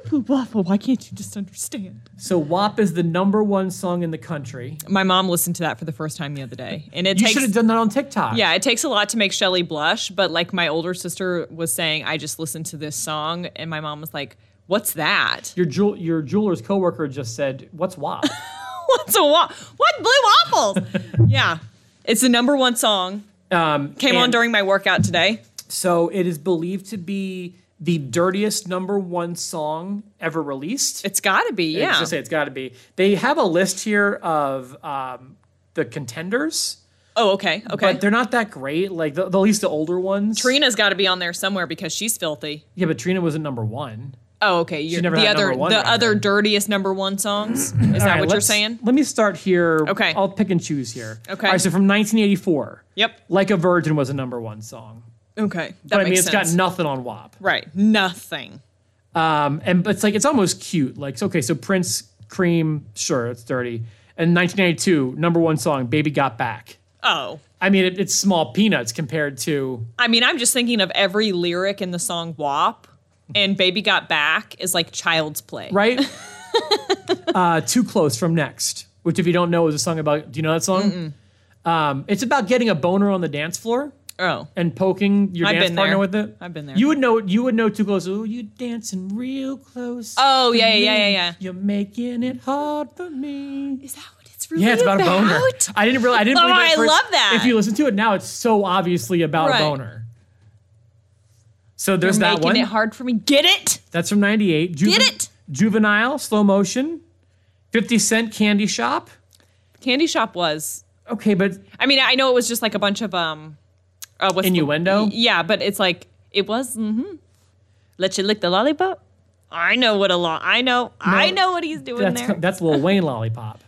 S2: Blue Waffle, why can't you just understand?
S1: So WAP is the number one song in the country.
S2: My mom listened to that for the first time the other day. And it
S1: You should
S2: takes
S1: have done that on TikTok.
S2: Yeah, it takes a lot to make Shelly blush, but like my older sister was saying, I just listened to this song and my mom was like, What's that?
S1: Your jewel, your jeweler's coworker just said, "What's WAP?"
S2: What's a wa- what blue waffles? yeah. It's the number one song.
S1: Um,
S2: Came on
S1: and
S2: during my workout today.
S1: So it is believed to be the dirtiest number one song ever released.
S2: It's gotta be,
S1: It's
S2: yeah.
S1: just say it's got to be. They have a list here of um, the contenders,
S2: oh, okay, okay.
S1: but they're not that great. Like the, the- at least the older ones.
S2: Trina's gotta be on there somewhere because she's filthy.
S1: Yeah, but Trina wasn't number one.
S2: Oh, okay. You're,
S1: never
S2: the
S1: had
S2: other
S1: number one
S2: the
S1: record.
S2: other dirtiest number one songs. Is that
S1: All right,
S2: what you're
S1: let's-
S2: saying?
S1: Let me start here.
S2: Okay.
S1: I'll pick and choose here.
S2: Okay.
S1: All right, so from 1984.
S2: Yep.
S1: Like a Virgin was a number one song.
S2: Okay. That
S1: But I
S2: makes
S1: mean, it's
S2: sense.
S1: got nothing on WAP.
S2: right. Nothing.
S1: Um, and but it's like, it's almost cute. Like, okay, so Prince, Cream, sure, it's dirty. And 1992, number one song, Baby Got Back.
S2: Oh.
S1: I mean, it, it's small peanuts compared to
S2: I mean, I'm just thinking of every lyric in the song WAP and Baby Got Back is like child's play.
S1: right? uh, Too close from next, which if you don't know is a song about. Do you know that song? Um, it's about getting a boner on the dance floor
S2: Oh.
S1: and poking your
S2: I've
S1: dance
S2: been
S1: partner
S2: there.
S1: with it.
S2: I've been there.
S1: You would know. You would know too close. Oh, you dancing real close.
S2: Oh,
S1: to
S2: yeah, yeah, yeah,
S1: me.
S2: yeah.
S1: You're making it hard for me.
S2: Is that what it's really
S1: Yeah, it's about, a boner.
S2: about?
S1: I didn't really. I didn't.
S2: Oh,
S1: believe it at
S2: I
S1: first.
S2: love that.
S1: If you listen to it now, it's so obviously about
S2: Right.
S1: a boner. So there's
S2: You're
S1: that
S2: making
S1: one.
S2: it hard for me. Get it?
S1: That's from 98. Juven-
S2: Get it?
S1: Juvenile, slow motion, 50 Cent Candy Shop.
S2: Candy Shop was.
S1: Okay, but
S2: I mean, I know it was just like a bunch of um uh, what's the-
S1: Innuendo?
S2: yeah, but it's like it was mhm. Let you lick the lollipop? I know what a law. I know. I know what he's doing
S1: that's,
S2: there.
S1: that's Lil Wayne Lollipop.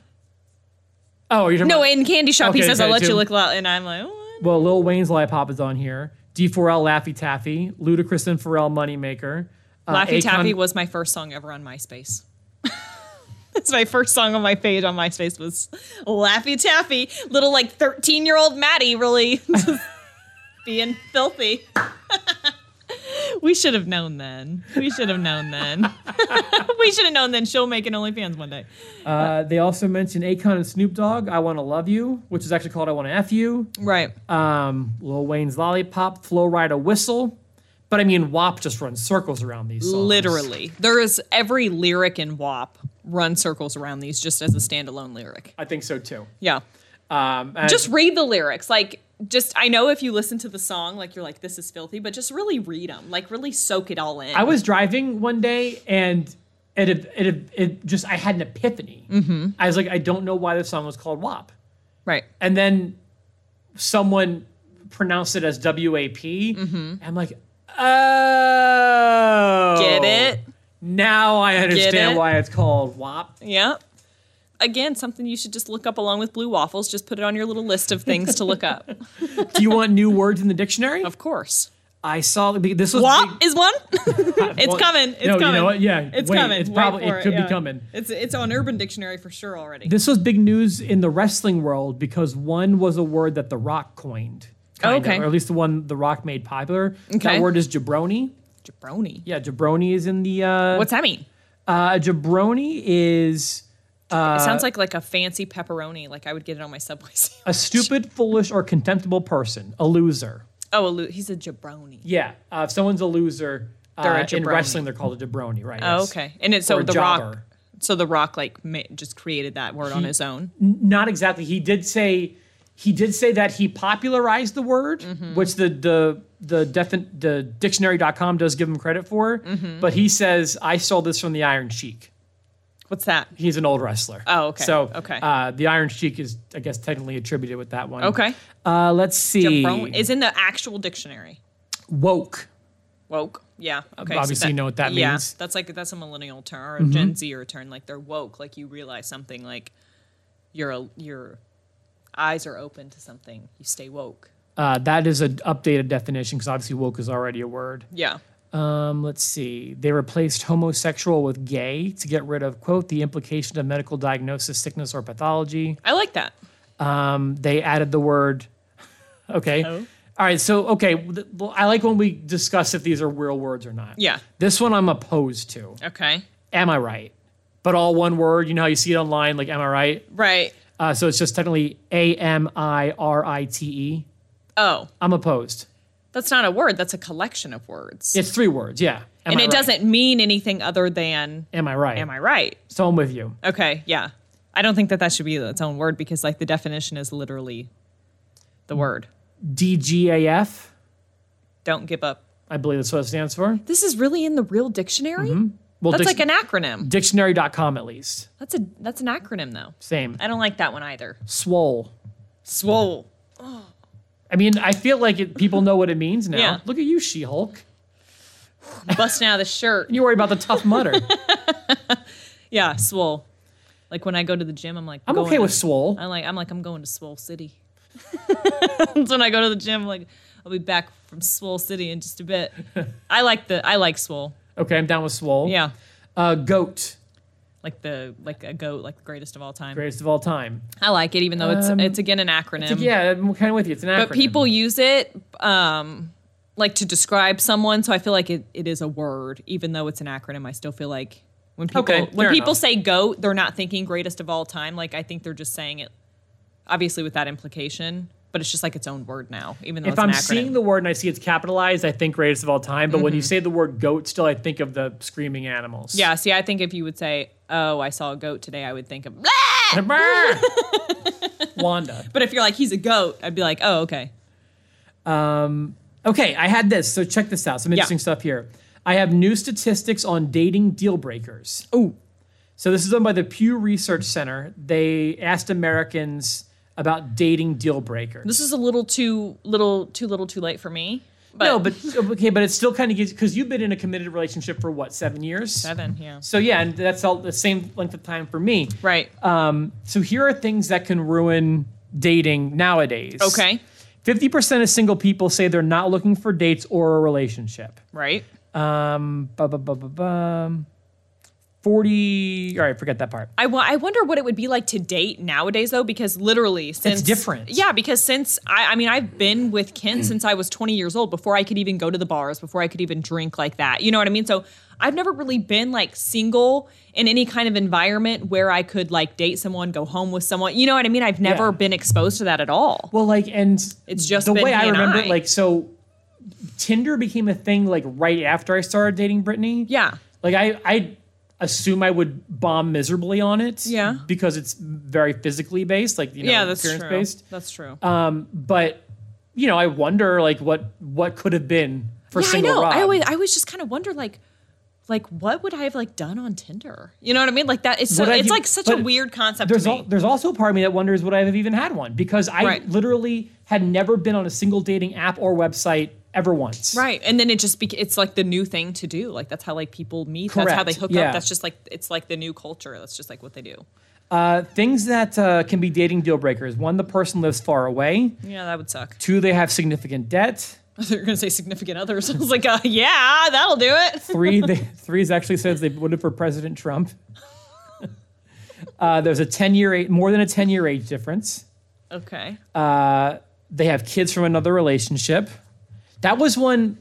S1: Oh, you're talking
S2: no,
S1: about,
S2: in Candy Shop he
S1: Okay,
S2: says
S1: okay,
S2: I'll let
S1: too.
S2: you lick lo-, and I'm like, what?
S1: Well, Lil Wayne's Lollipop is on here. D4L Laffy Taffy, Ludacris and Pharrell Moneymaker. Uh,
S2: Laffy
S1: Akon-
S2: Taffy was my first song ever on MySpace. That's my first song on my page on MySpace was Laffy Taffy. Little like 13 year old Maddie really just being filthy. we should have known then. We should have known then. we should have known then she'll make an OnlyFans one day.
S1: Uh, they also mentioned Akon and Snoop Dogg, I Wanna Love You, which is actually called I Wanna F You.
S2: Right.
S1: Um, Lil Wayne's Lollipop, Flow Rida Whistle. But I mean, WAP just runs circles around these songs.
S2: Literally. There is every lyric in WAP run circles around these just as a standalone lyric.
S1: I think so too.
S2: Yeah.
S1: Um, and-
S2: just read the lyrics like just i know if you listen to the song like you're like this is filthy but just really read them like really soak it all in
S1: I was driving one day and it it it just I had an epiphany.
S2: Mm-hmm.
S1: I was like, I don't know why this song was called WAP,
S2: right
S1: and then someone pronounced it as WAP.
S2: Mm-hmm.
S1: I'm like, oh,
S2: Get it?
S1: Now I understand
S2: it?
S1: why it's called WAP.
S2: yeah again something you should just look up along with blue waffles just put it on your little list of things to look up
S1: Do you want new words in the dictionary?
S2: of course
S1: I saw this was
S2: wop is one it's
S1: Well,
S2: coming it's
S1: no, you
S2: coming
S1: know what? Yeah,
S2: it's
S1: wait,
S2: coming
S1: it's
S2: Wait
S1: probably- it
S2: for
S1: could be coming.
S2: it's it's on urban dictionary for sure already
S1: this was big news in the wrestling world because one was a word that The Rock coined, kind
S2: Oh, Okay.
S1: of, or at least the one The Rock made popular.
S2: Okay.
S1: That word is jabroni.
S2: jabroni
S1: Yeah, jabroni is in the. Uh,
S2: what's that mean
S1: uh, a jabroni is
S2: it
S1: Uh,
S2: sounds like like a fancy pepperoni like i would get it on my subway sandwich.
S1: a stupid, foolish, or contemptible person, a loser.
S2: oh a lo- he's a jabroni
S1: Yeah, uh, if someone's a loser uh,
S2: They're a
S1: in
S2: jabroni.
S1: wrestling, they're called a jabroni, right?
S2: Oh,
S1: yes.
S2: okay. And it, so
S1: Or
S2: the rock,
S1: jobber.
S2: so the rock like ma- just created that word on his own.
S1: Not exactly. He did say he did say that he popularized the word,
S2: Mm-hmm.
S1: which the the the defin- the dictionary.com does give him credit for,
S2: Mm-hmm.
S1: but he says I stole this from the Iron Sheik.
S2: What's that?
S1: He's an old wrestler.
S2: Oh, okay.
S1: So
S2: Okay.
S1: uh, the Iron Sheik is, I guess, technically attributed with that one.
S2: Okay.
S1: Uh, let's see.
S2: Jabron is in the actual dictionary.
S1: woke.
S2: Woke. Yeah. Okay.
S1: Obviously you know what that
S2: yeah,
S1: means. Mm-hmm.
S2: That's like that's a millennial term or a Gen Zer term. Like they're woke. Like you realize something. Like your your eyes are open to something. You stay woke.
S1: Uh, that is an updated definition because obviously woke is already a word.
S2: Yeah.
S1: Um, let's see. They replaced homosexual with gay to get rid of, quote, the implication of medical diagnosis, sickness, or pathology.
S2: I like that.
S1: Um, they added the word, okay.
S2: Oh.
S1: All right. So, okay. th- well, I like when we discuss if these are real words or not.
S2: Yeah.
S1: This one I'm opposed to.
S2: Okay.
S1: Am I right? But all one word. You know how you see it online, like, am I right?
S2: Right.
S1: Uh, so it's just technically A M I R I T E.
S2: Oh,
S1: I'm opposed.
S2: that's not a word. That's a collection of words.
S1: It's three words. Yeah. Am
S2: and
S1: I
S2: it
S1: right?
S2: doesn't mean anything other than
S1: Am I right?
S2: am I right?
S1: So I'm with you.
S2: Okay, yeah. I don't think that that should be its own word because like the definition is literally the word.
S1: DGAF.
S2: Don't give up.
S1: I believe that's what it stands for.
S2: This is really in the real dictionary?
S1: Well,
S2: that's
S1: dic-
S2: like an acronym.
S1: dictionary.com at least.
S2: That's a that's an acronym though.
S1: Same.
S2: I don't like that one either.
S1: Swole.
S2: Swole.
S1: I mean, I feel like it, people know what it means now.
S2: Yeah.
S1: Look at you, She Hulk.
S2: Busting out of the shirt.
S1: You worry about the tough mutter.
S2: Yeah, swole. Like when I go to the gym, I'm like
S1: I'm
S2: going
S1: okay
S2: to-
S1: with swole.
S2: I'm like I'm like I'm going to Swole City. That's when I go to the gym. I'm like I'll be back from Swole City in just a bit. I like the I like Swole.
S1: Okay, I'm down with swole.
S2: Yeah,
S1: Uh, goat,
S2: like the like a goat, like the greatest of all time.
S1: greatest of all time.
S2: I like it, even though it's
S1: Um,
S2: it's again an acronym.
S1: Yeah, I'm kind of with you. It's an acronym.
S2: Um, but people use it um like to describe someone, so I feel like it, it is a word, even though it's an acronym. I still feel like when people
S1: Okay,
S2: when
S1: fair
S2: people
S1: enough.
S2: say goat, they're not thinking greatest of all time. Like I think they're just saying it, obviously with that implication. But it's just like its own word now, even though
S1: If
S2: it's
S1: I'm
S2: an acronym.
S1: seeing the word and I see it's capitalized, I think greatest of all time. But when you say the word goat, still I think of the screaming animals.
S2: Mm-hmm. Yeah, see, I think if you would say, "Oh, I saw a goat today," I would think of. Blah!
S1: Brr. Wanda.
S2: But if you're like, "He's a goat," I'd be like, "Oh, okay."
S1: Okay, I had this. So check this out. Some interesting stuff here. I have new statistics on dating deal breakers.
S2: Ooh.
S1: So this is done by the Pew Research Center. They asked Americans about dating deal breakers.
S2: This is a little too little, too little, too late for me. But
S1: no, but okay, but it still kind of gives because you've been in a committed relationship for what seven years.
S2: seven, yeah,
S1: So yeah, and that's all the same length of time for me.
S2: right,
S1: Um, so here are things that can ruin dating nowadays.
S2: okay,
S1: Fifty percent of single people say they're not looking for dates or a relationship.
S2: right.
S1: Um, bu- bu- bu- bu- bum. 40. All right, forget that part.
S2: I wo- I wonder what it would be like to date nowadays, though, because literally since
S1: different.
S2: Yeah, because since I, I mean, I've been with Ken since I was 20 years old, before I could even go to the bars, before I could even drink like that. You know what I mean? So I've never really been like single in any kind of environment where I could like date someone, go home with someone. You know what I mean? I've never
S1: Yeah.
S2: been exposed to that at all.
S1: Well, like, and
S2: It's just
S1: the
S2: been
S1: way I
S2: he and
S1: remember
S2: I.
S1: it, like, so Tinder became a thing, like, right after I started dating Brittany.
S2: Yeah.
S1: Like, I, I assume I would bomb miserably on it.
S2: Yeah.
S1: Because it's very physically based, like, you know,
S2: yeah, that's true.
S1: appearance based.
S2: That's true.
S1: Um, but, you know, I wonder, like, what, what could have been for
S2: yeah, I
S1: single
S2: know.
S1: Rob.
S2: I always, I always just kind of wonder, like, like what would I have like done on Tinder? You know what I mean? Like that. It's so,
S1: Would I
S2: it's
S1: have-
S2: like such a
S1: but
S2: weird concept to
S1: there's
S2: me.
S1: al- there's also a part of me that wonders would I have even had one because I
S2: Right.
S1: literally had never been on a single dating app or website ever once.
S2: Right, and then it just bec it's like the new thing to do. Like that's how like people meet. That's how they
S1: Correct,
S2: hook
S1: yeah.
S2: up. That's just like it's like the new culture. That's just like what they do.
S1: Uh, things that uh, can be dating deal breakers: one, the person lives far away;
S2: Yeah, that would suck.
S1: two, they have significant debt;
S2: They're gonna say significant others. I was like, uh, yeah, that'll do it.
S1: three, they, three is actually says they voted for President Trump. uh, there's a ten year age, more than a ten year age difference.
S2: Okay.
S1: Uh, they have kids from another relationship. That was one.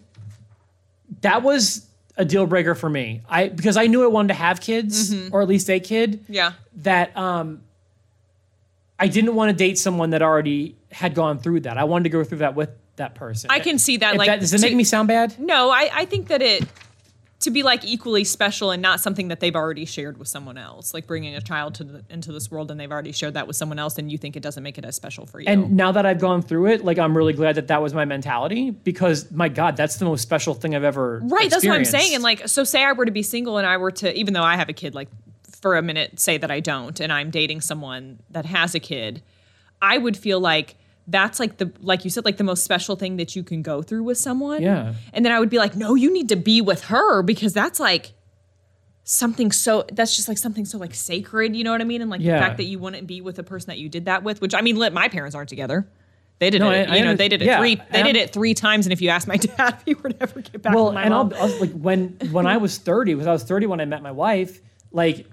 S1: That was a deal breaker for me. I because I knew I wanted to have kids or at least a kid.
S2: Yeah.
S1: That um, I didn't want to date someone that already had gone through that. I wanted to go through that with that person.
S2: I can see that,
S1: If
S2: like,
S1: does it
S2: to-
S1: make me sound bad?
S2: No, I I think that it to be like equally special and not something that they've already shared with someone else. Like bringing a child to the, into this world and they've already shared that with someone else, and you think it doesn't make it as special for you.
S1: And now that I've gone through it, like I'm really glad that that was my mentality because my God, that's the most special thing I've ever.
S2: Right, that's what I'm
S1: experienced.
S2: saying. And like, so say I were to be single and I were to, even though I have a kid, like for a minute, say that I don't and I'm dating someone that has a kid, I would feel like that's like the, like you said, like the most special thing that you can go through with someone.
S1: Yeah.
S2: And then I would be like, no, you need to be with her because that's like something so, that's just like something so like sacred, you know what I mean? And like
S1: Yeah.
S2: the fact that you wouldn't be with a person that you did that with, which I mean, li- my parents aren't together. They did
S1: No, I-
S2: it.
S1: I
S2: you know,
S1: under-
S2: they did it
S1: yeah,
S2: three. They
S1: and
S2: did
S1: I'm-
S2: it three times. And if you asked my dad, he would never get back.
S1: well,
S2: with my
S1: and
S2: mom.
S1: I'll, I'll like when when I was thirty, was I was thirty when I met my wife, like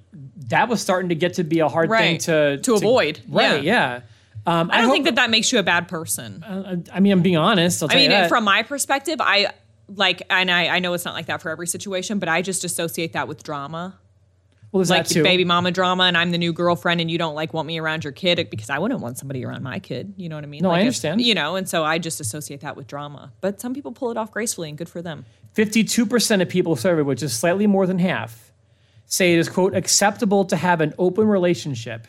S1: that was starting to get to be a hard thing
S2: Right.
S1: to
S2: To avoid,
S1: Right? Yeah. Um,
S2: I don't
S1: hope-
S2: think that that makes you a bad person.
S1: I- I mean, I'm being honest. I'll
S2: I
S1: tell you
S2: mean,
S1: that.
S2: from my perspective, I like, and I, I know it's not like that for every situation, but I just associate that with drama.
S1: well, there's
S2: Like
S1: that too.
S2: baby mama drama, and I'm the new girlfriend, and you don't like want me around your kid because I wouldn't want somebody around my kid. You know what I mean?
S1: No, I
S2: Like, if-
S1: understand.
S2: you know, and so I just associate that with drama. But some people pull it off gracefully, and good for them.
S1: Fifty-two percent of people surveyed, which is slightly more than half, say it is quote acceptable to have an open relationship.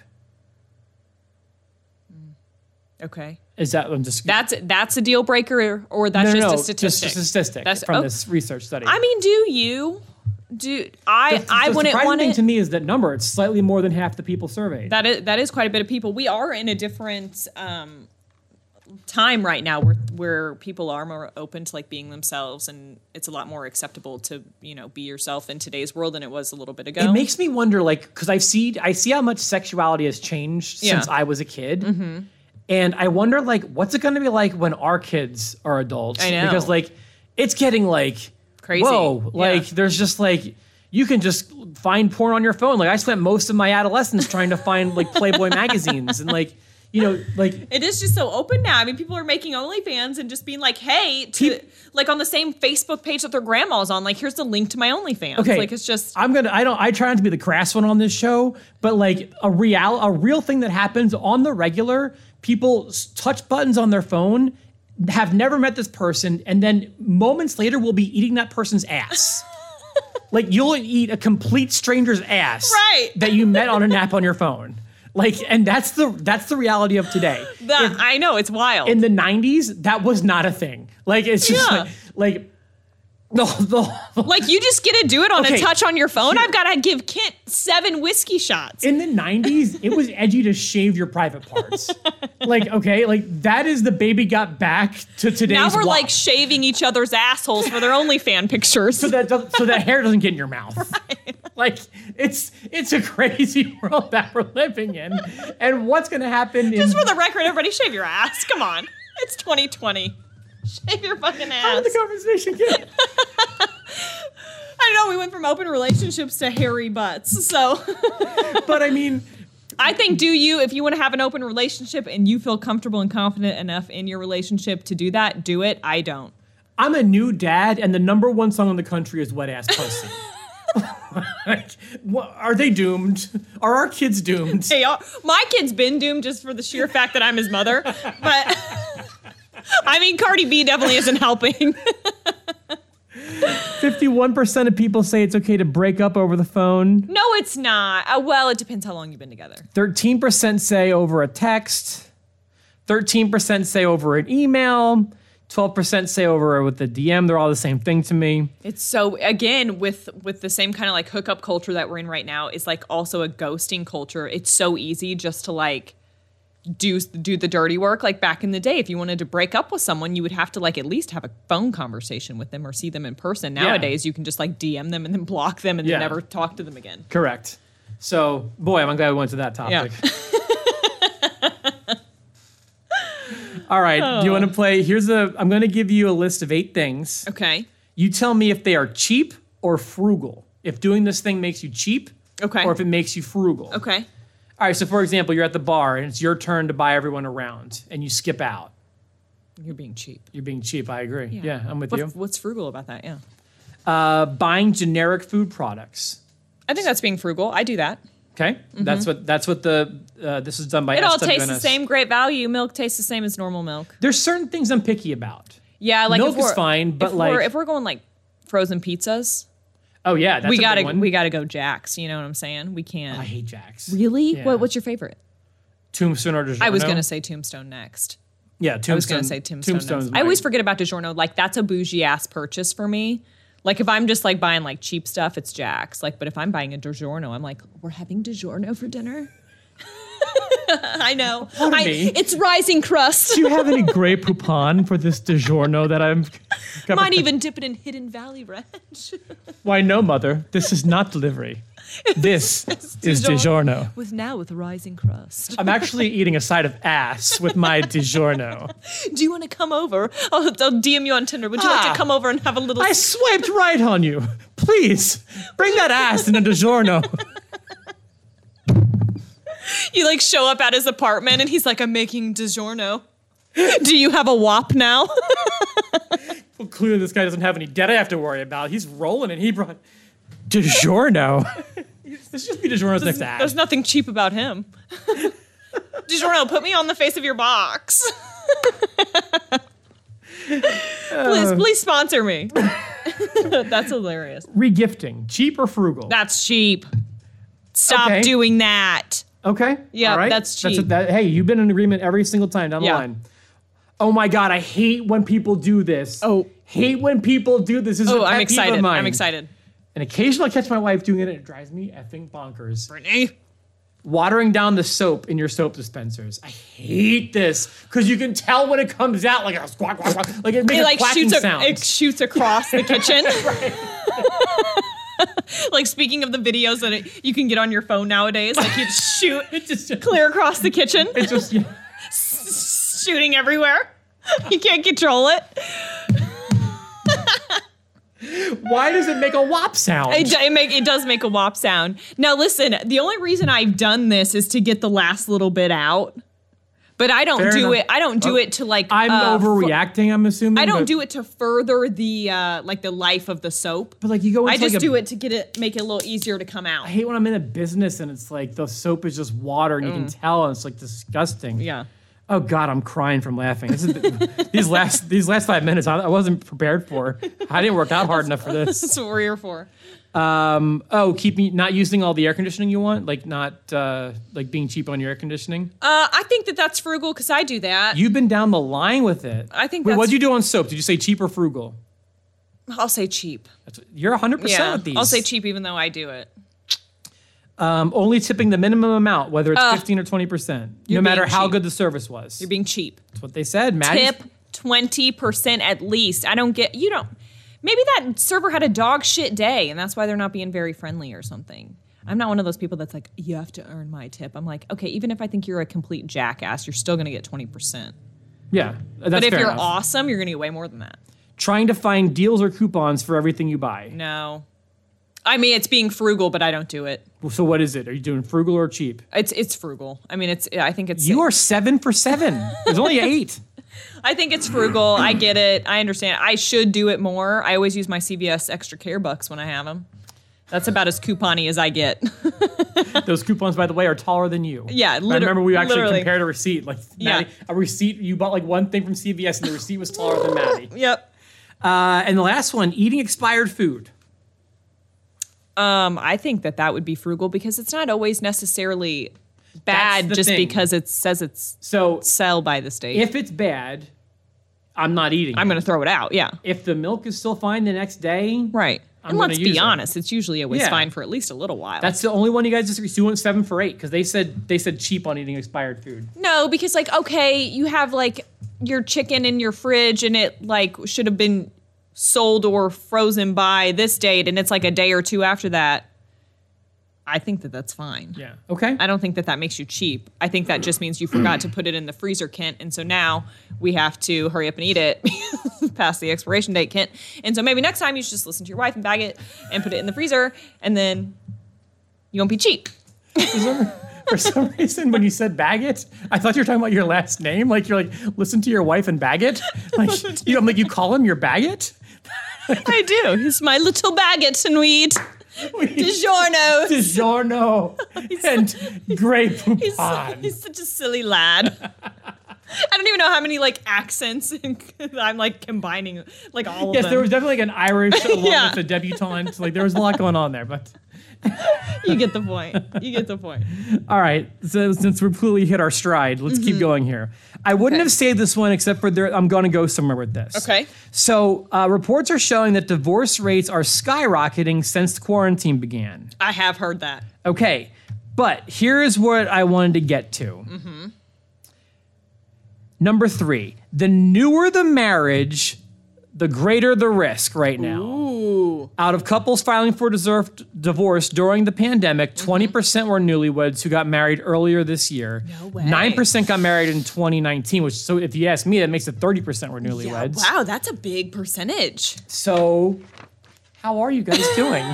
S2: Okay,
S1: Is that I'm just
S2: that's that's a deal breaker, or
S1: no,
S2: that's
S1: no,
S2: just
S1: no,
S2: a statistic.
S1: Just a statistic
S2: That's-
S1: from
S2: oh.
S1: this research study.
S2: I mean, do you? Do I?
S1: The-
S2: I
S1: the
S2: wouldn't
S1: surprising
S2: want
S1: thing
S2: it.
S1: to me is that number. It's slightly more than half the people surveyed.
S2: That is that is quite a bit of people. We are in a different um, time right now where where people are more open to like being themselves, and it's a lot more acceptable to you know be yourself in today's world than it was a little bit ago.
S1: It makes me wonder, like, because I see I see how much sexuality has changed since
S2: Yeah. Mm-hmm.
S1: I was a kid, and I wonder, like, what's it going to be like when our kids are adults?
S2: I know.
S1: because like it's getting like
S2: Crazy.
S1: Whoa,
S2: Yeah.
S1: like there's just like you can just find porn on your phone. Like I spent most of my adolescence trying to find like Playboy magazines and like you know like
S2: it is just so open now. I mean, people are making OnlyFans and just being like, "Hey," to
S1: Peop-
S2: like on the same Facebook page that their grandma's on. Like, here's the link to my OnlyFans.
S1: Okay.
S2: like it's just
S1: I'm gonna. I don't. I try not to be the crass one on this show, but like a real, a real thing that happens on the regular. People s- touch buttons on their phone, have never met this person, and then moments later will be eating that person's ass. like you'll eat a complete stranger's ass,
S2: Right.
S1: That you met on an app on your phone. Like, and that's the that's the reality of today.
S2: that. I know it's wild.
S1: In the '90s, that was not a thing. Like, it's just
S2: Yeah.
S1: like like. The, the,
S2: Like you just get to do it on
S1: Okay,
S2: a touch on your phone. I've got to give Kent seven whiskey shots.
S1: in the 90s it was edgy to shave your private parts like okay like that is the baby got back to today's
S2: now we're
S1: WAP.
S2: like shaving each other's assholes for their OnlyFan pictures.
S1: so that doesn't- so that hair doesn't get in your mouth like it's it's a crazy world that we're living in and what's going to happen in,
S2: Just for the record, everybody shave your ass. Come on, it's 2020. Shave your fucking
S1: how
S2: ass.
S1: did the conversation get
S2: I don't know. We went from open relationships to hairy butts. So
S1: but i mean
S2: I think do you if you want to have an open relationship and you feel comfortable and confident enough in your relationship to do that, do it. I don't.
S1: i'm a new dad and the number one song in the country is wet ass pussy like, what, are they doomed are our kids doomed
S2: Hey, y'all, my kid's been doomed just for the sheer fact that I'm his mother. But I mean, Cardi B definitely isn't helping.
S1: 51% of people say it's okay to break up over the phone
S2: no, it's not. Uh, well, it depends how long you've been together.
S1: 13% say over a text, 13% say over an email, 12% say over with the DM. They're all the same thing to me.
S2: It's so again with with the same kind of like hookup culture that we're in right now is like also a ghosting culture. It's so easy just to like do do the dirty work. Like back in the day, if you wanted to break up with someone, you would have to like at least have a phone conversation with them or see them in person. Nowadays, you can just like DM them and then block them and
S1: Yeah.
S2: then never talk to them again.
S1: Correct. So, boy, I'm glad we went to that topic. all right. Do you want to play? Here's a, I'm going to give you a list of eight things.
S2: Okay.
S1: You tell me if they are cheap or frugal. If doing this thing makes you cheap
S2: Okay.
S1: or if it makes you frugal.
S2: Okay.
S1: All right. So, for example, you're at the bar and it's your turn to buy everyone around and you skip out.
S2: You're being cheap.
S1: You're being cheap. I agree. Yeah, I'm with
S2: What-
S1: you.
S2: What's frugal about that? Yeah.
S1: Uh, buying generic food products.
S2: I think that's being frugal. I do that.
S1: Okay, that's what that's what the uh, this is done by.
S2: It all
S1: SWNS.
S2: tastes the same, great value. Milk tastes the same as normal milk.
S1: There's certain things I'm picky about.
S2: Yeah, like
S1: Milk
S2: if
S1: is
S2: we're,
S1: fine, but,
S2: if we're,
S1: like-
S2: if we're going like frozen pizzas,
S1: Oh yeah, that's
S2: we
S1: a
S2: gotta
S1: big one.
S2: we gotta go Jack's. You know what I'm saying? We can't.
S1: I hate Jacks.
S2: really?
S1: Yeah.
S2: What What's your favorite?
S1: Tombstone or DiGiorno?
S2: I was gonna say Tombstone next.
S1: yeah. Tombstone.
S2: I was gonna say Tombstone.
S1: Tombstone's
S2: next. I always
S1: mine.
S2: forget about DiGiorno. Like that's a bougie ass purchase for me. Like if I'm just like buying like cheap stuff, it's Jack's. Like, but if I'm buying a DiGiorno, I'm like, we're having DiGiorno for dinner. I know.
S1: Pardon
S2: I-
S1: me.
S2: it's rising crust.
S1: Do you have any Grey Poupon for this DiGiorno that I'm?
S2: Might even dip it in Hidden Valley Ranch.
S1: Why no, mother? This is not delivery. This is DiGiorno.
S2: With now with rising crust.
S1: I'm actually eating a side of ass with my DiGiorno.
S2: Do you want to come over? I'll, I'll DM you on Tinder. Would you like
S1: Ah.
S2: to come over and have a little?
S1: I swiped right on you. Please bring that ass into DiGiorno.
S2: you like show up at his apartment and he's like, "I'm making DiGiorno. Do you have a wop now?"
S1: Well, clearly this guy doesn't have any debt I have to worry about. He's rolling and he brought DiGiorno. this should be DiGiorno's next ad.
S2: There's nothing cheap about him. DiGiorno, put me on the face of your box. please, please sponsor me. That's hilarious.
S1: Regifting, cheap or frugal?
S2: That's cheap. Stop
S1: Okay.
S2: doing that.
S1: okay.
S2: Yeah,
S1: All right.
S2: that's
S1: it.
S2: cheap.
S1: that, hey, you've been in agreement every single time down
S2: Yeah.
S1: the line. Oh my God, I hate when people do this.
S2: Oh.
S1: Hate when people do this. This is a
S2: Oh,
S1: pet
S2: I'm
S1: peeve Of
S2: excited.
S1: mine.
S2: I'm excited.
S1: And occasionally I catch my wife doing it and it drives me effing bonkers.
S2: Brittany.
S1: watering down the soap in your soap dispensers. I hate this because you can tell when it comes out like a squawk, squawk, squawk. like it makes
S2: It
S1: a
S2: like
S1: quacking
S2: shoots a,
S1: sound.
S2: it shoots across the kitchen. like speaking of the videos that it, you can get on your phone nowadays, like you shoot
S1: It's just,
S2: clear across the kitchen.
S1: it's just yeah.
S2: shooting everywhere. You can't control it.
S1: why does it make a wop sound?
S2: It, do- it, make, it does make a wop sound. Now, listen, the only reason I've done this is to get the last little bit out, but I don't
S1: Fair
S2: do
S1: enough. Oh,
S2: it. I don't do it to like.
S1: I'm
S2: uh, fu-
S1: overreacting. I'm assuming.
S2: I don't
S1: but,
S2: do it to further the uh, like the life of the soap.
S1: But like you go. Into
S2: I just
S1: like a-
S2: do it to get it make it a little easier to come out.
S1: I hate when I'm in a business and it's like the soap is just water and you
S2: Mm.
S1: can tell and it's like disgusting.
S2: yeah.
S1: Oh God, I'm crying from laughing. This is these last these last five minutes. I, I wasn't prepared for. I didn't work out hard enough for this.
S2: That's what we're here for.
S1: Um, oh, keep me not using all the air conditioning you want, like not uh, like being cheap on your air conditioning.
S2: Uh, I think that that's frugal because I do that.
S1: You've been down the line with it.
S2: I think
S1: Wait,
S2: that's-
S1: what'd you do on soap? Did you say cheap or frugal?
S2: I'll say cheap.
S1: That's, you're 100 percent
S2: Yeah,
S1: with these.
S2: I'll say cheap even though I do it.
S1: Um, only tipping the minimum amount, whether it's 15 or 20 percent, no
S2: you're
S1: matter
S2: being
S1: how
S2: cheap.
S1: good the service was.
S2: You're being cheap.
S1: That's what they said. Maddie.
S2: tip 20% at least. I don't get, you don't, maybe that server had a dog shit day and that's why they're not being very friendly or something. I'm not one of those people that's like, you have to earn my tip. I'm like, okay, even if I think you're a complete jackass, you're still going to get 20%.
S1: Yeah, that's
S2: but if
S1: fair
S2: you're
S1: enough.
S2: awesome, you're going to get way more than that.
S1: Trying to find deals or coupons for everything you buy.
S2: No. I mean, it's being frugal, but I don't do it.
S1: So what is it? Are you doing frugal or cheap?
S2: It's it's frugal. I mean, it's I think it's
S1: You are seven for seven. There's only eight.
S2: I think it's frugal. I get it. I understand. I should do it more. I always use my CVS extra care bucks when I have them. That's about as coupony as I get.
S1: Those coupons, by the way, are taller than you.
S2: Yeah,
S1: I
S2: liter-
S1: remember we actually
S2: literally.
S1: compared a receipt. Like,
S2: Yeah.
S1: Maddie, a receipt, you bought like one thing from CVS and the receipt was taller than Maddie.
S2: yep.
S1: Uh, and the last one, eating expired food.
S2: Um, I think that that would be frugal because it's not always necessarily bad
S1: the
S2: just
S1: thing.
S2: because it says it's
S1: So
S2: sell by the state.
S1: if it's bad, I'm not eating.
S2: I'm
S1: it.
S2: going to throw it out. Yeah.
S1: if the milk is still fine the next day,
S2: Right.
S1: I'm
S2: and
S1: gonna
S2: let's
S1: use
S2: be
S1: it.
S2: honest, it's usually always
S1: Yeah.
S2: fine for at least a little while.
S1: that's the only one you guys disagree. So you went seven for eight because they said they said cheap on eating expired food.
S2: no, because like okay, you have like your chicken in your fridge and it like should have been sold or frozen by this date and it's like a day or two after that. I think that that's fine.
S1: Yeah. Okay.
S2: I don't think that that makes you cheap. I think that just means you forgot to put it in the freezer, Kent. And so now we have to hurry up and eat it past the expiration date, Kent. And so maybe next time you should just listen to your wife and bag it and put it in the freezer, and then you won't be cheap.
S1: For some- For some reason, when you said Baggett, I thought you were talking about your last name. Like you're like, listen to your wife and Baggett. Like you, I'm like, you call him your Baggett.
S2: I do. He's my little baguette and weed. DiGiorno.
S1: DiGiorno and grape
S2: He's,
S1: poupon.
S2: he's such a silly lad. I don't even know how many like accents and I'm like combining like all
S1: Yes,
S2: of
S1: there
S2: them.
S1: was definitely like an Irish along
S2: Yeah.
S1: with the debutante. Like there was a lot going on there. But
S2: you get the point. You get the point.
S1: all right, so since we've clearly hit our stride, let's keep going here. I wouldn't
S2: Mm-hmm. Okay.
S1: have saved this one except for there, I'm going to go somewhere with this.
S2: Okay.
S1: So uh, reports are showing that divorce rates are skyrocketing since quarantine began.
S2: I have heard that.
S1: Okay, but here is what I wanted to get to. Number three, the newer the marriage, the greater the risk right now.
S2: Ooh.
S1: Out of couples filing for deserved divorce during the pandemic,
S2: Mm-hmm.
S1: 20% percent were newlyweds who got married earlier this year.
S2: No way.
S1: 9% got married in 2019, which, so if you ask me, that makes it 30% were
S2: Yeah,
S1: newlyweds.
S2: wow, that's a big percentage.
S1: So, how are you guys doing?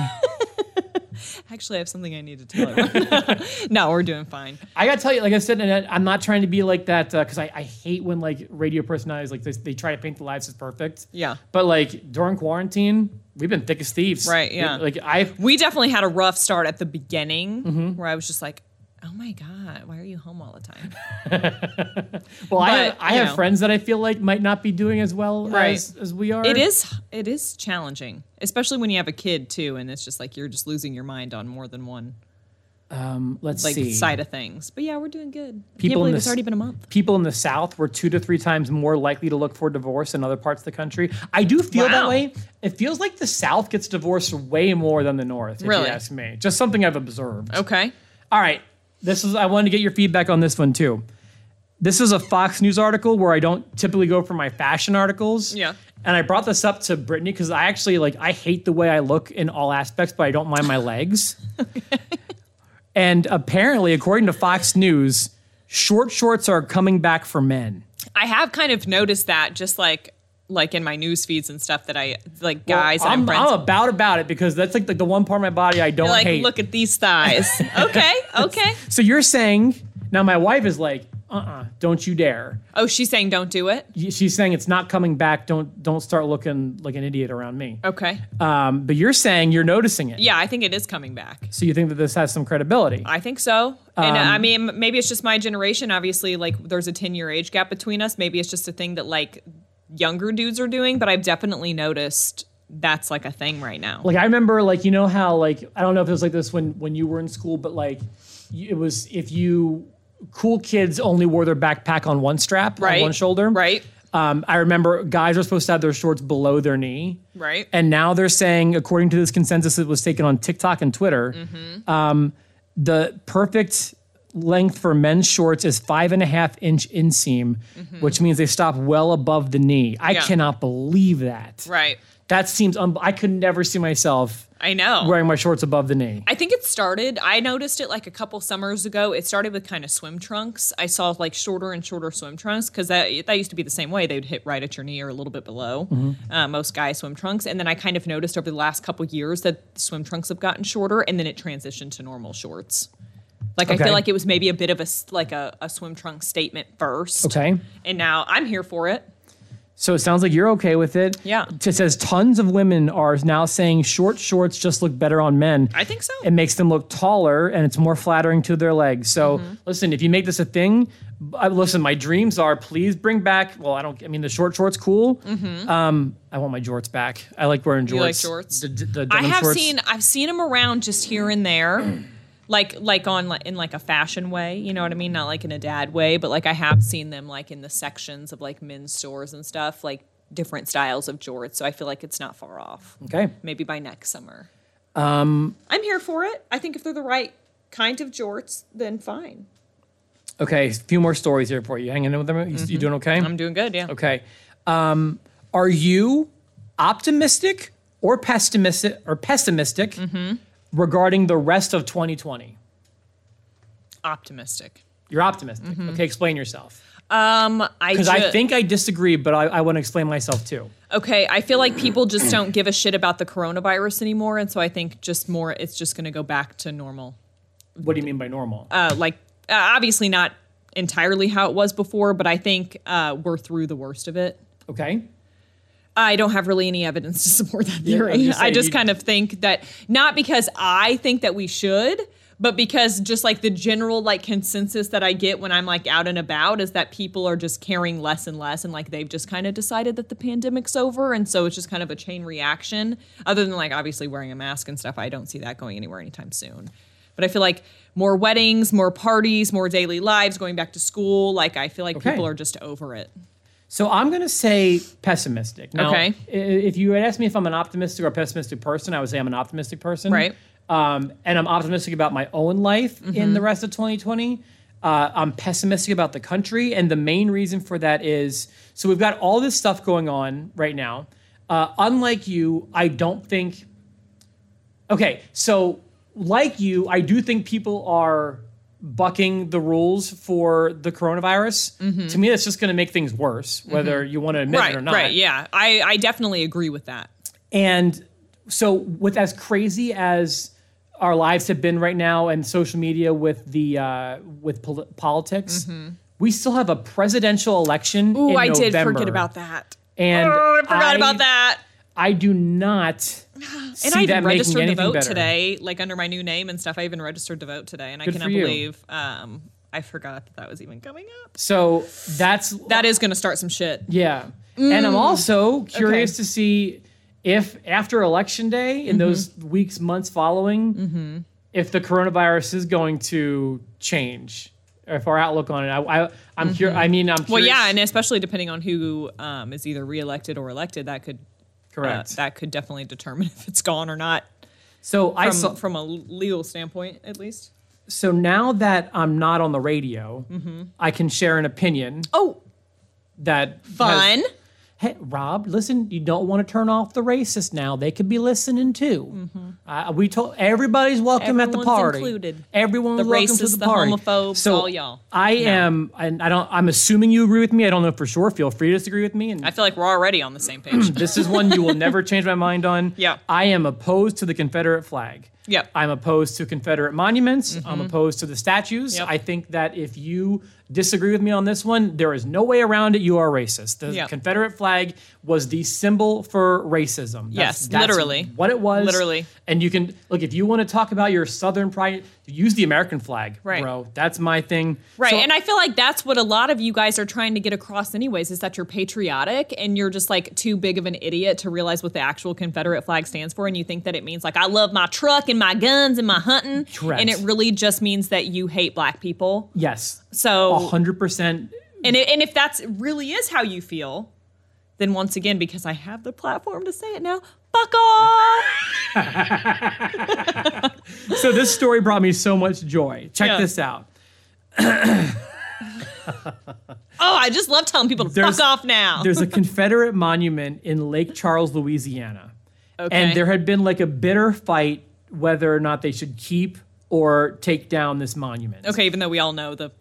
S2: Actually, I have something I need to tell everyone. no, we're doing fine.
S1: I gotta tell you, like I said, and I- I'm not trying to be like that because I, I hate when like radio personalities like this, they try to paint the lives as perfect.
S2: Yeah.
S1: But like during quarantine, we've been thick as thieves.
S2: Right, yeah.
S1: Like I,
S2: We definitely had a rough start at the beginning
S1: Mm-hmm.
S2: where I was just like, oh my God, why are you home all the time?
S1: well, I have,
S2: But,
S1: I
S2: you
S1: have
S2: know.
S1: friends that I feel like might not be doing as well
S2: Right.
S1: as, as we are.
S2: It is it is challenging, especially when you have a kid too, and it's just like you're just losing your mind on more than one
S1: Let's
S2: like
S1: see.
S2: side of things. But yeah, we're doing good. I can't
S1: People in
S2: believe
S1: the
S2: it's
S1: s-
S2: already been a month.
S1: People in the South were two to three times more likely to look for divorce than other parts of the country. I do feel that
S2: Wow.
S1: way. It feels like the South gets divorced way more than the North, if
S2: Really?
S1: you ask me. Just something I've observed.
S2: Okay.
S1: All right. This is I wanted to get your feedback on this one too. This is a Fox News article where I don't typically go for my fashion articles.
S2: Yeah.
S1: And I brought this up to Brittany because I actually like I hate the way I look in all aspects, but I don't mind my legs. and apparently, according to Fox News, short shorts are coming back for men.
S2: I have kind of noticed that just like like in my news feeds and stuff that I like guys that
S1: I'm,
S2: I'm, friends
S1: I'm about about it because that's like the, the one part of my body I don't
S2: with, like
S1: hate.
S2: look at these thighs. okay, okay.
S1: so you're saying now my wife is like, uh-uh, don't you dare.
S2: Oh, she's saying don't do it.
S1: she's saying it's not coming back. Don't don't start looking like an idiot around me.
S2: Okay.
S1: Um, but you're saying you're noticing it,
S2: Yeah, I think it is coming back.
S1: so you think that this has some credibility.
S2: I think so. and uh, I
S1: Um,
S2: mean, m- maybe it's just my generation. Obviously, like there's a 10 year age gap between us. Maybe it's just a thing that like younger dudes are doing, but I've definitely noticed that's like a thing right now.
S1: like I remember, like you know how like I don't know if it was like this when when you were in school, but like y- it was if you cool kids only wore their backpack on one strap on
S2: Right.
S1: one shoulder,
S2: Right.
S1: Um, I remember guys were supposed to have their shorts below their knee.
S2: Right.
S1: And now they're saying, according to this consensus that was taken on TikTok and Twitter,
S2: Mm-hmm.
S1: um, the perfect length for men's shorts is five and a half inch inseam, which means they stop well above the knee. I
S2: Mm-hmm. Yeah.
S1: cannot believe that.
S2: right.
S1: That seems, un- I could never see myself
S2: I know.
S1: wearing my shorts above the knee.
S2: I think it started, I noticed it like a couple summers ago. It started with kind of swim trunks. I saw like shorter and shorter swim trunks because that, that used to be the same way. They would hit right at your knee or a little bit below
S1: Mm-hmm.
S2: uh, most guys' swim trunks. And then I kind of noticed over the last couple years that swim trunks have gotten shorter and then it transitioned to normal shorts. Like I
S1: Okay.
S2: feel like it was maybe a bit of a s- like a, a swim trunk statement first.
S1: Okay.
S2: And now I'm here for it.
S1: So it sounds like you're okay with it.
S2: Yeah.
S1: It says tons of women are now saying short shorts just look better on men.
S2: I think so.
S1: it makes them look taller and it's more flattering to their legs. So
S2: Mm-hmm.
S1: listen, if you make this a thing, I, listen, my dreams are please bring back. Well, I don't. I mean, the short shorts cool. Um, I want my jorts back. I like wearing jorts.
S2: Mm-hmm. You like jorts?
S1: The, the, the
S2: I
S1: denim
S2: have
S1: shorts.
S2: seen I've seen them around just here and there, like like on like, in like a fashion way. You know what I mean? Not like in a dad way, but like I have seen them like in the sections of like men's stores and stuff, like different styles of jorts. So I feel like it's not far off.
S1: Okay.
S2: Maybe by next summer. Um, I'm here for it. I think if they're the right kind of jorts, then fine.
S1: Okay. A few more stories here for you. Hanging in with them. You, you doing okay?
S2: Mm-hmm. I'm doing good. Yeah.
S1: okay. Um, are you optimistic or pessimistic or pessimistic
S2: Mm-hmm.
S1: regarding the rest of 2020?
S2: Optimistic.
S1: You're optimistic.
S2: Mm-hmm.
S1: Okay. Explain yourself.
S2: Um, I
S1: Because I
S2: ju-
S1: think I disagree, but I, I want to explain myself too.
S2: Okay, I feel like people just don't give a shit about the coronavirus anymore, and so I think just more, it's just going to go back to normal.
S1: What do you mean by normal?
S2: Uh, like, uh, obviously not entirely how it was before, but I think uh, we're through the worst of it.
S1: okay.
S2: I don't have really any evidence to support that
S1: Yeah, I was
S2: theory.
S1: gonna say,
S2: I just
S1: you-
S2: kind of think that not because I think that we should, but because just like the general like consensus that I get when I'm like out and about is that people are just caring less and less and like they've just kind of decided that the pandemic's over and so it's just kind of a chain reaction other than like obviously wearing a mask and stuff. I don't see that going anywhere anytime soon. But I feel like more weddings, more parties, more daily lives, going back to school, like I feel like
S1: Okay.
S2: people are just over it.
S1: So I'm going to say pessimistic. Now,
S2: Okay.
S1: i- If you had asked me if I'm an optimistic or pessimistic person, I would say I'm an optimistic person.
S2: Right.
S1: Um, and I'm optimistic about my own life in the
S2: Mm-hmm.
S1: rest of 2020. Uh, I'm pessimistic about the country. And the main reason for that is so we've got all this stuff going on right now. Uh, unlike you, I don't think Okay, so like you, I do think people are bucking the rules for the coronavirus. To me, that's just going to make things worse, whether you want to admit it
S2: Mm-hmm. Right,
S1: or not.
S2: right, yeah. I, I definitely agree with that.
S1: And so, with as crazy as our lives have been right now, and social media with the uh, with pol- politics, we still have a presidential election.
S2: Mm-hmm. Ooh,
S1: in
S2: I did forget
S1: November.
S2: about that.
S1: And
S2: Oh, I forgot about that.
S1: I do not. see
S2: And I
S1: that
S2: even
S1: making
S2: registered to
S1: anything
S2: vote
S1: better.
S2: today, like under my new name and stuff. I even registered to vote today, and
S1: Good
S2: I
S1: for
S2: cannot
S1: you.
S2: believe um, I forgot that that was even coming up.
S1: So that's
S2: That is going to start some shit.
S1: Yeah. And
S2: Mm.
S1: I'm also curious to see if after election day
S2: Mm-hmm.
S1: in those weeks, months following, if the coronavirus is going to change. or If our outlook on it, I, I, I'm cur- I mean, I'm
S2: Mm-hmm. Well,
S1: curious-
S2: yeah, and especially depending on who um, is either reelected or elected, that could uh,
S1: correct.
S2: that could definitely determine if it's gone or not
S1: so I
S2: from,
S1: saw,
S2: from a legal standpoint, at least.
S1: so now that I'm not on the radio,
S2: Mm-hmm.
S1: I can share an opinion
S2: Oh,
S1: that has-
S2: fun!
S1: hey, Rob, listen, you don't want to turn off the racists now. They could be listening too. Uh, we told everybody's welcome at the
S2: Mm-hmm. Everyone's
S1: party.
S2: included.
S1: Everyone's
S2: The
S1: welcome to
S2: racists,
S1: the,
S2: the
S1: party.
S2: homophobes,
S1: so
S2: all y'all.
S1: I am, and I don't. I'm assuming you agree with me. I don't know for sure. Feel free to disagree with me. And
S2: I feel like we're already on the same page.
S1: this is one you will never change my mind on.
S2: Yeah.
S1: I am opposed to the Confederate flag.
S2: Yep.
S1: I'm opposed to Confederate monuments. I'm opposed to the statues.
S2: Mm-hmm. Yep.
S1: I think that if you disagree with me on this one, there is no way around it. You are racist. The
S2: Yep.
S1: Confederate flag was the symbol for racism.
S2: Yes, literally.
S1: What it was.
S2: Literally.
S1: And you can, look, if you want to talk about your Southern pride, use the American flag,
S2: Right.
S1: bro. That's my thing.
S2: Right.
S1: So-
S2: and I feel like that's what a lot of you guys are trying to get across, anyways, is that you're patriotic and you're just like too big of an idiot to realize what the actual Confederate flag stands for. And you think that it means like, I love my truck and my guns and my hunting.
S1: Correct.
S2: And it really just means that you hate black people.
S1: yes,
S2: So,
S1: 100%.
S2: and, it, and if that's really is how you feel, then once again, because I have the platform to say it now, fuck off.
S1: So this story brought me so much joy. Check
S2: Yeah.
S1: this out.
S2: oh, I just love telling people to
S1: There's-
S2: fuck off now.
S1: There's a Confederate monument in Lake Charles, Louisiana. And there had been like a bitter fight whether or not they should keep or take down this monument.
S2: okay, even though we all know the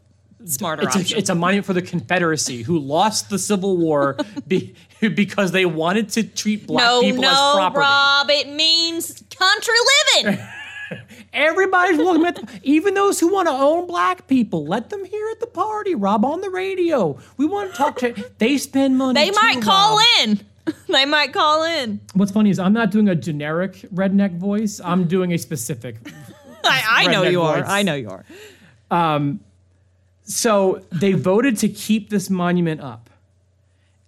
S2: smarter
S1: It's
S2: option.
S1: a, it's a monument for the Confederacy who lost the Civil War be, because they wanted to treat black
S2: no,
S1: people as
S2: no,
S1: property.
S2: Rob. It means country living.
S1: Everybody's looking at them, even those who want to own black people. Let them hear at the party, Rob, on the radio. We want to talk to. They spend money.
S2: They might
S1: too,
S2: call
S1: Rob.
S2: in. They might call in.
S1: What's funny is I'm not doing a generic redneck voice. I'm doing a specific.
S2: I, I know
S1: Redneck
S2: you are.
S1: voice.
S2: I know you are.
S1: So they voted to keep this monument up.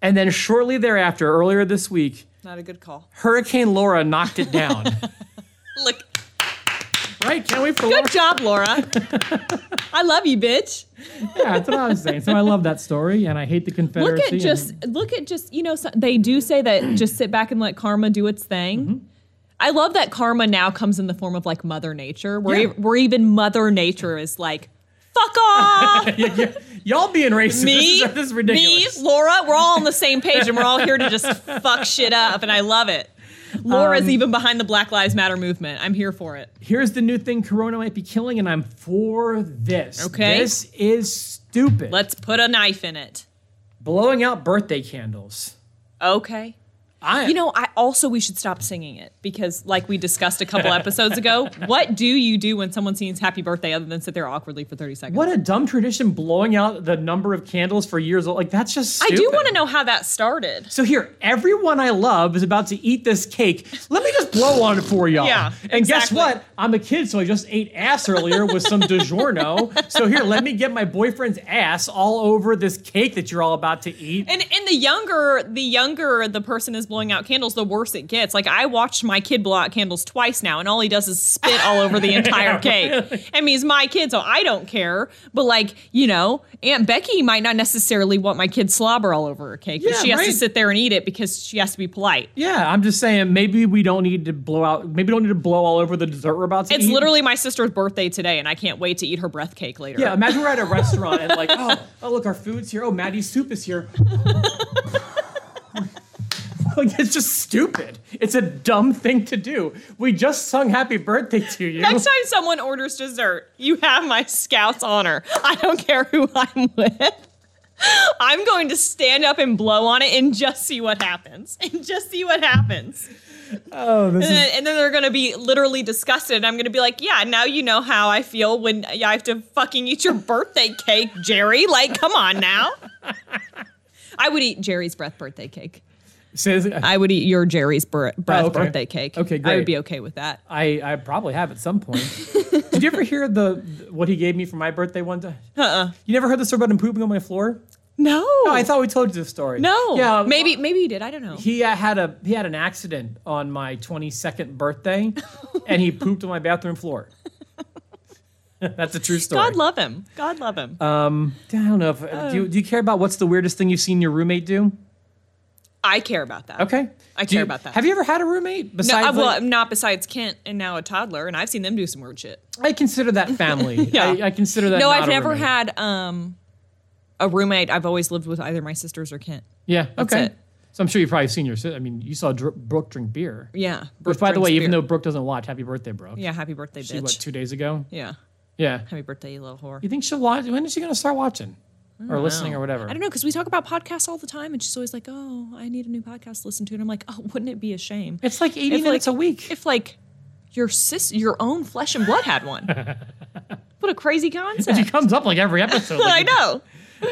S1: And then shortly thereafter, earlier this week,
S2: Not a good call.
S1: Hurricane Laura knocked it down.
S2: Look,
S1: right? Can't wait for Laura.
S2: good job, Laura. I love you, bitch.
S1: Yeah, that's what I was saying. So I love that story, and I hate the Confederacy.
S2: Look at
S1: and-
S2: just look at just you know so- they do say that just sit back and let karma do its thing.
S1: Mm-hmm.
S2: I love that karma now comes in the form of like Mother Nature, where
S1: Yeah.
S2: e- where even Mother Nature is like, fuck off.
S1: Yeah, yeah. y'all being racist.
S2: me,
S1: this, is, this is ridiculous.
S2: me, Laura, we're all on the same page and we're all here to just fuck shit up. And I love it.
S1: Um,
S2: Laura's even behind the Black Lives Matter movement. I'm here for it.
S1: Here's the new thing: Corona might be killing, and I'm for this.
S2: Okay.
S1: this is stupid.
S2: Let's put a knife in it.
S1: Blowing out birthday candles.
S2: Okay.
S1: I,
S2: You know, I also we should stop singing it because like we discussed a couple episodes ago, what do you do when someone sings happy birthday other than sit there awkwardly for 30 seconds?
S1: What a dumb tradition blowing out the number of candles for years old. Like that's just
S2: I
S1: stupid.
S2: do want to know how that started.
S1: So here, everyone I love is about to eat this cake. Let me just blow on it for y'all.
S2: Yeah,
S1: And guess
S2: exactly.
S1: what? I'm a kid, so I just ate ass earlier with some DiGiorno. So here, let me get my boyfriend's ass all over this cake that you're all about to eat.
S2: And and the younger the younger the person is blowing out candles, the worse it gets. Like I watched my kid blow out candles twice now, and all he does is spit all over the entire cake. I mean, he's my kid, so I don't care. But like you know, Aunt Becky might not necessarily want my kid slobber all over her cake,
S1: Yeah,
S2: but she has
S1: right.
S2: to sit there and eat it because she has to be polite.
S1: yeah, I'm just saying maybe we don't need to blow out. Maybe we don't need to blow all over the dessert we're about to
S2: It's
S1: eat.
S2: literally my sister's birthday today, and I can't wait to eat her breath cake later.
S1: Yeah, imagine we're at a restaurant and like, oh, oh look, our food's here. Oh, Maddie's soup is here. Like it's just stupid. It's a dumb thing to do. We just sung happy birthday to you.
S2: Next time someone orders dessert, you have my scout's honor. I don't care who I'm with. I'm going to stand up and blow on it and just see what happens. And just see what happens.
S1: oh, this
S2: And
S1: is
S2: then, and then they're going to be literally disgusted. And I'm going to be like, yeah, now you know how I feel when I have to fucking eat your birthday cake, Jerry. Like, come on now. I would eat Jerry's breath birthday cake.
S1: says
S2: I would eat your Jerry's br- breath
S1: Oh, okay.
S2: birthday cake.
S1: Okay,
S2: I
S1: great.
S2: would be okay with that.
S1: I, I probably have at some point. Did you ever hear the what he gave me for my birthday one time?
S2: Uh-uh.
S1: You never heard the story about him pooping on my floor?
S2: No.
S1: Oh, I thought we told you this story.
S2: No.
S1: Yeah.
S2: Maybe maybe you did. I don't know.
S1: He uh, had a he had an accident on my 22nd birthday, and he pooped on my bathroom floor. That's a true story.
S2: God love him. God love him.
S1: um, I don't know if do,
S2: Uh.
S1: you, do you care about what's the weirdest thing you've seen your roommate do?
S2: I care about that.
S1: Okay,
S2: I
S1: Do
S2: care
S1: you-
S2: about that.
S1: Have you ever had a roommate
S2: No, I,
S1: besides?
S2: well,
S1: like-
S2: I'm not besides Kent and now a toddler, and I've seen them do some weird shit.
S1: I consider that family.
S2: Yeah.
S1: I, I consider that.
S2: no,
S1: not
S2: I've
S1: a
S2: never
S1: roommate.
S2: had um, a roommate. I've always lived with either my sisters or Kent.
S1: Yeah. okay.
S2: it.
S1: So I'm sure you've probably seen your. si- I mean, you saw Dr- Brooke drink beer.
S2: Yeah.
S1: Which, by the way,
S2: drinks
S1: even
S2: beer.
S1: though Brooke doesn't watch, happy birthday, Brooke.
S2: Yeah, happy birthday,
S1: She,
S2: bitch.
S1: what, two days ago?
S2: yeah.
S1: Yeah.
S2: Happy birthday, you little whore.
S1: You think she'll watch? When is she going to start watching or listening or whatever?
S2: I don't know, because we talk about podcasts all the time, and she's always like, oh, I need a new podcast to listen to. And I'm like, oh, wouldn't it be a shame?
S1: It's like 80
S2: If,
S1: minutes
S2: like-
S1: a week.
S2: if like your sis your own flesh and blood had one. what a crazy
S1: she
S2: concept.
S1: comes up like every episode.
S2: I
S1: like-
S2: know.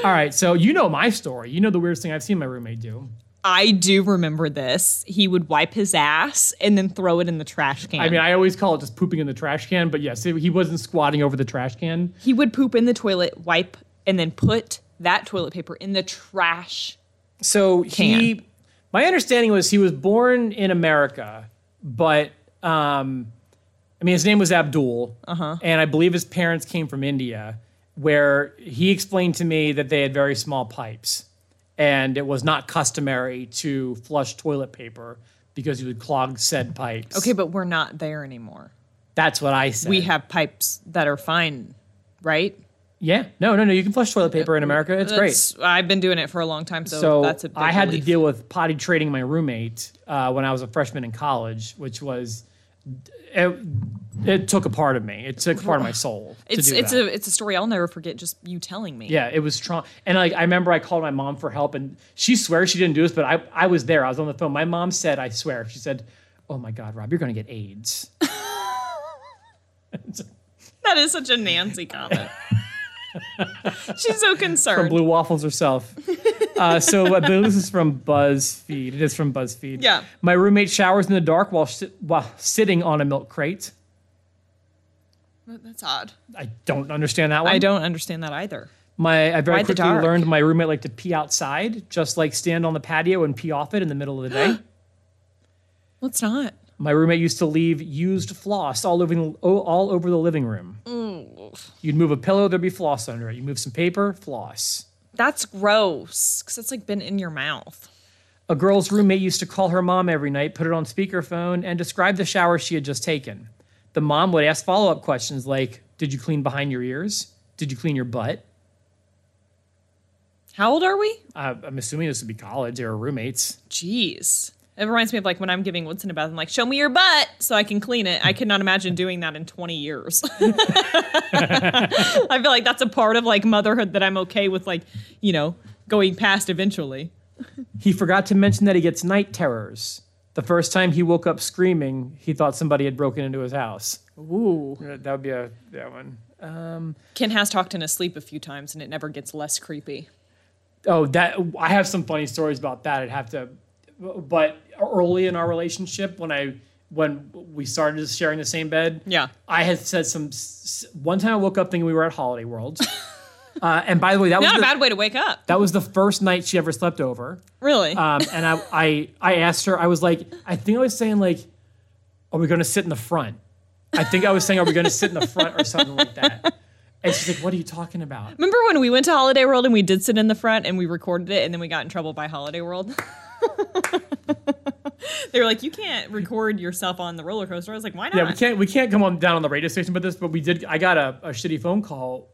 S1: all right. So you know my story. You know the weirdest thing I've seen my roommate do.
S2: I do remember this. He would wipe his ass and then throw it in the trash can.
S1: I mean, I always call it just pooping in the trash can, but yes, he wasn't squatting over the trash can.
S2: he would poop in the toilet, wipe, and then put that toilet paper in the trash.
S1: So he, my understanding was he was born in America, but um, I mean his name was Abdul, uh-huh. and I believe his parents came from India, where he explained to me that they had very small pipes, and it was not customary to flush toilet paper because you would clog said pipes.
S2: Okay, but we're not there anymore.
S1: that's what I said.
S2: We have pipes that are fine, right?
S1: yeah, no, no, no. You can flush toilet paper in America. It's great.
S2: Uh, That's- I've been doing it for a long time, so,
S1: so
S2: that's a big
S1: I had
S2: relief.
S1: to deal with potty trading my roommate uh, when I was a freshman in college, which was it, it took a part of me. It took a part of my soul.
S2: It's
S1: to do
S2: it's
S1: that.
S2: a it's a story I'll never forget. Just you telling me.
S1: yeah, it was trauma. And like I remember, I called my mom for help, and she swears she didn't do this, but I I was there. I was on the phone. My mom said, "I swear," she said, "Oh my God, Rob, you're going to get AIDS."
S2: That is such a Nancy comment. She's so concerned.
S1: Blue waffles herself. Uh, so I believe this is from BuzzFeed. It is from BuzzFeed.
S2: Yeah.
S1: My roommate showers in the dark while sit while sitting on a milk crate.
S2: That's odd.
S1: I don't understand that one.
S2: I don't understand that either.
S1: My I very
S2: Why the
S1: quickly
S2: dark?
S1: learned my roommate liked to pee outside, just like stand on the patio and pee off it in the middle of the day.
S2: Let's not.
S1: my roommate used to leave used floss all over the, oh, all over the living room.
S2: Mm.
S1: You'd move a pillow, there'd be floss under it. You move some paper, floss.
S2: That's gross because it's like been in your mouth.
S1: A girl's roommate used to call her mom every night, put it on speakerphone, and describe the shower she had just taken. The mom would ask follow up questions like, "Did you clean behind your ears? Did you clean your butt?"
S2: How old are we?
S1: Uh, I'm assuming this would be college. They were roommates.
S2: Jeez. It reminds me of like when I'm giving Winston a bath. I'm like, show me your butt so I can clean it. I cannot imagine doing that in 20 years. I feel like that's a part of like motherhood that I'm okay with, like, you know, going past eventually.
S1: He forgot to mention that he gets night terrors. The first time he woke up screaming, he thought somebody had broken into his house.
S2: Ooh.
S1: Uh, That would be a that one.
S2: Ken has talked in his sleep a few times and it never gets less creepy.
S1: Oh, that I have some funny stories about that. I'd have to, but early in our relationship, when I when we started sharing the same bed,
S2: Yeah.
S1: I had said some. s- s- One time I woke up thinking we were at Holiday World, uh, and by the way, that was
S2: Not a
S1: the,
S2: bad way to wake up.
S1: that was the first night she ever slept over.
S2: Really?
S1: Um, and I, I, I asked her, I was like, I think I was saying like, are we going to sit in the front? I think I was saying, are we going to sit in the front or something like that? And she's like, what are you talking about?
S2: Remember when we went to Holiday World and we did sit in the front and we recorded it and then we got in trouble by Holiday World? they were like, you can't record yourself on the roller coaster. I was like, why not?
S1: Yeah, we can't, we can't come on down on the radio station with this, but we did, I got a, a shitty phone call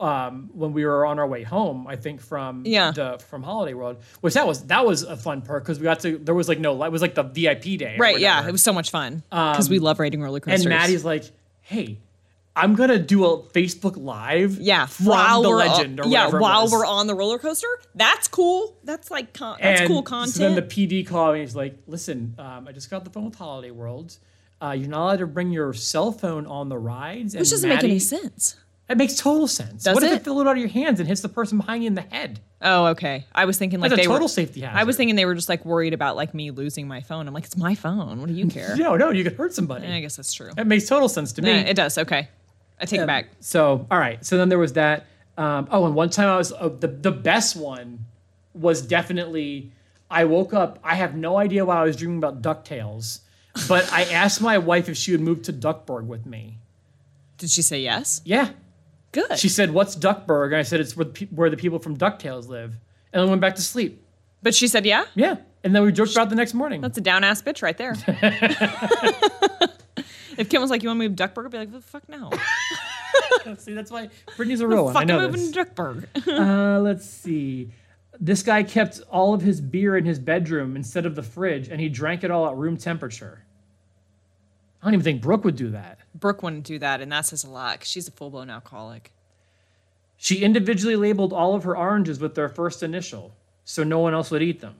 S1: uh, um, when we were on our way home. I think from
S2: Yeah.
S1: the from Holiday World, which that was that was a fun perk because we got to there was like no light. It was like the VIP day, or
S2: Right, yeah,
S1: whatever.
S2: it was so much fun because we love raiding roller coasters.
S1: Um, and Maddie's like, hey. I'm gonna do a Facebook Live,
S2: yeah,
S1: from
S2: while
S1: the
S2: we're on-
S1: legend, or
S2: yeah,
S1: whatever it
S2: while
S1: was.
S2: we're on the roller coaster, that's cool. That's like con- that's
S1: And
S2: cool content.
S1: So then the PD called me. He's like, "Listen, um, I just got off the phone with Holiday World. Uh, you're not allowed to bring your cell phone on the rides."
S2: Which doesn't make any sense.
S1: It makes total sense.
S2: Does
S1: what if
S2: it?
S1: it flew out of your hands and hits the person behind you in the head?
S2: Oh, okay. I was thinking like
S1: That's a
S2: they
S1: total
S2: were.
S1: safety hazard.
S2: I was thinking they were just like worried about like me losing my phone. I'm like, it's my phone. What do you care?
S1: no, no, you could hurt somebody.
S2: I guess that's true.
S1: That makes total sense to me.
S2: Yeah, it does. Okay, I take it back.
S1: So, all right. So then there was that. Um, oh, and one time I was uh, the the best one was definitely I woke up. I have no idea why I was dreaming about Ducktales, but I asked my wife if she would move to Duckburg with me.
S2: Did she say yes?
S1: Yeah,
S2: Good.
S1: she said, "What's Duckburg?" And I said, "It's where the, pe- where the people from Ducktales live." And then went back to sleep.
S2: but she said yeah.
S1: Yeah, and then we joked about it the next morning.
S2: That's a down ass bitch right there. if Kim was like, "You want to move to Duckburg?" I'd be like, "The fuck no."
S1: See, that's why Brittany's a real one. I
S2: Fucking
S1: know
S2: moving
S1: this.
S2: to Duckburg.
S1: Uh, let's see. This guy kept all of his beer in his bedroom instead of the fridge, and he drank it all at room temperature. I don't even think Brooke would do that.
S2: Brooke wouldn't do that, and that says a lot. 'cause she's a full blown alcoholic.
S1: She individually labeled all of her oranges with their first initial, so no one else would eat them.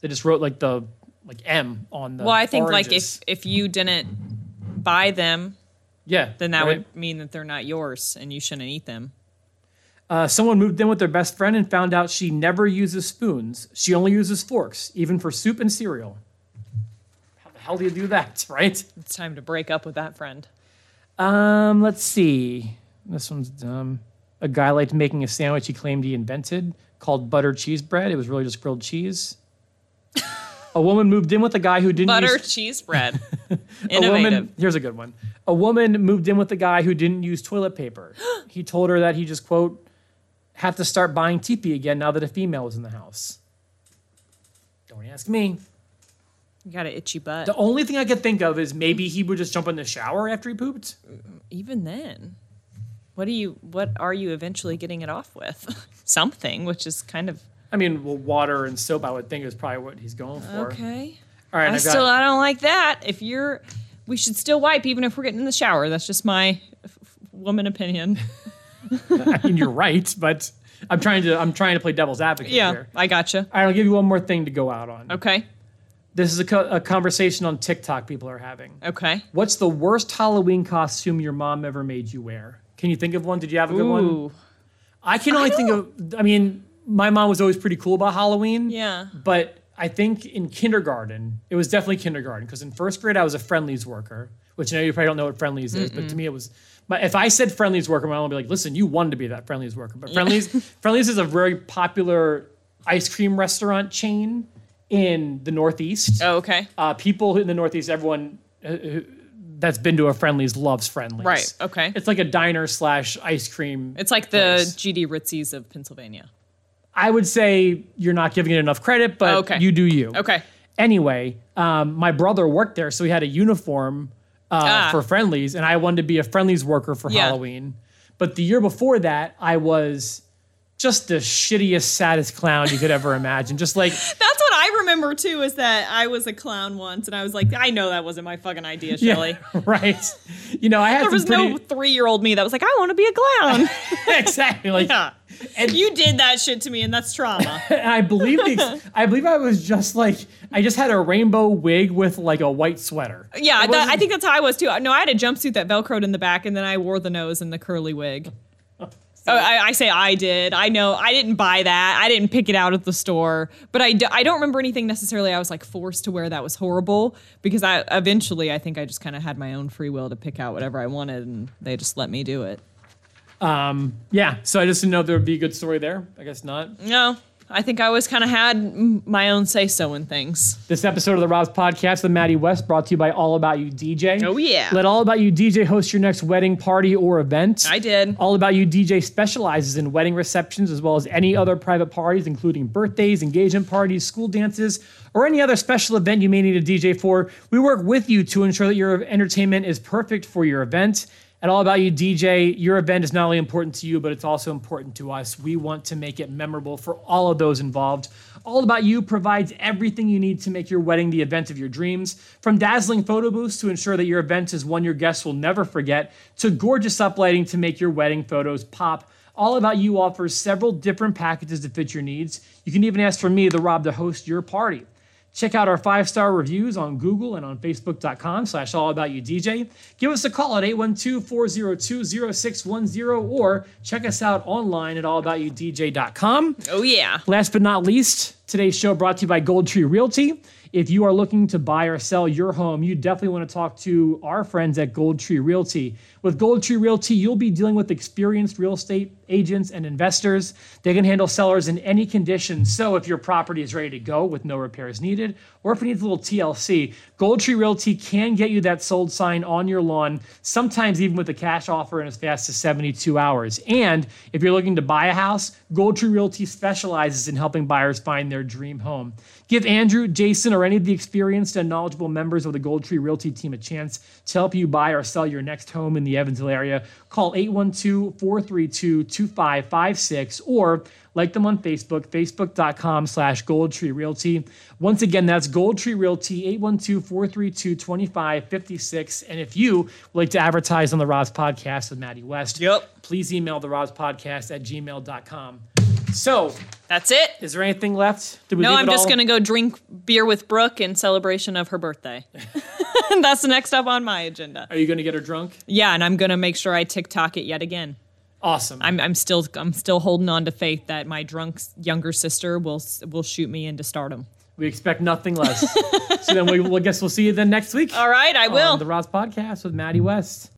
S1: They just wrote like the like M on the.
S2: Well, I think like
S1: oranges.
S2: if if you didn't buy them,
S1: yeah,
S2: then that
S1: right?
S2: would mean that they're not yours, and you shouldn't eat them.
S1: Uh, someone moved in with their best friend and found out she never uses spoons. She only uses forks, even for soup and cereal. How the hell do you do that, right?
S2: It's time to break up with that friend.
S1: Um, let's see. This one's dumb. A guy liked making a sandwich he claimed he invented called butter cheese bread. It was really just grilled cheese. a woman moved in with a guy who didn't
S2: Butter
S1: use
S2: cheese bread.
S1: a
S2: Innovative.
S1: woman. Here's a good one. A woman moved in with a guy who didn't use toilet paper. he told her that he just quote had to start buying teepee again now that a female was in the house. Don't ask me.
S2: You got an itchy butt.
S1: The only thing I could think of is maybe he would just jump in the shower after he pooped.
S2: Even then, what do you? What are you eventually getting it off with? Something, which is kind of
S1: I mean, well, water and soap, I would think, is probably what he's going for.
S2: okay.
S1: All right,
S2: I
S1: I've got-
S2: still I don't like that. If you're, we should still wipe even if we're getting in the shower. That's just my f- f- woman opinion.
S1: I mean, you're right, but I'm trying to I'm trying to play devil's advocate
S2: yeah,
S1: here.
S2: I gotcha.
S1: All right, I'll give you one more thing to go out on.
S2: Okay,
S1: This is a, co- a conversation on TikTok people are having.
S2: okay.
S1: What's the worst Halloween costume your mom ever made you wear? Can you think of one? Did you have a good one?
S2: Ooh,
S1: I can only think of. I mean, my mom was always pretty cool about Halloween.
S2: Yeah.
S1: But I think in kindergarten, it was definitely kindergarten because in first grade I was a friendlies worker, which I know you probably don't know what friendlies is, but to me it was. But if I said friendlies worker, my mom would be like, "Listen, you wanted to be that friendlies worker." But friendlies, friendlies is a very popular ice cream restaurant chain in the Northeast.
S2: oh, okay.
S1: Uh, people in the Northeast, everyone uh, who- that's been to a friendlies loves friendlies.
S2: Right, okay.
S1: It's like a diner slash ice cream.
S2: It's like the
S1: place.
S2: GD Ritzies of Pennsylvania.
S1: I would say you're not giving it enough credit, but
S2: Okay.
S1: you do you.
S2: Okay.
S1: Anyway, um, my brother worked there, so he had a uniform uh,
S2: Ah.
S1: for friendlies, and I wanted to be a friendlies worker for
S2: Yeah.
S1: Halloween. But the year before that, I was just the shittiest, saddest clown you could ever imagine. Just like
S2: That's what I remember too is that I was a clown once and I was like, I know that wasn't my fucking idea, Shelly.
S1: right, you know, I had
S2: There
S1: some
S2: was
S1: pretty,
S2: no three year old me that was like, I want to be a clown.
S1: exactly like
S2: yeah.
S1: And-
S2: you did that shit to me and that's trauma.
S1: And I believe the ex- I believe I was just like I just had a rainbow wig with like a white sweater.
S2: yeah,
S1: It
S2: that, I
S1: wasn't-
S2: think that's how I was too. No, I had a jumpsuit that velcroed in the back and then I wore the nose and the curly wig. Oh, I, I say I did. I know I didn't buy that. I didn't pick it out at the store, but I, do, I don't remember anything necessarily. I was like forced to wear that was horrible because I eventually I think I just kind of had my own free will to pick out whatever I wanted, and they just let me do it.
S1: Yeah, so I just didn't know if there would be a good story there. I guess not.
S2: No, I think I always kind of had mm, my own say so in things.
S1: This episode of the Rob's Podcast, the Maddie West, brought to you by All About You DJ.
S2: Oh, yeah.
S1: Let All About You DJ host your next wedding party or event.
S2: I did.
S1: All About You DJ specializes in wedding receptions as well as any other private parties, including birthdays, engagement parties, school dances, or any other special event you may need a DJ for. We work with you to ensure that your entertainment is perfect for your event. At All About You, DJ, your event is not only important to you, but it's also important to us. We want to make it memorable for all of those involved. All About You provides everything you need to make your wedding the event of your dreams, from dazzling photo booths to ensure that your event is one your guests will never forget, to gorgeous uplighting to make your wedding photos pop. All About You offers several different packages to fit your needs. You can even ask for me, the Rob, to host your party. Check out our five-star reviews on Google and on Facebook.com slash All About You DJ. Give us a call at 812-402-0610 or check us out online at allaboutyoudj.com.
S2: Oh, yeah.
S1: Last but not least, today's show brought to you by Goldtree Realty. If you are looking to buy or sell your home, you definitely want to talk to our friends at Goldtree Realty. With Goldtree Realty, you'll be dealing with experienced real estate agents and investors. They can handle sellers in any condition. So if your property is ready to go with no repairs needed, or if it needs a little TLC, Goldtree Realty can get you that sold sign on your lawn, sometimes even with a cash offer in as fast as 72 hours. And if you're looking to buy a house, Goldtree Realty specializes in helping buyers find their dream home. Give Andrew, Jason, or any of the experienced and knowledgeable members of the Goldtree Realty team a chance to help you buy or sell your next home in the Evansville area. Call 812 432 2556 or like them on Facebook, facebook.com slash Goldtree Realty. Once again, that's Goldtree Realty, 812-432-2556. And if you would like to advertise on the Rob's Podcast with Maddie West,
S2: Yep.
S1: please email the Rob's Podcast at gmail.com. So,
S2: That's it.
S1: is there anything left? Did we
S2: No,
S1: leave
S2: I'm
S1: it
S2: just
S1: all?
S2: going to go drink beer with Brooke in celebration of her birthday. That's the next up on my agenda.
S1: Are you going to get her drunk?
S2: Yeah, and I'm going to make sure I TikTok it yet again.
S1: Awesome.
S2: I'm, I'm still I'm still holding on to faith that my drunk s- younger sister will s- will shoot me into stardom.
S1: we expect nothing less. so then we, well, I guess we'll see you then next week
S2: All right, I will.
S1: on the Rob's Podcast with Maddie West.